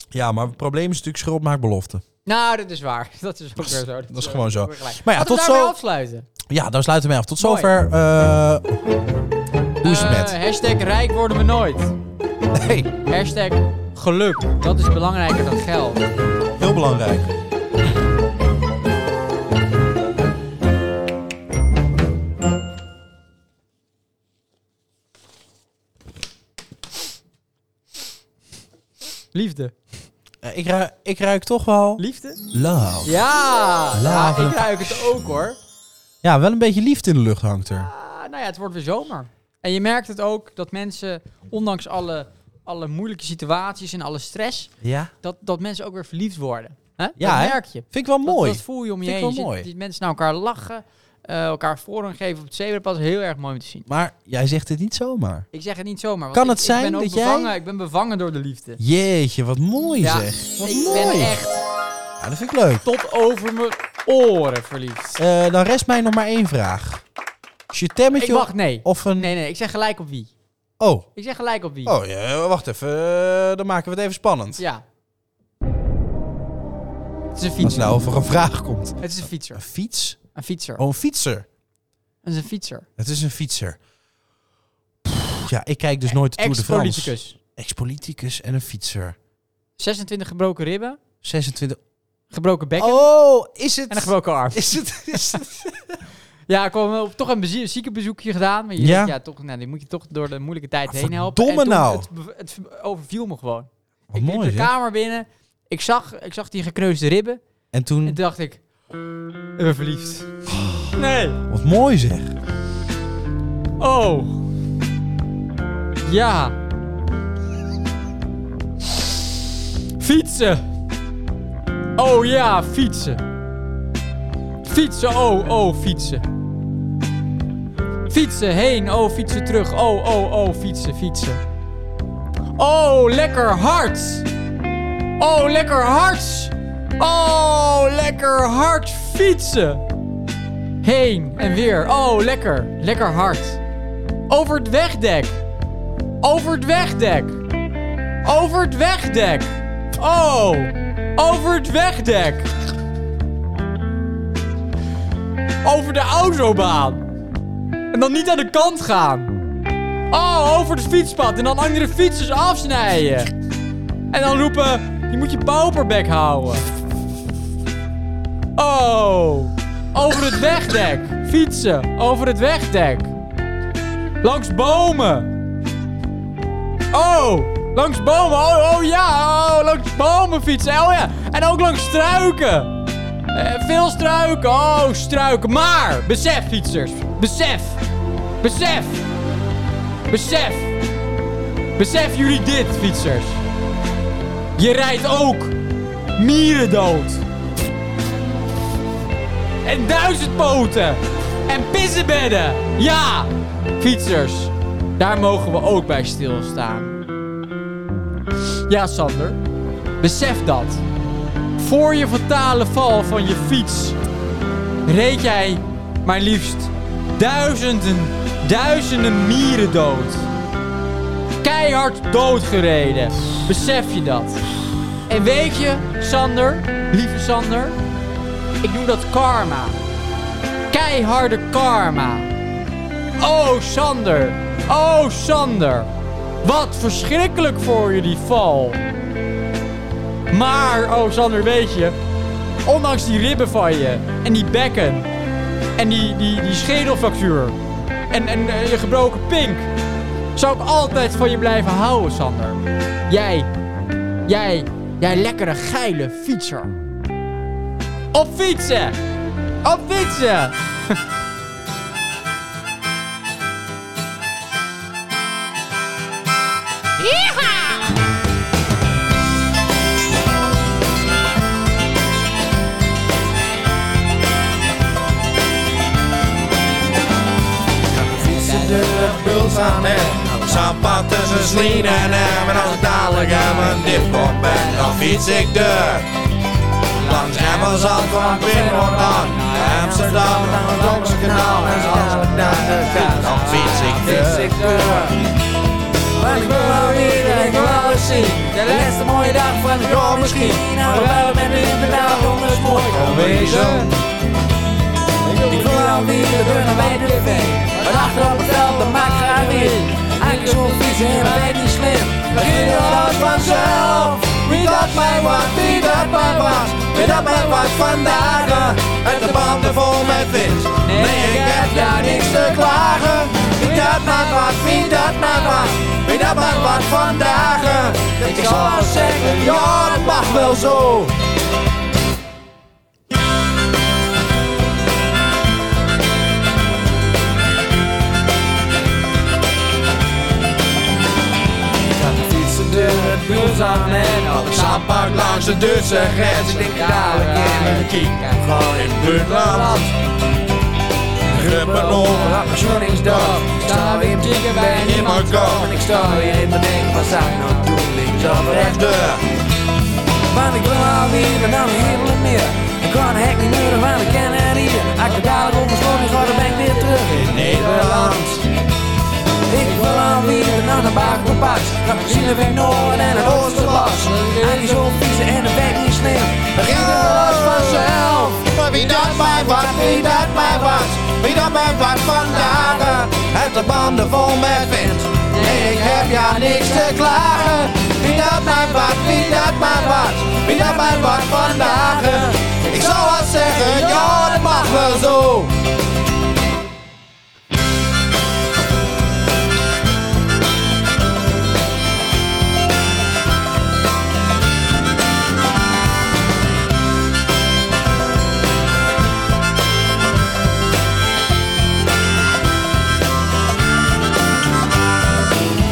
Speaker 1: ja, maar het probleem is natuurlijk schuld maakt belofte.
Speaker 2: Nou, dat is waar. Dat is ook weer zo. Dat,
Speaker 1: is gewoon zo.
Speaker 2: weer gelijk.
Speaker 1: Maar ja,
Speaker 2: Laten we
Speaker 1: tot
Speaker 2: daarmee
Speaker 1: zo-
Speaker 2: afsluiten.
Speaker 1: Ja, dan sluiten we mee af. Tot
Speaker 2: Mooi.
Speaker 1: zover. eh, hoe is het
Speaker 2: Eh,
Speaker 1: met?
Speaker 2: hashtag rijk worden we nooit.
Speaker 1: Nee,
Speaker 2: Hashtag geluk. Dat is belangrijker dan geld.
Speaker 1: heel belangrijk.
Speaker 2: Liefde.
Speaker 1: Eh, ik, ruik, ik ruik toch wel
Speaker 2: Liefde?
Speaker 1: love.
Speaker 2: Ja, ja
Speaker 1: Laven.
Speaker 2: ik ruik het ook hoor.
Speaker 1: Ja, wel een beetje liefde in de lucht hangt er.
Speaker 2: Ah, nou ja, het wordt weer zomer. En je merkt het ook dat mensen, ondanks alle, alle moeilijke situaties en alle stress,
Speaker 1: Ja.
Speaker 2: dat, dat mensen ook weer verliefd worden. hè?
Speaker 1: Ja, hè?
Speaker 2: dat merk je.
Speaker 1: Vind ik wel
Speaker 2: Dat-
Speaker 1: mooi.
Speaker 2: Dat, voel je om je
Speaker 1: Vind
Speaker 2: heen.
Speaker 1: ik wel
Speaker 2: Je ziet
Speaker 1: mooi.
Speaker 2: die mensen naar elkaar lachen, eh, elkaar voorrang geven op het zebrapad. Dat is heel erg mooi om te zien.
Speaker 1: Maar jij zegt dit niet zomaar.
Speaker 2: Ik zeg het niet zomaar. want
Speaker 1: Kan
Speaker 2: ik-
Speaker 1: het zijn
Speaker 2: ik ben ook
Speaker 1: dat jij-
Speaker 2: bevangen, Ik ben bevangen door de liefde.
Speaker 1: Jeetje, wat mooi
Speaker 2: Ja,
Speaker 1: zeg. Wat
Speaker 2: ik
Speaker 1: mooi.
Speaker 2: ben echt
Speaker 1: Ja, dat vind ik leuk.
Speaker 2: tot over mijn oren verliefd.
Speaker 1: Eh, dan rest mij nog maar één vraag. Is je
Speaker 2: Ik
Speaker 1: temmetje
Speaker 2: mag, nee.
Speaker 1: of een...
Speaker 2: Nee, nee, ik zeg gelijk op wie.
Speaker 1: Oh,
Speaker 2: Ik zeg gelijk op wie.
Speaker 1: oh ja, wacht even. Eh, dan maken we het even spannend.
Speaker 2: Ja. Het is een
Speaker 1: Als
Speaker 2: fietser.
Speaker 1: nou over een vraag komt.
Speaker 2: Het is een
Speaker 1: Een
Speaker 2: fietser.
Speaker 1: fiets?
Speaker 2: Een fietser.
Speaker 1: Oh, een fietser.
Speaker 2: Het is een fietser.
Speaker 1: Het is een fietser. Pff, ja, ik kijk dus nooit de Tour de France.
Speaker 2: Ex-politicus.
Speaker 1: Ex-politicus en een fietser.
Speaker 2: 26 gebroken ribben,
Speaker 1: 26...
Speaker 2: gebroken bekken
Speaker 1: Oh, is het...
Speaker 2: en een gebroken arm.
Speaker 1: Is het... Is het...
Speaker 2: Ja, ik kwam eh, op toch een bezie- ziekenbezoekje gedaan. Maar je
Speaker 1: Ja.
Speaker 2: denkt, ja toch, nou, die moet je toch door de moeilijke tijd
Speaker 1: Ah,
Speaker 2: heen helpen. En
Speaker 1: verdomme
Speaker 2: toen
Speaker 1: nou.
Speaker 2: Het, bev- het v- overviel me gewoon.
Speaker 1: Wat
Speaker 2: ik liep
Speaker 1: mooi
Speaker 2: de
Speaker 1: zeg.
Speaker 2: kamer binnen. Ik zag, ik zag die gekneusde ribben.
Speaker 1: En
Speaker 2: En
Speaker 1: toen...
Speaker 2: toen dacht ik, ik ben verliefd. Nee.
Speaker 1: Wat mooi zeg.
Speaker 2: Oh. Ja. Fietsen. Oh ja, fietsen. Fietsen, oh, oh, fietsen. Fietsen heen, oh fietsen terug. Oh, oh, oh, fietsen, fietsen. Oh, lekker hard. Oh, lekker hard. Oh, lekker hard fietsen. Heen en weer. Oh, lekker. Lekker hard. Over het wegdek. Over het wegdek. Over het wegdek. Oh, over het wegdek. Over de autobaan. En dan niet aan de kant gaan. Oh, over het fietspad. En dan andere fietsers afsnijden. En dan roepen, je moet je pauperbek houden. Oh, over het wegdek. Fietsen, over het wegdek. Langs bomen. Oh, langs bomen. Oh, oh ja, oh, langs bomen fietsen. Oh ja, en ook langs struiken. Eh, veel struiken. Oh, struiken. Maar, besef fietsers. Besef. Besef. Besef. Besef jullie dit, fietsers. Je rijdt ook mieren dood. En duizendpoten. En pissebedden. Ja, fietsers. Daar mogen we ook bij stilstaan. Ja, Sander. Besef dat. Voor je fatale val van je fiets reed jij maar liefst duizenden, duizenden mieren dood. Keihard doodgereden. Besef je dat? En weet je, Sander, lieve Sander, ik noem dat karma. Keiharde karma. Oh, Sander. Oh, Sander. Wat verschrikkelijk voor je die val. Maar, oh Sander, weet je, ondanks die ribben van je en die bekken en die, die, die schedelfractuur en, en eh, je gebroken pink, zou ik altijd van je blijven houden, Sander. Jij, jij, jij lekkere geile fietser. Op fietsen! Op fietsen!
Speaker 6: fietsen de puls aan hem. Zapatten zijn slien en hem. En als ik dadelijk aan mijn dipkop ben, dan fiets ik de. Langs Amazon van Pinnhorn aan. naar Amsterdam naar het Longense kanaal. En als ik naar de kant, dan fiets ik de.
Speaker 1: Maar ik wil wel weer, ik wil wel eens zien. De laatste mooie dag van het jaar misschien. Maar we hebben met me in de dag onder het mooi kan wezen. Ik wil wel weer, de burger bij de tv. Een achter op het veld, de maakt graag weer. Eigenlijk zo'n fietsen en wij niet slim. We gingen alles vanzelf. Wie dat mij was, wie dat mij was. Wie dat mij was vandaag.
Speaker 6: Uit eh, de banden vol met vis. Nee, ik heb daar niks te klagen. Wie dat maakt wat, wie dat maakt wat. Wie dat maakt wat vandaag. eh. Ik zal zeggen, ja, dat mag wel zo.
Speaker 1: Fietsen de buurt aan en alles.
Speaker 6: Aanpak langs de Duitse grens. Ik denk dadelijk in een kiek. Gewoon in het buurtland. Ruppen over.
Speaker 1: Op Schoningsdorp Ik sta weer dikker bij niemand kom En ik sta weer in mijn ding Wat zou ik nou doen? Linksom,
Speaker 6: De.
Speaker 1: rechtdoor Want ik wil alweer en dan helemaal meer Ik kan hek niet meer, want ik ken het hier Als ik dadelijk op mijn schoning ga, dan ben ik weer terug in
Speaker 6: Nederland.
Speaker 1: Ik wil alweer en dan de bak op pas Dan zien we weer Noord en het Oosten was En die zo vieze en de weg niet slim Dan ging het alles vanzelf
Speaker 6: Maar wie dat mij was, wie dat mij was, wie dat mij was vandaag. Heb de banden vol met wind. Nee, ik heb ja niks te klagen. Wie dat mij was, wie dat mij was, wie dat mij was vandaag. Ik zou wat zeggen, ja, dat mag wel zo.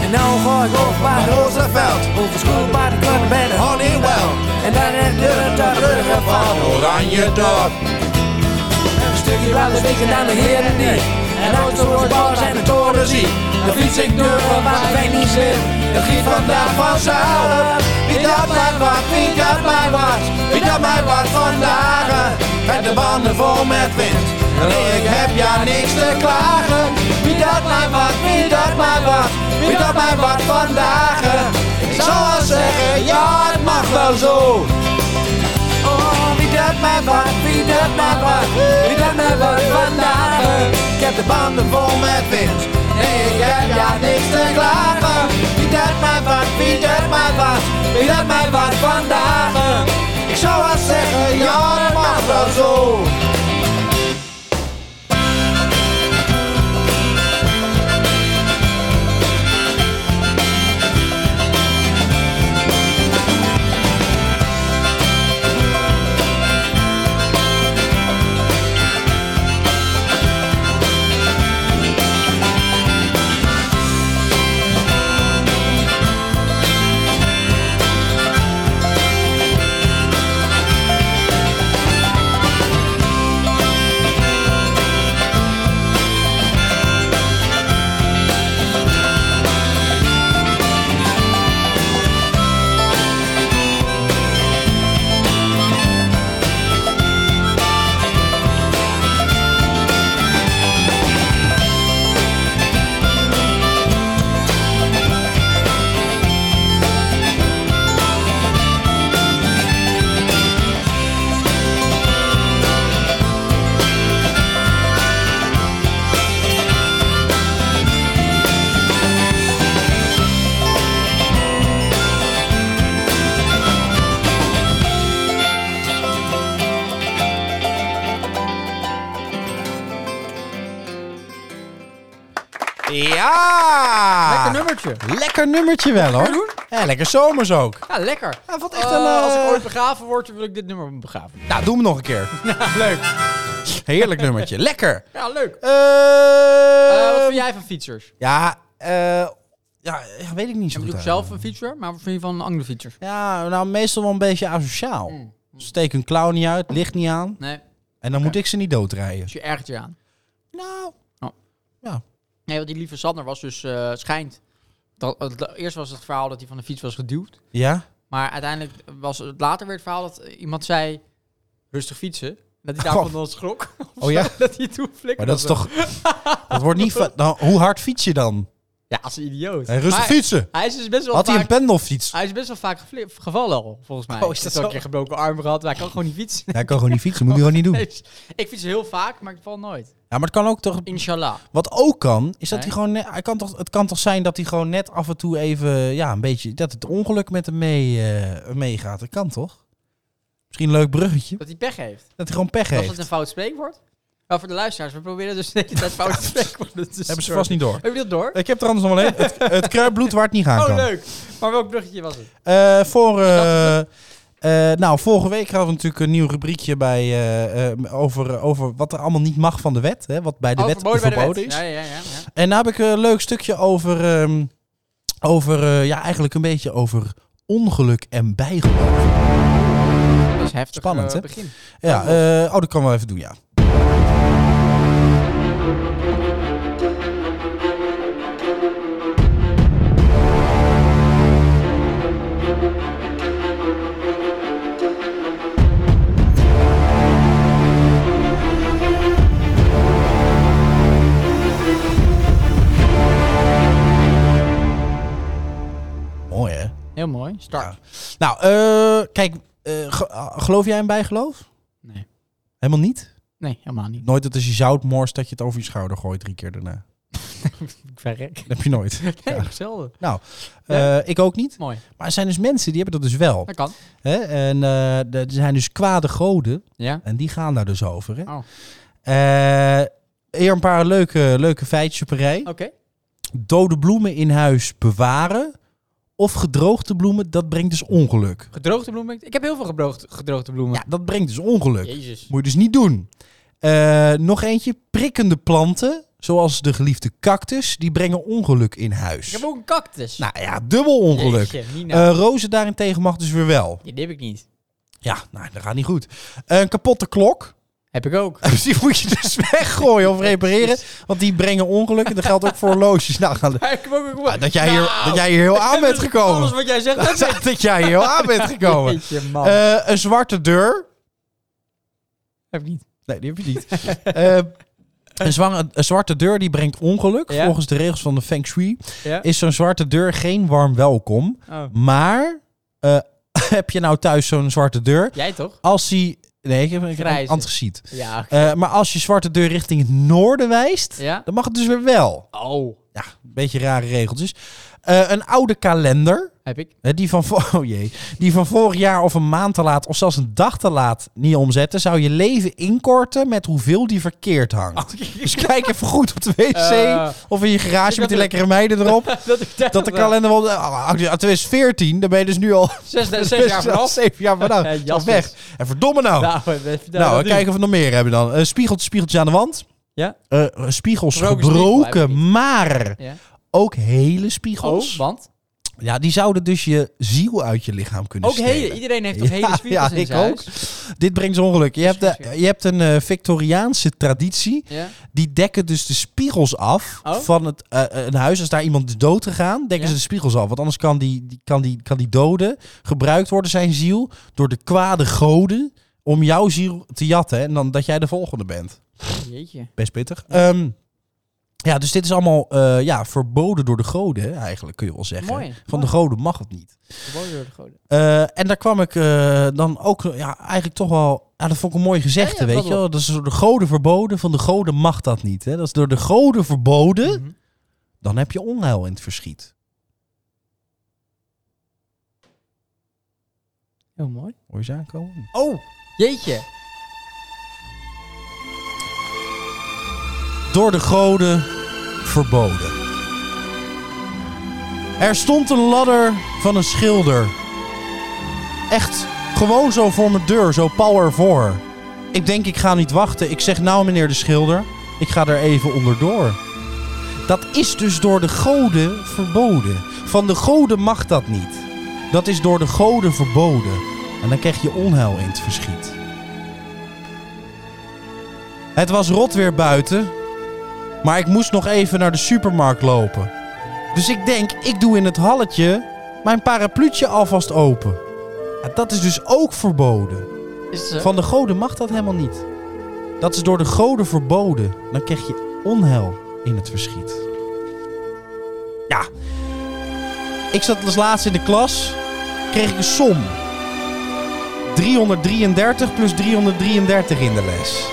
Speaker 1: En nou ga ik op waar
Speaker 6: Roosevelt,
Speaker 1: Over school bij de club bij de hond
Speaker 6: Honeywell,
Speaker 1: En dan heb je het dat ruggen van
Speaker 6: Oranje Dorp. dus
Speaker 1: Een stukje wel een beetje aan de heren niet
Speaker 7: En ook door het bars en de toren zie. Dan fiets ik door, maar ik ben niet slim. Dat giet vandaag vanzelf.
Speaker 6: Wie dat mij was, wie dat mij was, wie dat mij was vandaag. Met de banden vol met wind, nee ik heb ja niks te klagen. Wie dat mij was, wie dat mij was, wie dat mij was vandaag. Ik zal wel zeggen, ja het mag wel zo. Oh, wie dat mij was, wie dat mij was, wie dat mij was vandaag. Ik heb de banden vol met wind, nee ik heb ja niks te klagen. Wie dat mij was, wie dat mij was, wie dat mij was vandaag. Ik zou wel zeggen, ja het mag wel zo.
Speaker 1: Ja!
Speaker 2: Lekker nummertje.
Speaker 1: Lekker nummertje wel hoor. Ja, lekker zomers ook.
Speaker 2: Ja, lekker.
Speaker 1: Ja, wat echt
Speaker 2: Eh,
Speaker 1: een, eh,
Speaker 2: Als ik ooit begraven word, wil ik dit nummer begraven.
Speaker 1: Nou, doe hem nog een keer.
Speaker 2: leuk.
Speaker 1: Heerlijk nummertje. Lekker.
Speaker 2: Ja, leuk.
Speaker 1: Eh,
Speaker 2: Eh,
Speaker 1: Ehm,
Speaker 2: wat vind jij van fietsers?
Speaker 1: Ja, eh, ja, ja, weet ik niet zo
Speaker 2: Ik
Speaker 1: goed.
Speaker 2: doe ik
Speaker 1: eigenlijk.
Speaker 2: zelf een fietser, maar wat vind je van andere fietsers?
Speaker 1: Ja, nou meestal wel een beetje asociaal.
Speaker 2: Mm.
Speaker 1: Ze steken hun klauw niet uit, licht niet aan.
Speaker 2: Nee,
Speaker 1: En dan moet ik ze niet doodrijden.
Speaker 2: dus je ergert je aan.
Speaker 1: Nou,
Speaker 2: Oh. Nee, want die lieve Sander was dus, eh, schijnt... Dat, eh, dat- eerst was het verhaal dat hij van de fiets was geduwd.
Speaker 1: ja?
Speaker 2: Maar uiteindelijk was het later weer het verhaal dat eh, iemand zei... Rustig fietsen. Dat hij
Speaker 1: Goh.
Speaker 2: daarvan dan schrok.
Speaker 1: Oh ja?
Speaker 2: dat hij toen flikkerde.
Speaker 1: Maar dat is toch... Dat wordt niet... va- Nou, hoe hard fiets je dan?
Speaker 2: Ja, als een idioot.
Speaker 1: Hey, rustig
Speaker 2: Maar
Speaker 1: fietsen.
Speaker 2: Hij is dus best wel
Speaker 1: Had hij
Speaker 2: vaak...
Speaker 1: een pendelfiets?
Speaker 2: Hij is best wel vaak gefli- gevallen al, volgens mij.
Speaker 1: Oh,
Speaker 2: Hij
Speaker 1: is dat
Speaker 2: heeft wel
Speaker 1: zo?
Speaker 2: een keer gebroken arm gehad. maar Hij kan gewoon niet fietsen.
Speaker 1: Ja, hij kan gewoon niet fietsen. Moet hij gewoon niet doen.
Speaker 2: Nee, dus ik fiets heel vaak, maar ik val nooit.
Speaker 1: Ja, maar het kan ook toch...
Speaker 2: Inshallah.
Speaker 1: Wat ook kan, is dat
Speaker 2: Nee.
Speaker 1: hij gewoon... net- Hij kan toch, het kan toch zijn dat hij gewoon net af en toe even... Ja, een beetje... Dat het ongeluk met hem mee, eh, meegaat. Dat kan toch? Misschien een leuk bruggetje.
Speaker 2: Dat hij pech heeft.
Speaker 1: Dat hij gewoon pech
Speaker 2: Was dat
Speaker 1: heeft.
Speaker 2: een fout spreekwoord? Nou, voor de luisteraars, we proberen dus de hele tijd fout spreekwoord. Dus
Speaker 1: Hebben ze vast niet door.
Speaker 2: Heb je dat door?
Speaker 1: Ik heb er anders nog wel een. Het, het kruipbloed waar het niet gaan
Speaker 2: Oh,
Speaker 1: kan.
Speaker 2: leuk. Maar welk bruggetje was het?
Speaker 1: Eh, voor, eh, eh, nou, vorige week hadden we natuurlijk een nieuw rubriekje bij, eh, eh, over, over wat er allemaal niet mag van de wet. Hè, wat bij de
Speaker 2: Oh,
Speaker 1: wet
Speaker 2: verboden
Speaker 1: verboden,
Speaker 2: bij de wet.
Speaker 1: is.
Speaker 2: Ja, ja, ja. ja.
Speaker 1: En daar heb ik een leuk stukje over, ehm, over eh, ja, eigenlijk een beetje over ongeluk en bijgeloof.
Speaker 2: Dat is heftig.
Speaker 1: Spannend,
Speaker 2: eh,
Speaker 1: hè?
Speaker 2: Begin.
Speaker 1: Ja, eh, oh, dat kan wel even doen, ja. Mooi, hè?
Speaker 2: Heel mooi. Start.
Speaker 1: Nou, eh, kijk, eh, ge- eh, geloof jij in bijgeloof?
Speaker 2: Nee.
Speaker 1: Helemaal niet?
Speaker 2: Nee, helemaal niet.
Speaker 1: Nooit dat als je zout morst dat je het over je schouder gooit drie keer daarna.
Speaker 2: Ik verrek.
Speaker 1: Dat heb je nooit.
Speaker 2: Nee, hetzelfde.
Speaker 1: Eh, ik ook niet.
Speaker 2: Mooi.
Speaker 1: Maar er zijn dus mensen die hebben dat dus wel.
Speaker 2: Dat kan.
Speaker 1: Hè? En eh, er zijn dus kwade goden.
Speaker 2: Ja.
Speaker 1: En die gaan daar dus over. Hè?
Speaker 2: Oh.
Speaker 1: Eh, hier een paar leuke, leuke feitjes op een rij.
Speaker 2: Oké.
Speaker 1: Dode bloemen in huis bewaren. Of gedroogde bloemen, dat brengt dus ongeluk.
Speaker 2: Gedroogde bloemen. Ik heb heel veel gedroogd, gedroogde bloemen.
Speaker 1: Ja, dat brengt dus ongeluk.
Speaker 2: Jezus.
Speaker 1: Moet je dus niet doen. Eh, nog eentje. Prikkende planten, zoals de geliefde cactus, die brengen ongeluk in
Speaker 2: Ik
Speaker 1: huis.
Speaker 2: heb ook een cactus.
Speaker 1: Nou ja, dubbel ongeluk.
Speaker 2: Jeetje, Mina.
Speaker 1: Eh rozen daarentegen mag dus weer wel.
Speaker 2: Die heb ik niet.
Speaker 1: Ja, nou, dat gaat niet goed. Een Eh, kapotte klok.
Speaker 2: Heb ik ook.
Speaker 1: Die moet je dus weggooien of repareren. Want die brengen ongelukken. Dat geldt ook voor horloges. Nou, gaan-
Speaker 2: ik heb ook
Speaker 1: Ah, dat, jij hier, dat jij hier heel aan bent
Speaker 2: Nou, Alles
Speaker 1: gekomen.
Speaker 2: wat jij zegt, dat
Speaker 1: Dat, dat jij hier heel aan bent gekomen.
Speaker 2: Jeetje, man.
Speaker 1: Eh, een zwarte deur.
Speaker 2: heb ik niet.
Speaker 1: Nee, die heb je niet. Eh, een, zwange- een zwarte deur die brengt ongeluk.
Speaker 2: Ja.
Speaker 1: Volgens de regels van de Feng Shui
Speaker 2: Ja?
Speaker 1: is zo'n zwarte deur geen warm welkom.
Speaker 2: Oh.
Speaker 1: Maar eh, heb je nou thuis zo'n zwarte deur?
Speaker 2: Jij toch?
Speaker 1: Als die... Nee, ik heb ik heb
Speaker 2: Grijs
Speaker 1: een
Speaker 2: is.
Speaker 1: antraciet.
Speaker 2: Ja.
Speaker 1: Eh, maar als je zwarte deur richting het noorden wijst,
Speaker 2: Ja?
Speaker 1: dan mag het dus weer wel.
Speaker 2: Oh.
Speaker 1: Ja, een beetje rare regeltjes. Eh, een oude kalender.
Speaker 2: Heb ik.
Speaker 1: Hè, die, van vo- oh jee, die van vorig jaar of een maand te laat of zelfs een dag te laat niet omzetten, zou je leven inkorten met hoeveel die verkeerd hangt. Dus kijk even goed op de wc
Speaker 2: Oh, Eh.
Speaker 1: of in je garage
Speaker 2: Ik
Speaker 1: met die
Speaker 2: had-
Speaker 1: lekkere meiden erop.
Speaker 2: dat ik
Speaker 1: Dat de kalender wel... Oh, uit 2014, daar ben je dus nu al
Speaker 2: eh, Zes, zes jaar vanaf.
Speaker 1: zeven jaar vanaf.
Speaker 2: Ja,
Speaker 1: Dat is
Speaker 2: jas
Speaker 1: weg. En verdomme nou.
Speaker 2: Nou, we- we-
Speaker 1: nou,
Speaker 2: dat
Speaker 1: kijken of we nog meer hebben dan. Eh spiegeltjes, spiegeltjes aan de wand.
Speaker 2: Ja?
Speaker 1: Eh, spiegels
Speaker 2: Gebroken spiegel
Speaker 1: gebroken,
Speaker 2: heb ik niet.
Speaker 1: maar
Speaker 2: Ja.
Speaker 1: ook hele
Speaker 2: Oh,
Speaker 1: spiegels.
Speaker 2: want?
Speaker 1: ja, die zouden dus je ziel uit je lichaam kunnen
Speaker 2: Ook
Speaker 1: stelen.
Speaker 2: hele, iedereen heeft toch
Speaker 1: Ja,
Speaker 2: hele spiegels
Speaker 1: ja,
Speaker 2: in
Speaker 1: ik
Speaker 2: zijn
Speaker 1: ook.
Speaker 2: huis?
Speaker 1: Dit brengt ze ongeluk. Je hebt, de, je hebt een eh, Victoriaanse traditie.
Speaker 2: Ja?
Speaker 1: Die dekken dus de spiegels af
Speaker 2: Oh.
Speaker 1: van het, eh, eh, een huis. Als daar iemand is dood gegaan, dekken
Speaker 2: Ja.
Speaker 1: ze de spiegels af. Want anders kan die, die, kan, die, kan die dode gebruikt worden, zijn ziel, door de kwade goden om jouw ziel te jatten. En dan dat jij de volgende bent.
Speaker 2: Jeetje.
Speaker 1: Best pittig. Ehm, ja, dus dit is allemaal eh, ja, verboden door de goden, hè, eigenlijk kun je wel zeggen.
Speaker 2: Mooi.
Speaker 1: Van de goden mag het niet.
Speaker 2: Geboden door de goden.
Speaker 1: Eh, en daar kwam ik eh, dan ook ja, eigenlijk toch wel... Ja, dat vond ik een mooi gezegde,
Speaker 2: Ja, ja,
Speaker 1: weet
Speaker 2: dat
Speaker 1: je
Speaker 2: wel.
Speaker 1: wel. Dat is door de goden verboden, van de goden mag dat niet. Hè? Dat is door de goden verboden,
Speaker 2: Mhm.
Speaker 1: dan heb je onheil in het verschiet.
Speaker 2: Heel mooi.
Speaker 1: Hoor je ze aankomen?
Speaker 2: Oh, jeetje.
Speaker 1: Door de goden verboden. Er stond een ladder van een schilder. Echt gewoon zo voor mijn deur, zo pauw ervoor. Ik denk, ik ga niet wachten. Ik zeg, nou meneer de schilder, ik ga er even onderdoor. Dat is dus door de goden verboden. Van de goden mag dat niet. Dat is door de goden verboden. En dan krijg je onheil in het verschiet. Het was rot weer buiten, maar ik moest nog even naar de supermarkt lopen. Dus ik denk, ik doe in het halletje mijn parapluutje alvast open. Ja, dat is dus ook verboden.
Speaker 2: Is het zo?
Speaker 1: Van de goden mag dat helemaal niet. Dat is door de goden verboden. Dan krijg je onheil in het verschiet. Ja. Ik zat als laatste in de klas. Kreeg ik een som. 333 plus 333 in de les.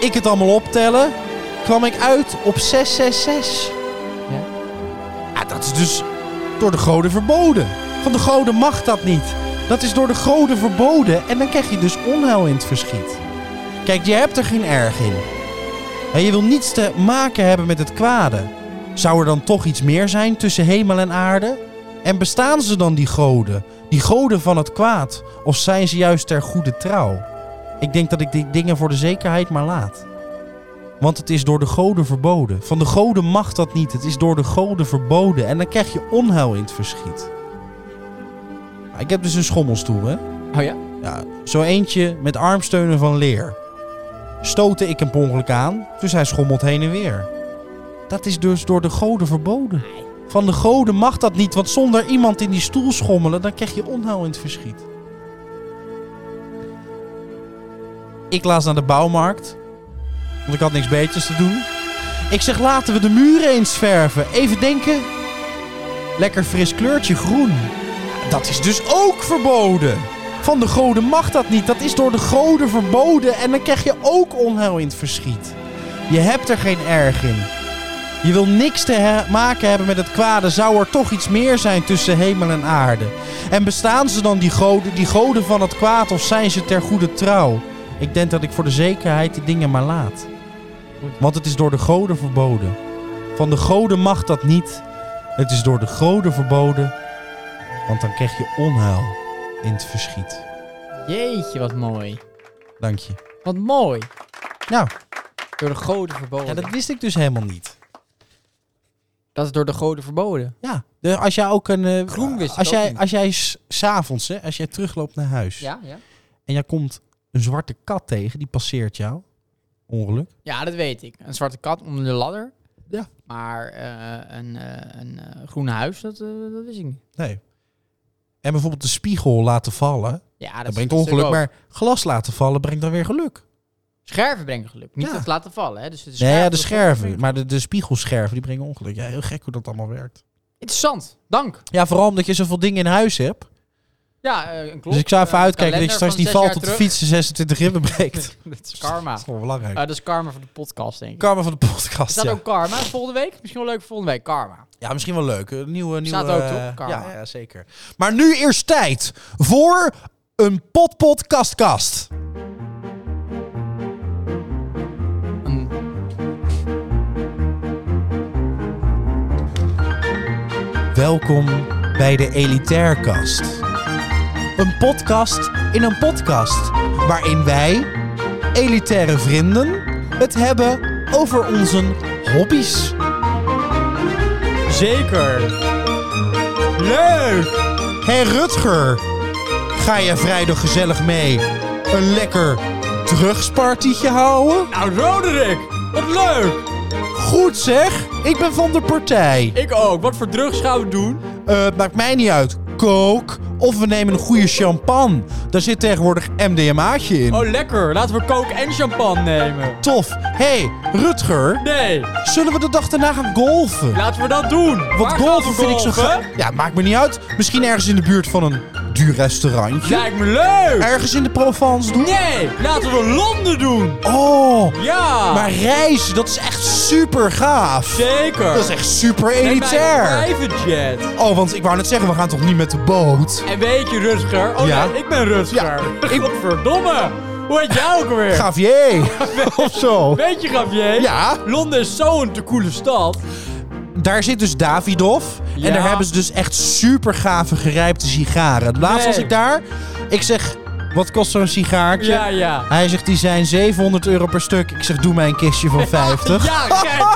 Speaker 1: Ik het allemaal optellen. Kwam ik uit op 666.
Speaker 2: Ja.
Speaker 1: Ja, dat is dus door de goden verboden. Van de goden mag dat niet. Dat is door de goden verboden. En dan krijg je dus onheil in het verschiet. Kijk, je hebt er geen erg in. En je wil niets te maken hebben met het kwade. Zou er dan toch iets meer zijn tussen hemel en aarde? En bestaan ze dan die goden? Die goden van het kwaad? Of zijn ze juist ter goede trouw? Ik denk dat ik die dingen voor de zekerheid maar laat. Want het is door de goden verboden. Van de goden mag dat niet. Het is door de goden verboden. En dan krijg je onheil in het verschiet. Nou, Ik heb dus een schommelstoel, hè?
Speaker 2: Oh ja?
Speaker 1: Ja, zo eentje met armsteunen van leer. Stootte ik hem per ongeluk aan, dus hij schommelt heen en weer. Dat is dus door de goden verboden. Van de goden mag dat niet, want zonder iemand in die stoel schommelen, dan krijg je onheil in het verschiet. Ik laas naar de bouwmarkt, want ik had niks beters te doen. Ik zeg, laten we de muren eens verven. Even denken. Lekker fris kleurtje groen. Dat is dus ook verboden. Van de goden mag dat niet. Dat is door de goden verboden. En dan krijg je ook onheil in het verschiet. Je hebt er geen erg in. Je wil niks te he- maken hebben met het kwade. Zou er toch iets meer zijn tussen hemel en aarde? En bestaan ze dan die goden, die goden van het kwaad of zijn ze ter goede trouw? Ik denk dat ik voor de zekerheid die dingen maar laat. Want het is door de goden verboden. Van de goden mag dat niet. Het is door de goden verboden. Want dan krijg je onheil in het verschiet.
Speaker 2: Jeetje, wat mooi.
Speaker 1: Dank je.
Speaker 2: Wat mooi.
Speaker 1: Nou,
Speaker 2: Door de goden verboden.
Speaker 1: ja, dat
Speaker 2: dat...
Speaker 1: wist ik dus helemaal niet.
Speaker 2: is door de goden verboden.
Speaker 1: Ja, de- als jij ook een... eh,
Speaker 2: Groen wist ik
Speaker 1: als
Speaker 2: ook
Speaker 1: jij,
Speaker 2: niet.
Speaker 1: Als jij s- s'avonds, hè, als jij terugloopt naar huis...
Speaker 2: Ja, ja.
Speaker 1: en jij komt een zwarte kat tegen, die passeert jou. Ongeluk.
Speaker 2: Ja, dat weet ik. Een zwarte kat onder de ladder.
Speaker 1: Ja.
Speaker 2: Maar eh, een, eh, een eh, groen huis, dat, eh, dat wist ik niet.
Speaker 1: Nee. En bijvoorbeeld de spiegel laten vallen,
Speaker 2: Ja, dat,
Speaker 1: dat
Speaker 2: is-
Speaker 1: brengt
Speaker 2: dat is
Speaker 1: ongeluk.
Speaker 2: natuurlijk
Speaker 1: Maar glas laten vallen brengt dan weer geluk.
Speaker 2: ook- Scherven brengen geluk. Niet
Speaker 1: Ja.
Speaker 2: dat laten vallen, hè. Dus het is
Speaker 1: Nee, ja, de
Speaker 2: dat-
Speaker 1: scherven. Maar de, de spiegelscherven, die brengen ongeluk. Ja, heel gek hoe dat allemaal werkt.
Speaker 2: Interessant. Dank.
Speaker 1: Ja, vooral omdat je zoveel dingen in huis hebt.
Speaker 2: Ja, eh, een klok.
Speaker 1: Dus ik zou even
Speaker 2: eh, een
Speaker 1: uitkijken dat
Speaker 2: kalender
Speaker 1: je straks
Speaker 2: van
Speaker 1: niet
Speaker 2: zes jaar
Speaker 1: valt op de
Speaker 2: terug.
Speaker 1: fiets en 26 ribben breekt.
Speaker 2: dat is karma.
Speaker 1: Dat is wel belangrijk.
Speaker 2: Eh, dat is karma voor de podcast, denk ik.
Speaker 1: Karma van de podcast,
Speaker 2: Staat
Speaker 1: ja.
Speaker 2: ook karma volgende week? Misschien wel leuk voor volgende week. Karma.
Speaker 1: Ja, misschien wel leuk. Een nieuwe, nieuwe
Speaker 2: Staat ook,
Speaker 1: eh,
Speaker 2: toch? Karma.
Speaker 1: Ja, ja, zeker. Maar nu eerst tijd voor een potpodcastkast. Welkom bij de Elitair Kast. Een podcast in een podcast waarin wij, elitaire vrienden, het hebben over onze hobby's. Zeker. Leuk. Hey Rutger, ga je vrijdag gezellig mee een lekker drugspartietje houden?
Speaker 2: Nou, Roderick! Wat leuk!
Speaker 1: Goed zeg, ik ben van de partij.
Speaker 2: Ik ook. Wat voor drugs gaan we doen?
Speaker 1: Eh, het maakt mij niet uit. Coke of we nemen een goede champagne. Daar zit tegenwoordig MDMA'tje in.
Speaker 2: Oh, lekker. Laten we coke en champagne nemen.
Speaker 1: Tof. Hey Rutger,
Speaker 2: Nee,
Speaker 1: zullen we de dag daarna gaan golfen?
Speaker 2: laten we dat doen.
Speaker 1: Want
Speaker 2: Waar gaan
Speaker 1: golfen
Speaker 2: we
Speaker 1: vind ik zo
Speaker 2: golfen?
Speaker 1: gaaf. Ja, maakt me niet uit. Misschien ergens in de buurt van een duur restaurantje.
Speaker 2: Lijkt me leuk.
Speaker 1: Ergens in de Provence doen.
Speaker 2: Nee, laten we Londen doen.
Speaker 1: Oh,
Speaker 2: Ja.
Speaker 1: maar reizen, dat is echt super gaaf.
Speaker 2: zeker.
Speaker 1: Dat is echt super
Speaker 2: En mijn
Speaker 1: elitair.
Speaker 2: private jet.
Speaker 1: Oh, want ik wou net zeggen, we gaan toch niet met de boot?
Speaker 2: En weet je, Rutger? Oh
Speaker 1: Ja.
Speaker 2: nee, ik ben Rutger.
Speaker 1: Ja, ik-
Speaker 2: Godverdomme. Hoe heet jij ook alweer?
Speaker 1: Gavier. of zo.
Speaker 2: Weet je, Gavier?
Speaker 1: Ja.
Speaker 2: Londen is zo'n te coole stad.
Speaker 1: Daar zit dus Davidoff.
Speaker 2: Ja.
Speaker 1: En daar hebben ze dus echt super gave gerijpte sigaren. Het laatst was
Speaker 2: Nee.
Speaker 1: ik daar. Ik zeg, wat kost zo'n sigaartje?
Speaker 2: Ja, ja.
Speaker 1: Hij zegt, die zijn 700 euro per stuk. Ik zeg, doe mij een kistje van 50.
Speaker 2: Ja, kijk.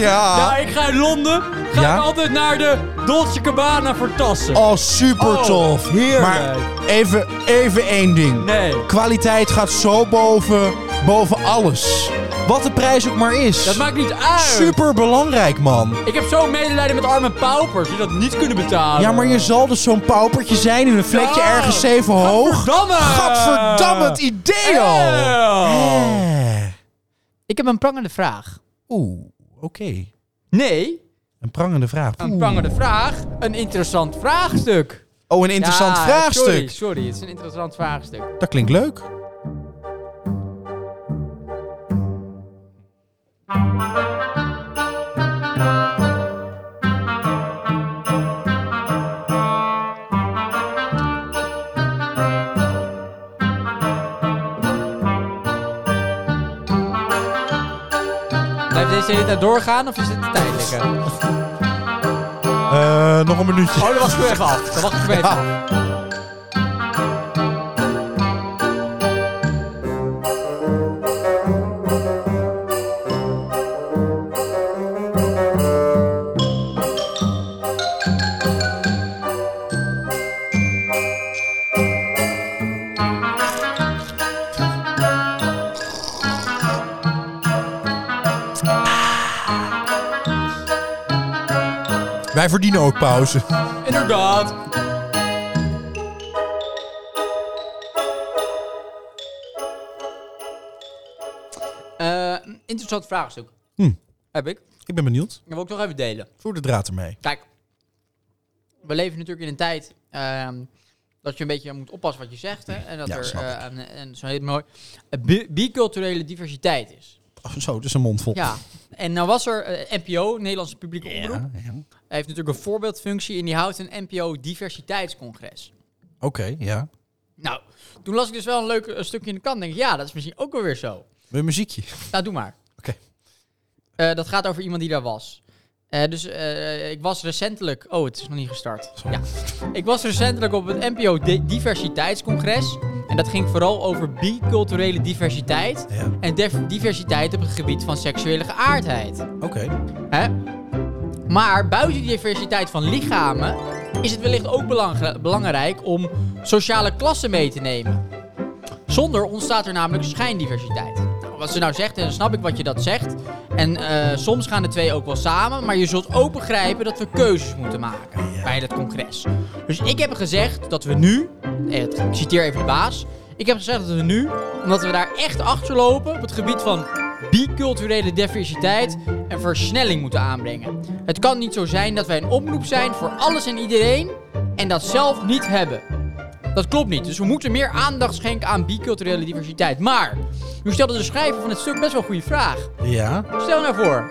Speaker 1: ja.
Speaker 2: Nou, ik ga in Londen. Ga
Speaker 1: Ja?
Speaker 2: ik altijd naar de Dolce Gabbana voor tassen.
Speaker 1: Oh, super
Speaker 2: Oh,
Speaker 1: tof.
Speaker 2: heerlijk.
Speaker 1: Maar even, even één ding.
Speaker 2: Nee.
Speaker 1: Kwaliteit gaat zo boven, boven alles. Wat de prijs ook maar is.
Speaker 2: Dat maakt niet uit.
Speaker 1: Super belangrijk, man.
Speaker 2: Ik heb zo'n medelijden met arme paupers die dat niet kunnen betalen.
Speaker 1: Ja, maar je zal dus zo'n paupertje zijn in een vlekje
Speaker 2: Ja.
Speaker 1: ergens zeven hoog.
Speaker 2: Gadverdamme.
Speaker 1: Gadverdamme, het idee al.
Speaker 2: Eeuw.
Speaker 1: Eh.
Speaker 2: Ik heb een prangende vraag.
Speaker 1: Oeh, oké.
Speaker 2: Nee,
Speaker 1: Een prangende vraag.
Speaker 2: een prangende vraag. Een interessant vraagstuk.
Speaker 1: Oh, een interessant
Speaker 2: Ja,
Speaker 1: vraagstuk.
Speaker 2: Sorry, sorry, het is een interessant vraagstuk.
Speaker 1: Dat klinkt leuk.
Speaker 2: Blijft deze de hele tijd doorgaan of is het tijdelijke?
Speaker 1: Eh, nog een minuutje.
Speaker 2: Oh, dat was ik weer even af. Dat wacht ik weer even af.
Speaker 1: Wij verdienen ook pauze.
Speaker 2: Inderdaad. Eh, interessant vraagstuk. Heb ik. Dat
Speaker 1: Ik ben benieuwd.
Speaker 2: wil ik toch even delen.
Speaker 1: Voer de draad ermee.
Speaker 2: Kijk, we leven natuurlijk in een tijd ehm, dat je een beetje moet oppassen wat je zegt. Hè, en dat
Speaker 1: Ja,
Speaker 2: er
Speaker 1: snap
Speaker 2: eh, een, een, zo heet het mooi, een bi- biculturele diversiteit is.
Speaker 1: Oh, zo, dus een mond vol.
Speaker 2: Ja, en nou was er eh, NPO, Nederlandse publieke omroep. heeft natuurlijk een voorbeeldfunctie en die houdt een NPO diversiteitscongres.
Speaker 1: Oké, ja.
Speaker 2: Nou, toen las ik dus wel een leuk eh, stukje in de kant. Denk ik, ja, dat is misschien ook wel weer zo.
Speaker 1: Wil je muziekje?
Speaker 2: Nou, doe maar.
Speaker 1: Oké.
Speaker 2: Eh, dat gaat over iemand die daar was. Eh, dus eh, ik was recentelijk. Oh, het is nog niet gestart. Ja. Ik was recentelijk op het NPO Di- Diversiteitscongres. En dat ging vooral over biculturele diversiteit.
Speaker 1: Ja.
Speaker 2: En def- diversiteit op het gebied van seksuele geaardheid.
Speaker 1: Oké.
Speaker 2: Hè? Maar buiten die diversiteit van lichamen is het wellicht ook belang- belangrijk om sociale klassen mee te nemen. Zonder ontstaat er namelijk schijndiversiteit. Nou, wat ze nou zegt, en dan snap ik wat je dat zegt. En eh, soms gaan de twee ook wel samen, maar je zult ook begrijpen dat we keuzes moeten maken bij dat congres. Dus ik heb gezegd dat we nu, eh, ik citeer even de baas, ik heb gezegd dat we nu, omdat we daar echt achter lopen op het gebied van biculturele diversiteit en versnelling moeten aanbrengen. Het kan niet zo zijn dat wij een omroep zijn voor alles en iedereen en dat zelf niet hebben. Dat klopt niet, dus we moeten meer aandacht schenken aan biculturele diversiteit. Maar, nu stelde de schrijver van het stuk best wel een goede vraag.
Speaker 1: Ja.
Speaker 2: Stel nou voor,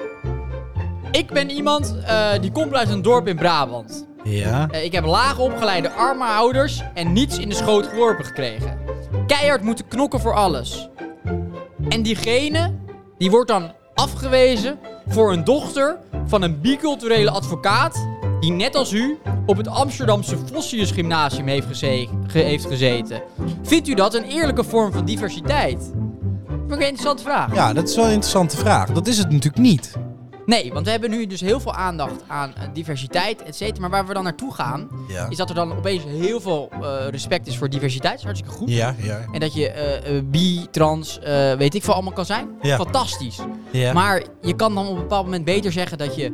Speaker 2: ik ben iemand eh, die komt uit een dorp in Brabant.
Speaker 1: Ja.
Speaker 2: Eh, ik heb laag opgeleide arme ouders en niets in de schoot geworpen gekregen. Keihard moeten knokken voor alles. En diegene, die wordt dan afgewezen voor een dochter van een biculturele advocaat... die net als u op het Amsterdamse Vossius Gymnasium heeft, geze- ge- heeft gezeten. Vindt u dat een eerlijke vorm van diversiteit? Vind ik een interessante vraag.
Speaker 1: Ja, dat is wel een interessante vraag. Dat is het natuurlijk niet.
Speaker 2: Nee, want we hebben nu dus heel veel aandacht aan eh, diversiteit, et cetera. Maar waar we dan naartoe gaan,
Speaker 1: Ja.
Speaker 2: is dat er dan opeens heel veel eh, respect is voor diversiteit. Dat is hartstikke goed.
Speaker 1: Ja, ja.
Speaker 2: En dat je eh, eh, bi, trans, eh, weet ik veel allemaal kan zijn.
Speaker 1: Ja.
Speaker 2: Fantastisch.
Speaker 1: ja.
Speaker 2: Maar je kan dan op een bepaald moment beter zeggen dat je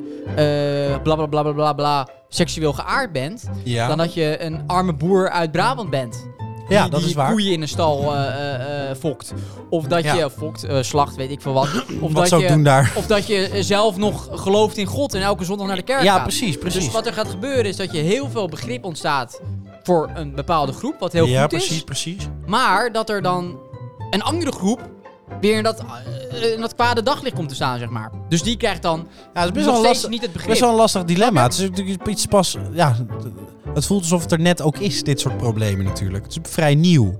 Speaker 2: eh, bla bla bla bla bla bla seksueel geaard bent.
Speaker 1: Ja.
Speaker 2: Dan dat je een arme boer uit Brabant bent. Die,
Speaker 1: Ja, dat
Speaker 2: die
Speaker 1: is waar.
Speaker 2: koeien in een stal eh, eh, eh, fokt. Of dat
Speaker 1: Ja.
Speaker 2: je fokt, eh, slacht, weet ik veel wat. Of
Speaker 1: Wat
Speaker 2: dat
Speaker 1: zou
Speaker 2: je,
Speaker 1: ik doen daar?
Speaker 2: Of dat je zelf nog gelooft in God en elke zondag naar de kerk
Speaker 1: Ja,
Speaker 2: gaat.
Speaker 1: precies, precies.
Speaker 2: Dus wat er gaat gebeuren is dat je heel veel begrip ontstaat voor een bepaalde groep, wat heel
Speaker 1: ja,
Speaker 2: goed
Speaker 1: precies,
Speaker 2: is.
Speaker 1: precies.
Speaker 2: Maar dat er dan een andere groep weer in dat, eh, in dat kwade daglicht komt te staan, zeg maar. Dus die krijgt dan
Speaker 1: Ja, het is best
Speaker 2: nog
Speaker 1: wel, een
Speaker 2: steeds
Speaker 1: lastig,
Speaker 2: niet het begrip.
Speaker 1: best wel een lastig dilemma. Het is natuurlijk iets pas. Ja, het voelt alsof het er net ook is, dit soort problemen natuurlijk. Het is vrij nieuw.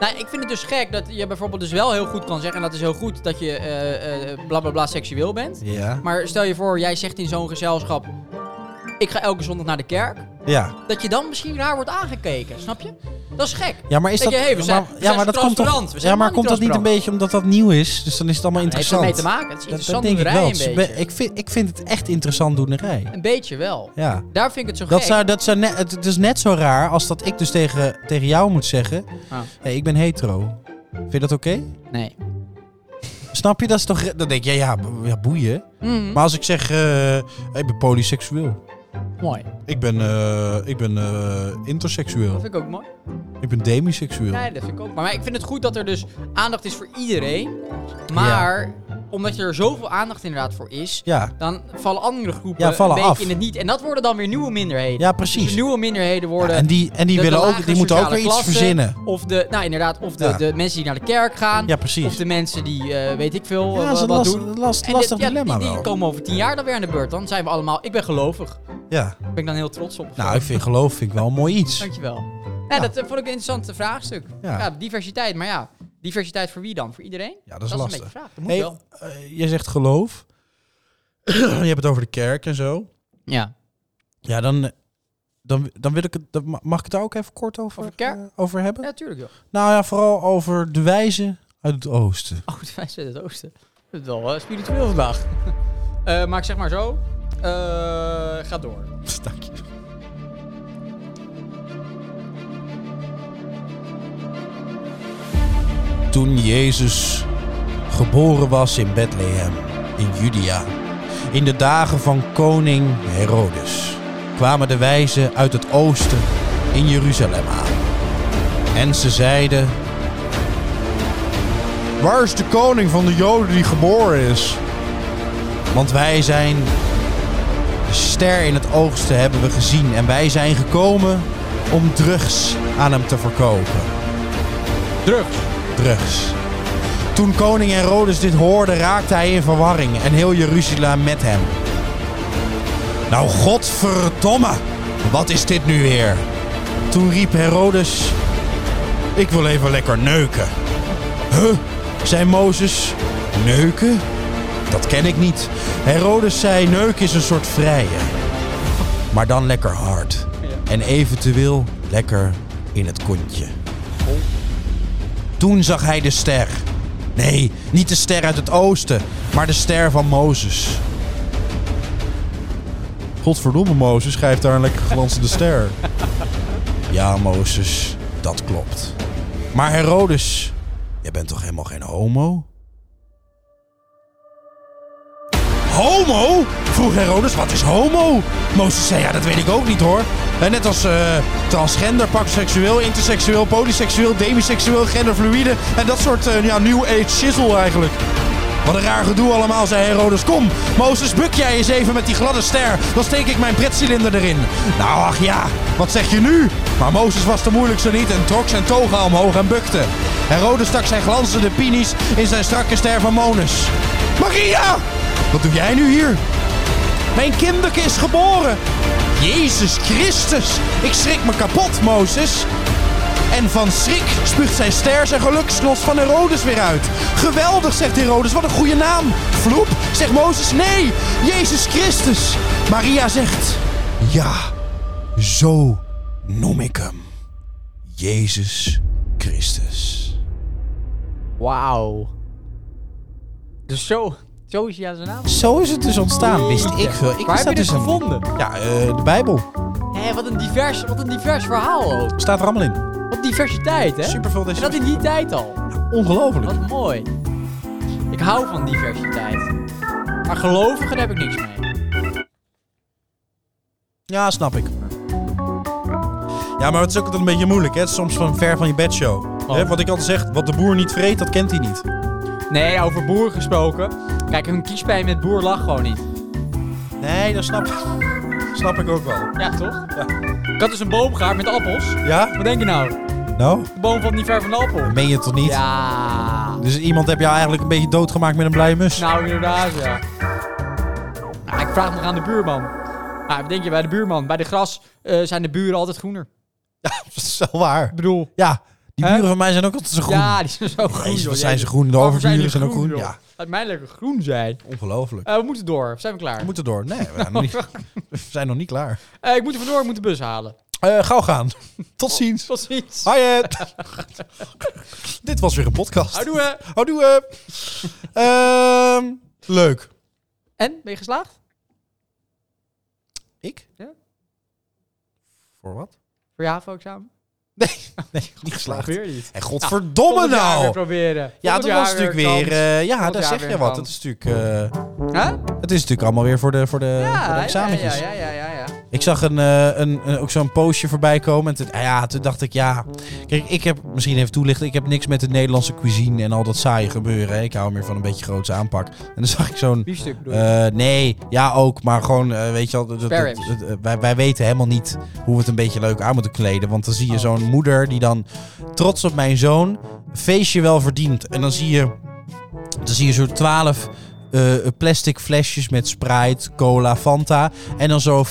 Speaker 2: Nou, ik vind het dus gek dat je bijvoorbeeld dus wel heel goed kan zeggen... en dat is heel goed dat je eh, eh, bla bla bla seksueel bent.
Speaker 1: Ja.
Speaker 2: Maar stel je voor, jij zegt in zo'n gezelschap... ik ga elke zondag naar de kerk.
Speaker 1: Ja,
Speaker 2: Dat je dan misschien raar wordt aangekeken, snap je? Dat is gek.
Speaker 1: ja maar is
Speaker 2: Denk
Speaker 1: dat.
Speaker 2: je, hey, we zijn-
Speaker 1: maar-
Speaker 2: we
Speaker 1: ja,
Speaker 2: zijn
Speaker 1: maar dat komt
Speaker 2: transparant.
Speaker 1: toch.
Speaker 2: We zijn
Speaker 1: Ja, maar
Speaker 2: helemaal
Speaker 1: komt dat
Speaker 2: niet
Speaker 1: niet een beetje omdat dat nieuw is? Dus dan is het allemaal
Speaker 2: Dat heeft
Speaker 1: interessant.
Speaker 2: ermee te maken. Het is
Speaker 1: Dat,
Speaker 2: interessant
Speaker 1: dat denk ik wel.
Speaker 2: een
Speaker 1: Het is
Speaker 2: beetje.
Speaker 1: be- ik, vind, ik vind het echt interessant doenerij.
Speaker 2: Een beetje wel.
Speaker 1: Ja.
Speaker 2: Daar vind ik het zo
Speaker 1: Dat
Speaker 2: gek.
Speaker 1: zou, dat zou net, het het is net zo raar als dat ik dus tegen, tegen jou moet zeggen:
Speaker 2: Ah.
Speaker 1: hey, ik ben hetero. Vind je dat oké?
Speaker 2: Nee.
Speaker 1: Snap je? Dat is toch. Dan denk je, ja, bo- ja boeien.
Speaker 2: Mhm.
Speaker 1: Maar als ik zeg: eh, ik ben polyseksueel.
Speaker 2: Mooi.
Speaker 1: Ik ben, eh, ik ben eh, interseksueel.
Speaker 2: Dat vind ik ook mooi.
Speaker 1: Ik ben demiseksueel.
Speaker 2: Nee, dat vind ik ook. Maar ik vind het goed dat er dus aandacht is voor iedereen. Maar omdat er zoveel aandacht inderdaad voor is,
Speaker 1: Ja.
Speaker 2: dan vallen andere groepen
Speaker 1: Ja, vallen
Speaker 2: een beetje
Speaker 1: af.
Speaker 2: in het niet. En dat worden dan weer nieuwe minderheden.
Speaker 1: Ja, precies.
Speaker 2: Dus de nieuwe minderheden worden.
Speaker 1: en die, en die,
Speaker 2: de- de
Speaker 1: willen ook,
Speaker 2: lagere
Speaker 1: die moeten ook
Speaker 2: sociale
Speaker 1: weer iets
Speaker 2: klasse,
Speaker 1: verzinnen.
Speaker 2: Of de, nou inderdaad, of de,
Speaker 1: Ja.
Speaker 2: de mensen die naar de kerk gaan.
Speaker 1: Ja, precies.
Speaker 2: Of de mensen die, eh, weet ik veel,
Speaker 1: Ja,
Speaker 2: eh,
Speaker 1: dat is een
Speaker 2: wat
Speaker 1: last,
Speaker 2: doen.
Speaker 1: last,
Speaker 2: En
Speaker 1: lastig
Speaker 2: dit- ja,
Speaker 1: dilemma
Speaker 2: die, die
Speaker 1: wel.
Speaker 2: komen over tien jaar dan weer aan de beurt. Dan zijn we allemaal, ik ben gelovig. Daar
Speaker 1: Ja.
Speaker 2: ben ik dan heel trots op.
Speaker 1: Nou, ik vind geloof vind ik wel een mooi iets.
Speaker 2: Dankjewel. Ja, dat eh, vond ik een interessant vraagstuk.
Speaker 1: Ja.
Speaker 2: Ja. diversiteit. Maar ja, diversiteit voor wie dan? Voor iedereen?
Speaker 1: Ja, dat is
Speaker 2: een
Speaker 1: lastig.
Speaker 2: beetje vraag. Dat moet
Speaker 1: Hey,
Speaker 2: wel.
Speaker 1: eh, je zegt geloof. je hebt het over de kerk en zo.
Speaker 2: Ja.
Speaker 1: Ja, dan, eh, dan, dan wil ik het. dan ma- Mag ik het daar ook even kort over,
Speaker 2: Over de kerk?
Speaker 1: eh, over hebben?
Speaker 2: Ja, tuurlijk joh.
Speaker 1: Nou ja, vooral over de wijze uit het oosten.
Speaker 2: Oh, goed, wij zijn het oosten. Het is wel eh, spiritueel vandaag. Eh, maar ik zeg maar zo. Eh, ga door.
Speaker 1: Dank je. Toen Jezus geboren was in Bethlehem, in Judea, in de dagen van koning Herodes, kwamen de wijzen uit het oosten in Jeruzalem aan. En ze zeiden: Waar is de koning van de Joden die geboren is? Want wij zijn de ster in het oogsten hebben we gezien en wij zijn gekomen om drugs aan hem te verkopen.
Speaker 2: Drugs.
Speaker 1: Drugs. Toen koning Herodes dit hoorde, raakte hij in verwarring en heel Jeruzalem met hem. Nou, godverdomme, wat is dit nu weer? Toen riep Herodes: Ik wil even lekker neuken. Huh, zei Mozes. Neuken? Dat ken ik niet. Herodes zei: Neuken is een soort vrije. Maar dan lekker hard. En eventueel lekker in het kontje. Toen zag hij de ster. Nee, niet de ster uit het oosten, maar de ster van Mozes. Godverdomme, Mozes schrijft daar een lekker glanzende ster. Ja, Mozes, dat klopt. Maar Herodes, Jij bent toch helemaal geen homo? Homo? Vroeg Herodes, wat is homo? Mozes zei, ja, dat weet ik ook niet hoor. En net als eh, transgender, pakseksueel, interseksueel, polyseksueel, demiseksueel, genderfluïde en dat soort eh, ja, new age shizzle eigenlijk. Wat een raar gedoe allemaal, zei Herodes. Kom, Mozes, buk jij eens even met die gladde ster. Dan steek ik mijn pretcilinder erin. Nou, ach ja, wat zeg je nu? Maar Mozes was de moeilijkste niet en trok zijn toga omhoog en bukte. Herodes stak zijn glanzende pinies in zijn strakke ster van Monus. Maria! Wat doe jij nu hier? Mijn kinderke is geboren. Jezus Christus, ik schrik me kapot, Mozes. En van schrik spuugt zijn ster zijn geluksknos van Herodes weer uit. Geweldig, zegt Herodes, wat een goede naam. Vloep, zegt Mozes, nee, Jezus Christus. Maria zegt, ja, zo noem ik hem. Jezus Christus.
Speaker 2: Wauw. Dus zo, zo is hij aan zijn naam.
Speaker 1: Zo is het dus ontstaan, wist ik veel.
Speaker 2: Waar
Speaker 1: Ik wist
Speaker 2: heb je
Speaker 1: dat
Speaker 2: dit
Speaker 1: dus helemaal niet.
Speaker 2: gevonden?
Speaker 1: Ja, eh, de Bijbel.
Speaker 2: Hé, wat, een divers, wat een divers verhaal ook.
Speaker 1: Staat er allemaal in.
Speaker 2: Wat diversiteit, hè?
Speaker 1: Superveel
Speaker 2: En dat in die tijd al.
Speaker 1: Ongelooflijk.
Speaker 2: Wat mooi. Ik hou van diversiteit. Maar gelovigen daar heb ik niks mee.
Speaker 1: Ja, snap ik. Ja, maar het is ook altijd een beetje moeilijk, hè? Het is Soms van ver van je bedshow.
Speaker 2: Oh.
Speaker 1: Hè, Wat ik altijd zeg, wat de boer niet vreet, dat kent hij niet.
Speaker 2: Nee, over boeren gesproken. Kijk, hun kiespijn met boer lag gewoon niet.
Speaker 1: Nee, dat snap ik. Snap ik ook wel.
Speaker 2: Ja, toch? Ik had dus een boomgaard met appels.
Speaker 1: Ja?
Speaker 2: Wat denk je nou?
Speaker 1: Nou?
Speaker 2: De boom valt niet ver van de appel.
Speaker 1: Meen je het toch niet?
Speaker 2: Ja.
Speaker 1: Dus iemand heb je eigenlijk een beetje doodgemaakt met een blije mus?
Speaker 2: Nou, inderdaad, ja. Nou, ik vraag me aan de buurman. Nou, wat denk je bij de buurman? Bij de gras eh, zijn de buren altijd groener.
Speaker 1: Dat is wel waar.
Speaker 2: Ik bedoel...
Speaker 1: Ja, die
Speaker 2: Hè?
Speaker 1: buren van mij zijn ook altijd zo groen.
Speaker 2: Ja, die zijn zo groen,
Speaker 1: Jezus,
Speaker 2: joh.
Speaker 1: wat zijn ze
Speaker 2: Jezus.
Speaker 1: groen. De
Speaker 2: Waarom zijn
Speaker 1: overburen
Speaker 2: die
Speaker 1: zijn ook groen.
Speaker 2: joh?
Speaker 1: Ja,
Speaker 2: Laat mij lekker groen zijn.
Speaker 1: ongelooflijk.
Speaker 2: Eh, we moeten door. Zijn we klaar?
Speaker 1: We moeten door. Nee, we zijn nog niet, we zijn nog niet klaar.
Speaker 2: Eh, ik moet er vandoor. Ik moet de bus halen.
Speaker 1: Eh, gauw gaan. Tot ziens.
Speaker 2: Tot ziens.
Speaker 1: Hi Ed. Dit was weer een podcast.
Speaker 2: Houdoe.
Speaker 1: Houdoe. eh. Ehm leuk.
Speaker 2: En, ben je geslaagd?
Speaker 1: Ik?
Speaker 2: Ja.
Speaker 1: Voor wat?
Speaker 2: Voor je HAVO-examen?
Speaker 1: Nee, niet geslaagd.
Speaker 2: Probeer niet.
Speaker 1: En godverdomme
Speaker 2: Volgend jaar weer
Speaker 1: nou.
Speaker 2: proberen.
Speaker 1: Ja,
Speaker 2: Volgend
Speaker 1: dat
Speaker 2: jaar
Speaker 1: was natuurlijk
Speaker 2: kans.
Speaker 1: weer... eh, ja,
Speaker 2: Volgend
Speaker 1: daar
Speaker 2: jaar
Speaker 1: zeg
Speaker 2: weer
Speaker 1: je wat.
Speaker 2: kans.
Speaker 1: Het is natuurlijk, eh,
Speaker 2: Huh?
Speaker 1: het is natuurlijk allemaal weer voor de, voor de, voor de
Speaker 2: Ja, ja,
Speaker 1: examentjes.
Speaker 2: ja, ja, ja, ja, ja.
Speaker 1: Ik zag een, eh, een, een- ook zo'n postje voorbij komen. En toen, ah ja, toen dacht ik, ja... Kijk, ik heb misschien even toelichten. Ik heb niks met de Nederlandse cuisine en al dat saaie gebeuren. hè. Ik hou meer van een beetje grootse aanpak. En dan zag ik zo'n...
Speaker 2: Biefstuk bedoel je?
Speaker 1: Eh, nee, ja ook, maar gewoon, eh, weet je wel, dat- dat-
Speaker 2: Spare
Speaker 1: dat- dat- eh, wij, wij weten helemaal niet hoe we het een beetje leuk aan moeten kleden. Want dan zie je
Speaker 2: Oh.
Speaker 1: zo'n moeder die dan trots op mijn zoon feestje wel verdient. En dan zie je, dan zie je zo'n twaalf eh, plastic flesjes met Sprite, cola, Fanta. En dan zo'n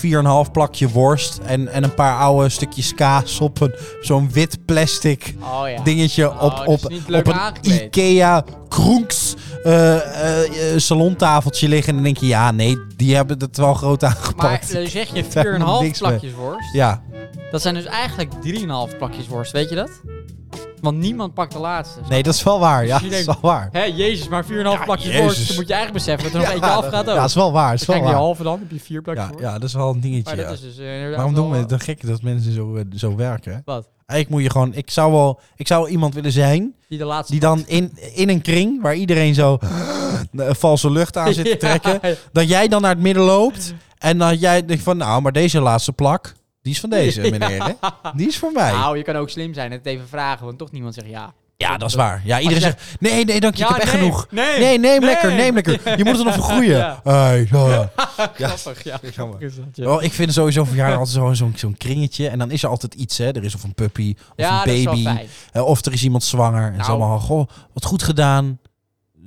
Speaker 1: 4,5 plakje worst en, en een paar oude stukjes kaas op een- zo'n wit plastic
Speaker 2: oh ja.
Speaker 1: dingetje
Speaker 2: Oh,
Speaker 1: op,
Speaker 2: dat
Speaker 1: op,
Speaker 2: is niet
Speaker 1: op
Speaker 2: leuk
Speaker 1: een
Speaker 2: aangekleed.
Speaker 1: Ikea Kroenks eh, eh, eh, salontafeltje liggen. En dan denk je, ja, nee, die hebben het wel groot
Speaker 2: Maar
Speaker 1: aangepakt.
Speaker 2: dan zeg je
Speaker 1: Daar moet
Speaker 2: 4,5
Speaker 1: niks mee.
Speaker 2: plakjes worst.
Speaker 1: ja,
Speaker 2: Dat zijn dus eigenlijk 3,5 plakjes worst, weet je dat? Want niemand pakt de laatste.
Speaker 1: nee, dat is wel waar. Ja,
Speaker 2: Dus je
Speaker 1: dat is wel
Speaker 2: denkt,
Speaker 1: waar.
Speaker 2: Hé, jezus, maar 4,5 plakjes
Speaker 1: Jezus.
Speaker 2: worst. Dan moet je eigenlijk beseffen dat er nog
Speaker 1: Ja,
Speaker 2: eentje afgaat ook.
Speaker 1: Ja, dat is wel waar. Dat is
Speaker 2: Dus kijk
Speaker 1: wel
Speaker 2: naar je
Speaker 1: waar.
Speaker 2: halve dan, heb je vier plakjes
Speaker 1: Ja,
Speaker 2: worst.
Speaker 1: ja, dat is wel een dingetje.
Speaker 2: Maar
Speaker 1: ja.
Speaker 2: dat is dus eh, inderdaad
Speaker 1: Waarom doen we
Speaker 2: wel-
Speaker 1: het? Dan gek dat mensen zo, eh, zo werken. hè?
Speaker 2: Wat?
Speaker 1: Eigenlijk moet je gewoon... Ik zou wel ik zou iemand willen zijn
Speaker 2: Die de laatste...
Speaker 1: die dan in, in een kring... waar iedereen zo eh, valse lucht aan zit te trekken...
Speaker 2: Ja,
Speaker 1: dat jij dan naar het midden loopt en dat jij denkt van, nou, maar deze laatste plak, die is van deze meneer, hè? Die is voor mij.
Speaker 2: Nou, je kan ook slim zijn en het even vragen, want toch niemand zegt ja.
Speaker 1: ja, dat is waar. Ja, iedereen
Speaker 2: jij-
Speaker 1: zegt, nee, nee, dank je, ik
Speaker 2: Ja,
Speaker 1: heb echt
Speaker 2: nee,
Speaker 1: genoeg.
Speaker 2: nee,
Speaker 1: nee,
Speaker 2: nee.
Speaker 1: neem lekker, neem lekker. Je moet er nog voor groeien.
Speaker 2: Ja.
Speaker 1: Hey, zo, ja. Oh,
Speaker 2: Grappig, ja. Grappig is dat, ja.
Speaker 1: Wel, ik vind sowieso verjaardag altijd zo'n zo'n zo'n kringetje. En dan is er altijd iets, hè. Er is of een puppy, of
Speaker 2: Ja, dat
Speaker 1: een
Speaker 2: is wel
Speaker 1: baby.
Speaker 2: fijn.
Speaker 1: eh, of er is iemand zwanger. En het is
Speaker 2: Nou.
Speaker 1: allemaal, goh, wat goed gedaan.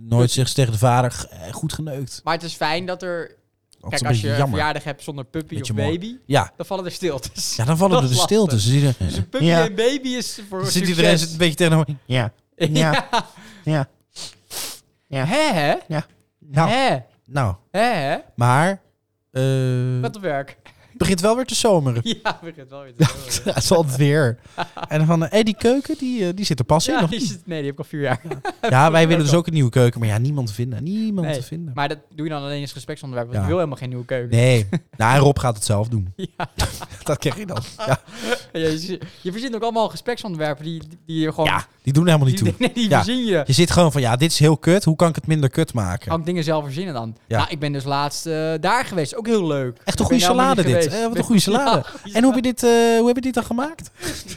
Speaker 1: Nooit zegt ze tegen de vader, "G- eh, goed geneukt.
Speaker 2: Maar het is fijn dat er...
Speaker 1: Dat is
Speaker 2: Kijk, als je
Speaker 1: een beetje
Speaker 2: een
Speaker 1: jammer.
Speaker 2: verjaardag hebt zonder puppy
Speaker 1: Beetje
Speaker 2: of
Speaker 1: mooi.
Speaker 2: baby,
Speaker 1: Ja.
Speaker 2: dan vallen er stiltes.
Speaker 1: ja, dan vallen
Speaker 2: Dat
Speaker 1: er de
Speaker 2: is lastig.
Speaker 1: stiltes. Dus iedereen-
Speaker 2: Dus een puppy
Speaker 1: Ja.
Speaker 2: en baby is voor
Speaker 1: zit
Speaker 2: succes.
Speaker 1: iedereen zit een beetje tegenover. Ja.
Speaker 2: Ja.
Speaker 1: Ja. Ja.
Speaker 2: Hè, hè?
Speaker 1: Nou,
Speaker 2: Hè?
Speaker 1: nou
Speaker 2: Hè, hè?
Speaker 1: maar. eh,
Speaker 2: Wat op werk.
Speaker 1: begint wel weer te zomeren.
Speaker 2: Ja, begint wel weer te horen.
Speaker 1: Dat is altijd weer. En van, eh, hey, die keuken, die, eh, die zit er pas in.
Speaker 2: Ja,
Speaker 1: of
Speaker 2: die
Speaker 1: niet?
Speaker 2: zit- nee, die heb ik al vier jaar.
Speaker 1: Ja, wij willen dus ook een nieuwe keuken. Maar ja, niemand vinden. Niemand
Speaker 2: Nee,
Speaker 1: te vinden.
Speaker 2: Maar dat doe je dan alleen als gespreksonderwerp, want
Speaker 1: Ja.
Speaker 2: ik wil helemaal geen nieuwe keuken.
Speaker 1: Nee. Nou, en Rob gaat het zelf doen.
Speaker 2: Ja. Oh.
Speaker 1: Dat krijg je dan. Ja,
Speaker 2: Ja, je, zi- je verzint ook allemaal gespreksonderwerpen die, die- die je gewoon...
Speaker 1: ja die doen er helemaal niet
Speaker 2: die,
Speaker 1: toe.
Speaker 2: nee, die
Speaker 1: Ja.
Speaker 2: verzin je.
Speaker 1: Je zit gewoon van, ja, dit is heel kut. Hoe kan ik het minder kut maken?
Speaker 2: Kan ik dingen zelf verzinnen dan?
Speaker 1: Ja.
Speaker 2: Nou, ik ben dus laatst eh, daar geweest. Ook heel leuk.
Speaker 1: Echt een goede
Speaker 2: nou
Speaker 1: salade dit. Eh, wat een goede salade. En hoe heb je dit, eh, hoe heb je dit dan gemaakt?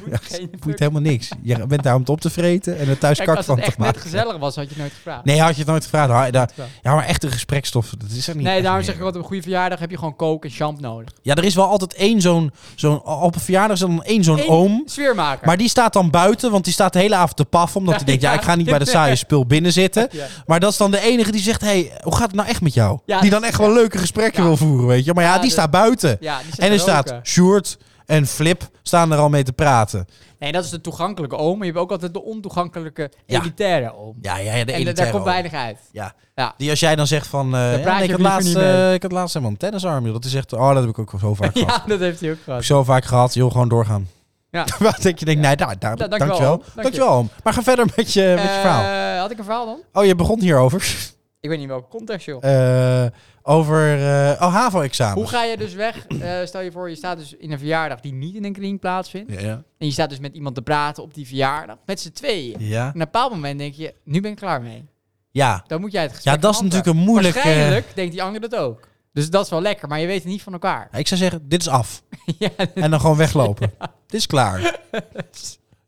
Speaker 1: Ja, Het boeit helemaal niks. Je bent daar om het op te vreten en er thuis
Speaker 2: Kijk,
Speaker 1: kak
Speaker 2: als het
Speaker 1: van te
Speaker 2: echt net
Speaker 1: maken.
Speaker 2: gezellig was, had je het nooit gevraagd.
Speaker 1: Nee, had je het nooit gevraagd. Ha- daar-
Speaker 2: wel.
Speaker 1: Ja, maar echte gesprekstof, dat is er niet.
Speaker 2: Nee,
Speaker 1: echt
Speaker 2: daarom
Speaker 1: meer.
Speaker 2: zeg ik altijd, op een goede verjaardag heb je gewoon kook en champ nodig.
Speaker 1: Ja, er is wel altijd één zo'n... zo'n op een verjaardag is er dan één zo'n
Speaker 2: Eén
Speaker 1: oom.
Speaker 2: Sfeermaker.
Speaker 1: Maar die staat dan buiten, want die staat de hele avond te paf. Omdat hij denkt, ja, ik ga niet bij dat saaie spul binnen zitten.
Speaker 2: Ja.
Speaker 1: Maar dat is dan de enige die zegt, hey, hoe gaat het nou echt met jou?
Speaker 2: Ja,
Speaker 1: die
Speaker 2: dat
Speaker 1: dan
Speaker 2: is-
Speaker 1: echt wel leuke gesprekken
Speaker 2: Ja.
Speaker 1: wil voeren, weet je. Maar ja,
Speaker 2: Ja,
Speaker 1: die
Speaker 2: de-
Speaker 1: staat buiten.
Speaker 2: ja, die zit
Speaker 1: En
Speaker 2: te
Speaker 1: er staat
Speaker 2: roken.
Speaker 1: Sjoerd en Flip staan er al mee te praten.
Speaker 2: Nee, dat is de toegankelijke oom. Maar je hebt ook altijd de ontoegankelijke
Speaker 1: Ja.
Speaker 2: elitaire oom.
Speaker 1: Ja, ja, ja de
Speaker 2: en da-
Speaker 1: elitaire
Speaker 2: daar komt
Speaker 1: oom.
Speaker 2: weinig uit.
Speaker 1: Ja.
Speaker 2: Ja.
Speaker 1: Die als jij dan zegt van... eh, ja,
Speaker 2: praat
Speaker 1: nee,
Speaker 2: je
Speaker 1: ik, had
Speaker 2: liever
Speaker 1: laatst,
Speaker 2: niet mee.
Speaker 1: eh, ik had laatst helemaal een tennisarm, joh. Dat is echt... Oh, dat heb ik ook zo vaak gehad.
Speaker 2: Ja, dat heeft hij ook
Speaker 1: Heb
Speaker 2: gehad.
Speaker 1: ik zo vaak gehad. Joh, gewoon doorgaan.
Speaker 2: Ja.
Speaker 1: Wat denk je? Denk, nee, daar, daar,
Speaker 2: Da- dankjewel,
Speaker 1: dankjewel.
Speaker 2: oom.
Speaker 1: Dankjewel.
Speaker 2: Dank
Speaker 1: oom. Maar ga verder met je, met je verhaal.
Speaker 2: Eh, had ik een verhaal dan?
Speaker 1: Oh, je begon hierover.
Speaker 2: Ik weet niet welke context, joh.
Speaker 1: Eh, over... eh oh, HAVO-examen.
Speaker 2: Hoe ga je dus weg? Eh, stel je voor, je staat dus in een verjaardag die niet in een kring plaatsvindt.
Speaker 1: Ja, ja.
Speaker 2: En je staat dus met iemand te praten op die verjaardag. Met z'n tweeën. En
Speaker 1: Ja.
Speaker 2: op een bepaald moment denk je, nu ben ik klaar mee.
Speaker 1: Ja.
Speaker 2: Dan moet jij het gesprek
Speaker 1: Ja, dat is
Speaker 2: gaan
Speaker 1: natuurlijk een
Speaker 2: handhaven.
Speaker 1: moeilijk... eh,
Speaker 2: Waarschijnlijk denkt die ander dat ook. Dus dat is wel lekker, maar je weet het niet van elkaar.
Speaker 1: ik zou zeggen, dit is af.
Speaker 2: ja,
Speaker 1: En dan gewoon weglopen. Dit is klaar.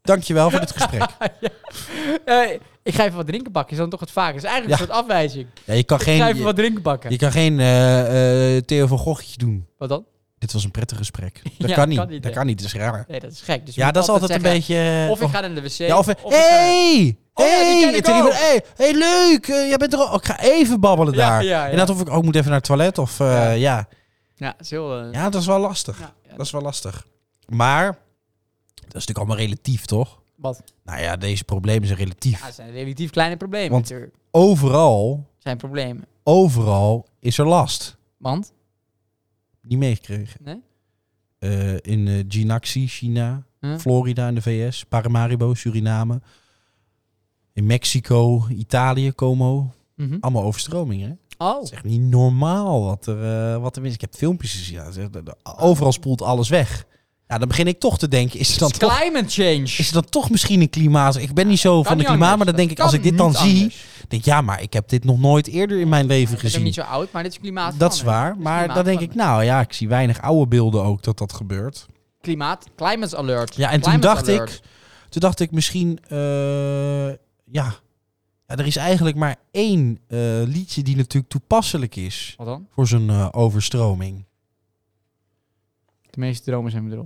Speaker 1: Dankjewel voor dit gesprek.
Speaker 2: eh, ik ga even wat drinken bakken, is dan toch het vaak. Dat is eigenlijk een soort afwijzing.
Speaker 1: Ja, je kan
Speaker 2: Ik ga
Speaker 1: geen,
Speaker 2: even
Speaker 1: je,
Speaker 2: wat drinken bakken.
Speaker 1: je kan geen eh, eh, Theo van Goghtje doen.
Speaker 2: Wat dan?
Speaker 1: Dit was een prettig gesprek. Dat
Speaker 2: Ja,
Speaker 1: kan niet.
Speaker 2: kan niet,
Speaker 1: dat
Speaker 2: hè?
Speaker 1: kan niet. Dat is raar.
Speaker 2: Nee, dat is gek. Dus je
Speaker 1: ja,
Speaker 2: moet
Speaker 1: dat is altijd een
Speaker 2: zeggen,
Speaker 1: beetje... eh,
Speaker 2: Of ik
Speaker 1: van-
Speaker 2: ga naar de wc.
Speaker 1: Ja, of...
Speaker 2: ik ga-
Speaker 1: hey!
Speaker 2: Oh ja, die
Speaker 1: hey!
Speaker 2: ken ik
Speaker 1: En toen
Speaker 2: ook.
Speaker 1: iemand, hey, hey, leuk! eh, jij bent er ook. Ik ga even babbelen
Speaker 2: Ja,
Speaker 1: daar.
Speaker 2: ja, ja.
Speaker 1: En dat of ik ook moet even naar het toilet. Of eh,
Speaker 2: Ja.
Speaker 1: ja.
Speaker 2: Ja, dat is heel... eh,
Speaker 1: Ja, dat is wel lastig.
Speaker 2: ja, ja,
Speaker 1: Dat is wel lastig. Maar, dat is natuurlijk allemaal relatief, toch?
Speaker 2: Wat?
Speaker 1: Nou ja, deze problemen zijn relatief.
Speaker 2: Ja, ah, het zijn relatief kleine problemen
Speaker 1: Want-
Speaker 2: natuurlijk.
Speaker 1: Overal,
Speaker 2: Het zijn problemen.
Speaker 1: overal is er last.
Speaker 2: Want?
Speaker 1: Niet meegekregen.
Speaker 2: Nee?
Speaker 1: Eh, in eh Jinaxi, China,
Speaker 2: Huh?
Speaker 1: Florida in de VS, Paramaribo, Suriname. In Mexico, Italië, Como.
Speaker 2: Mhm.
Speaker 1: Allemaal overstromingen. hè?
Speaker 2: Oh.
Speaker 1: Het is echt niet normaal wat er, eh, wat er is. Ik heb filmpjes gezien. Ja, het is echt- overal spoelt alles weg. Ja, dan begin ik toch te denken, is het dan
Speaker 2: Het is
Speaker 1: toch
Speaker 2: climate change.
Speaker 1: is het dan toch misschien een klimaat? Ik ben niet zo van de
Speaker 2: niet
Speaker 1: klimaat,
Speaker 2: anders.
Speaker 1: maar dan denk ik,
Speaker 2: Dat
Speaker 1: als ik dit
Speaker 2: kan
Speaker 1: dan
Speaker 2: niet
Speaker 1: zie,
Speaker 2: anders.
Speaker 1: denk ik, ja, maar ik heb dit nog nooit eerder in mijn leven
Speaker 2: Ik ben ook
Speaker 1: gezien.
Speaker 2: niet zo oud, maar dit is klimaat.
Speaker 1: Dat is waar, maar dan denk ik, nou ja, ik zie weinig oude beelden ook dat dat gebeurt.
Speaker 2: Klimaat, climate alert.
Speaker 1: nou- Ja, en toen
Speaker 2: Climate
Speaker 1: dacht
Speaker 2: alert.
Speaker 1: ik, toen dacht ik misschien, eh, ja, ja, er is eigenlijk maar één eh, liedje die natuurlijk toepasselijk is
Speaker 2: Wat dan?
Speaker 1: voor zo'n eh, overstroming.
Speaker 2: De meeste dromen zijn bedrog.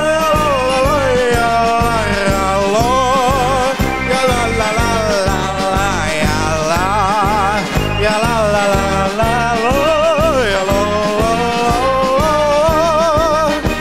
Speaker 6: ja, lo, lo, ja, ja, lo. Ja, la, la, la, la, la, ja, la. Ja, la, la, la, la, lo, ja, lo, lo, lo, lo.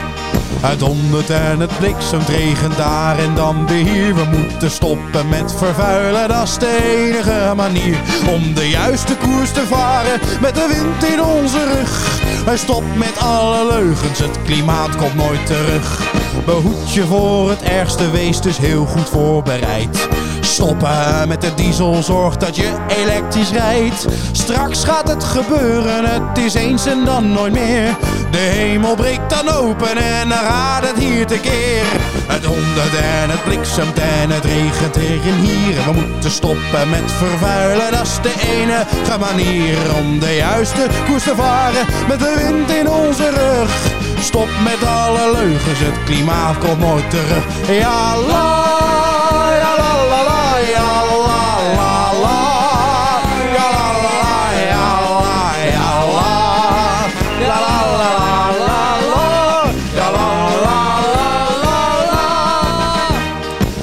Speaker 1: Het dondert en het bliksemt, regent daar en dan weer hier. We moeten stoppen met vervuilen, dat is de enige manier. Om de juiste koers te varen, met de wind in onze rug. Hij stopt met alle leugens, het klimaat komt nooit terug. Behoed je voor het ergste, wees dus heel goed voorbereid. Stoppen met de diesel, zorg dat je elektrisch rijdt. Straks gaat het gebeuren, het is eens en dan nooit meer. De hemel breekt dan open en dan gaat het hier tekeer. Het honderd en het bliksemt en het regent hier en hier. En we moeten stoppen met vervuilen, dat is de enige manier. Om de juiste koers te varen met de wind in onze rug. Stop met alle leugens, het klimaat komt nooit terug. Ja, la, ja, la, la, la, ja, la, la, la. Ja, la, la, la, ja, la, ja, la. La, la, la, la, la. Ja, la, la, la, la,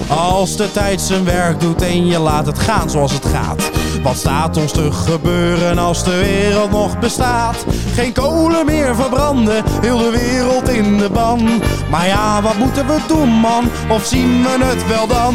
Speaker 1: la. Als de de tijd zijn werk doet en je laat het gaan zoals het gaat. Wat staat ons te gebeuren als de wereld nog bestaat? Geen kolen meer verbranden, heel de wereld in de ban. Maar ja, wat moeten we doen man, of zien we het wel dan?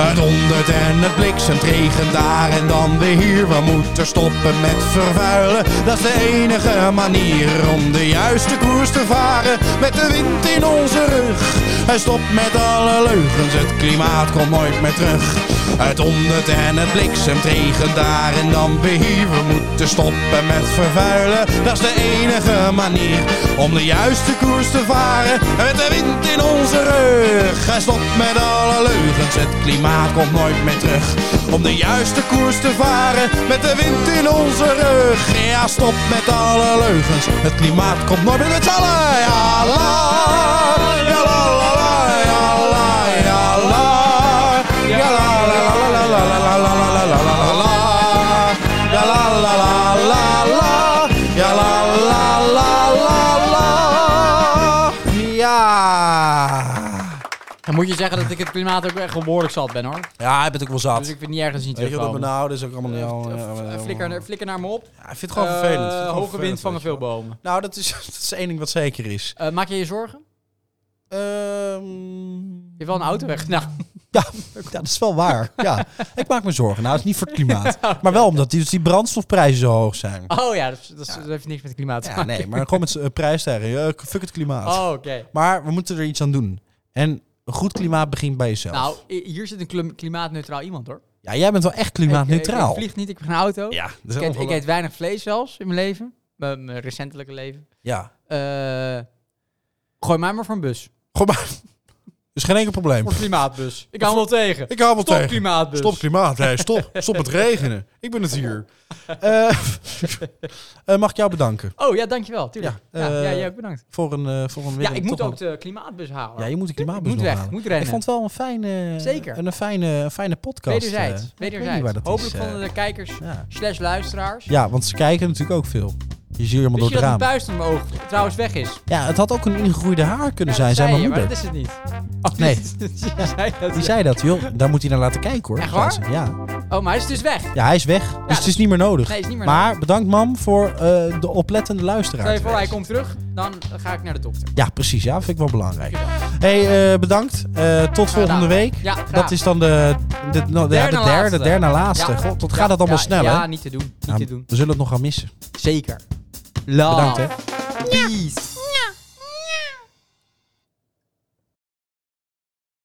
Speaker 1: Het ondert en het bliksemt, regent daar en dan weer hier. We moeten stoppen met vervuilen, dat is de enige manier om de juiste koers te varen. Met de wind in onze rug, en stop met alle leugens, het klimaat komt nooit meer terug. Het ondert en het bliksemt, regen daar en dan weer hier. We moeten stoppen met vervuilen, dat is de enige manier om de juiste koers te varen. Met de wind in onze rug. En stop met alle leugens, het klimaat komt nooit meer terug. Om de juiste koers te varen, met de wind in onze rug. Ja, stop met alle leugens, het klimaat komt nooit meer met z'n allen. Ja, la, ja, la, la, la, ja, la, ja, la. Ja, la, la, la, la, la, la, la, la, la, la, la, la, la. Ja, la, la, la, la, la. Ja, la, la, la, la, la. Ja.
Speaker 2: Dan moet je zeggen dat ik het klimaat ook echt wel behoorlijk zat ben hoor.
Speaker 1: Ja, hij bent ook wel
Speaker 2: Dus
Speaker 1: zat.
Speaker 2: ik vind niet ergens niet
Speaker 1: Weet je wat
Speaker 2: terugkomen.
Speaker 1: benauwd is? Ook allemaal niet al-
Speaker 2: Eh,
Speaker 1: ja,
Speaker 2: eh,
Speaker 1: ja,
Speaker 2: Flikker, flikker naar me op.
Speaker 1: Ja, ik vind het gewoon
Speaker 2: Eh,
Speaker 1: vervelend. Ik vind het gewoon
Speaker 2: hoge wind vangen
Speaker 1: vervelend, weet je
Speaker 2: veel
Speaker 1: wel.
Speaker 2: bomen.
Speaker 1: Nou, dat is, dat is één ding wat zeker is.
Speaker 2: Eh, maak je je zorgen?
Speaker 1: Ehm,
Speaker 2: Je hebt wel een auto weg. Nou,
Speaker 1: Ja, dat is wel waar. Ja. Ik maak me zorgen. Nou, het is niet voor het klimaat. Maar wel omdat die, dus die brandstofprijzen zo hoog zijn.
Speaker 2: oh ja, dat, is- dat, is- dat heeft niks met het klimaat te
Speaker 1: Ja,
Speaker 2: maken.
Speaker 1: nee, maar gewoon met z'n- eh, prijsstijging. Eh, fuck het klimaat.
Speaker 2: Oh, oké.
Speaker 1: Maar we moeten er iets aan doen. En een goed klimaat begint bij jezelf.
Speaker 2: Nou, i- hier zit een klim- klimaatneutraal iemand hoor.
Speaker 1: ja, jij bent wel echt
Speaker 2: Ik,
Speaker 1: klimaatneutraal.
Speaker 2: ik vlieg niet, ik heb geen auto.
Speaker 1: ja, dat is
Speaker 2: ik, eet, ik
Speaker 1: ongelooflijk.
Speaker 2: eet weinig vlees zelfs in mijn leven. Mijn, mijn recentelijke leven.
Speaker 1: ja.
Speaker 2: Eh, gooi mij maar voor een bus.
Speaker 1: Gewoon maar. Is geen enkel probleem.
Speaker 2: Voor een klimaatbus. Ik hou hem wel tegen.
Speaker 1: Ik hou wel
Speaker 2: Stop
Speaker 1: tegen.
Speaker 2: klimaatbus.
Speaker 1: Stop klimaat. Hey, stop. Stop het regenen. Ik ben het hier. Eh, eh, mag ik jou bedanken
Speaker 2: Oh ja, dankjewel. Tuurlijk.
Speaker 1: Ja,
Speaker 2: Ja, ja,
Speaker 1: eh,
Speaker 2: jij ook bedankt.
Speaker 1: voor een, eh, voor een weer
Speaker 2: Ja,
Speaker 1: een-
Speaker 2: ik moet
Speaker 1: toch
Speaker 2: ook de klimaatbus halen.
Speaker 1: Ja, je moet de klimaatbus
Speaker 2: moet
Speaker 1: nog
Speaker 2: weg,
Speaker 1: halen.
Speaker 2: moet rennen.
Speaker 1: Ik vond het wel een fijne,
Speaker 2: Zeker.
Speaker 1: Een, een fijne, een fijne podcast.
Speaker 2: Wederzijds.
Speaker 1: eh. Ik weet niet
Speaker 2: wederzijds.
Speaker 1: waar dat is,
Speaker 2: Hopelijk
Speaker 1: eh.
Speaker 2: vonden de kijkers
Speaker 1: ja.
Speaker 2: slash luisteraars.
Speaker 1: ja, want ze kijken natuurlijk ook veel. Je ziet helemaal
Speaker 2: Wist
Speaker 1: door
Speaker 2: je
Speaker 1: het
Speaker 2: dat een
Speaker 1: raam.
Speaker 2: buis in mijn oog trouwens weg is?
Speaker 1: Ja, het had ook een ingegroeide haar kunnen
Speaker 2: Ja,
Speaker 1: zijn,
Speaker 2: dat
Speaker 1: zijn
Speaker 2: zei
Speaker 1: mijn
Speaker 2: je,
Speaker 1: moeder.
Speaker 2: maar dat is het niet. Oh,
Speaker 1: Nee.
Speaker 2: die zei dat
Speaker 1: Die
Speaker 2: ze-
Speaker 1: zei dat, joh. Daar moet hij naar laten kijken, hoor.
Speaker 2: Echt waar?
Speaker 1: Zei ze. Ja.
Speaker 2: Oh, maar hij is dus weg. Nee,
Speaker 1: ja, hij is weg. dus het
Speaker 2: dat
Speaker 1: is niet meer nodig.
Speaker 2: is niet meer
Speaker 1: maar bedankt, mam, voor eh, de oplettende luisteraar.
Speaker 2: Stel je voor, hij komt terug, dan ga ik naar de dokter.
Speaker 1: Ja, precies. Ja, vind ik wel belangrijk.
Speaker 2: Dankjewel.
Speaker 1: hey, eh, bedankt. Eh, tot volgende
Speaker 2: gedaan.
Speaker 1: week.
Speaker 2: Ja, graag.
Speaker 1: dat is dan de, de, nou, ja,
Speaker 2: Derde
Speaker 1: de derde,
Speaker 2: laatste.
Speaker 1: derde laatste.
Speaker 2: Ja.
Speaker 1: God, wat
Speaker 2: Ja,
Speaker 1: gaat dat allemaal
Speaker 2: ja,
Speaker 1: snel,
Speaker 2: Ja,
Speaker 1: hè?
Speaker 2: niet te doen. Niet
Speaker 1: Nou,
Speaker 2: te doen.
Speaker 1: We zullen het nog gaan missen.
Speaker 2: Zeker. Love.
Speaker 1: Bedankt, hè.
Speaker 2: Peace.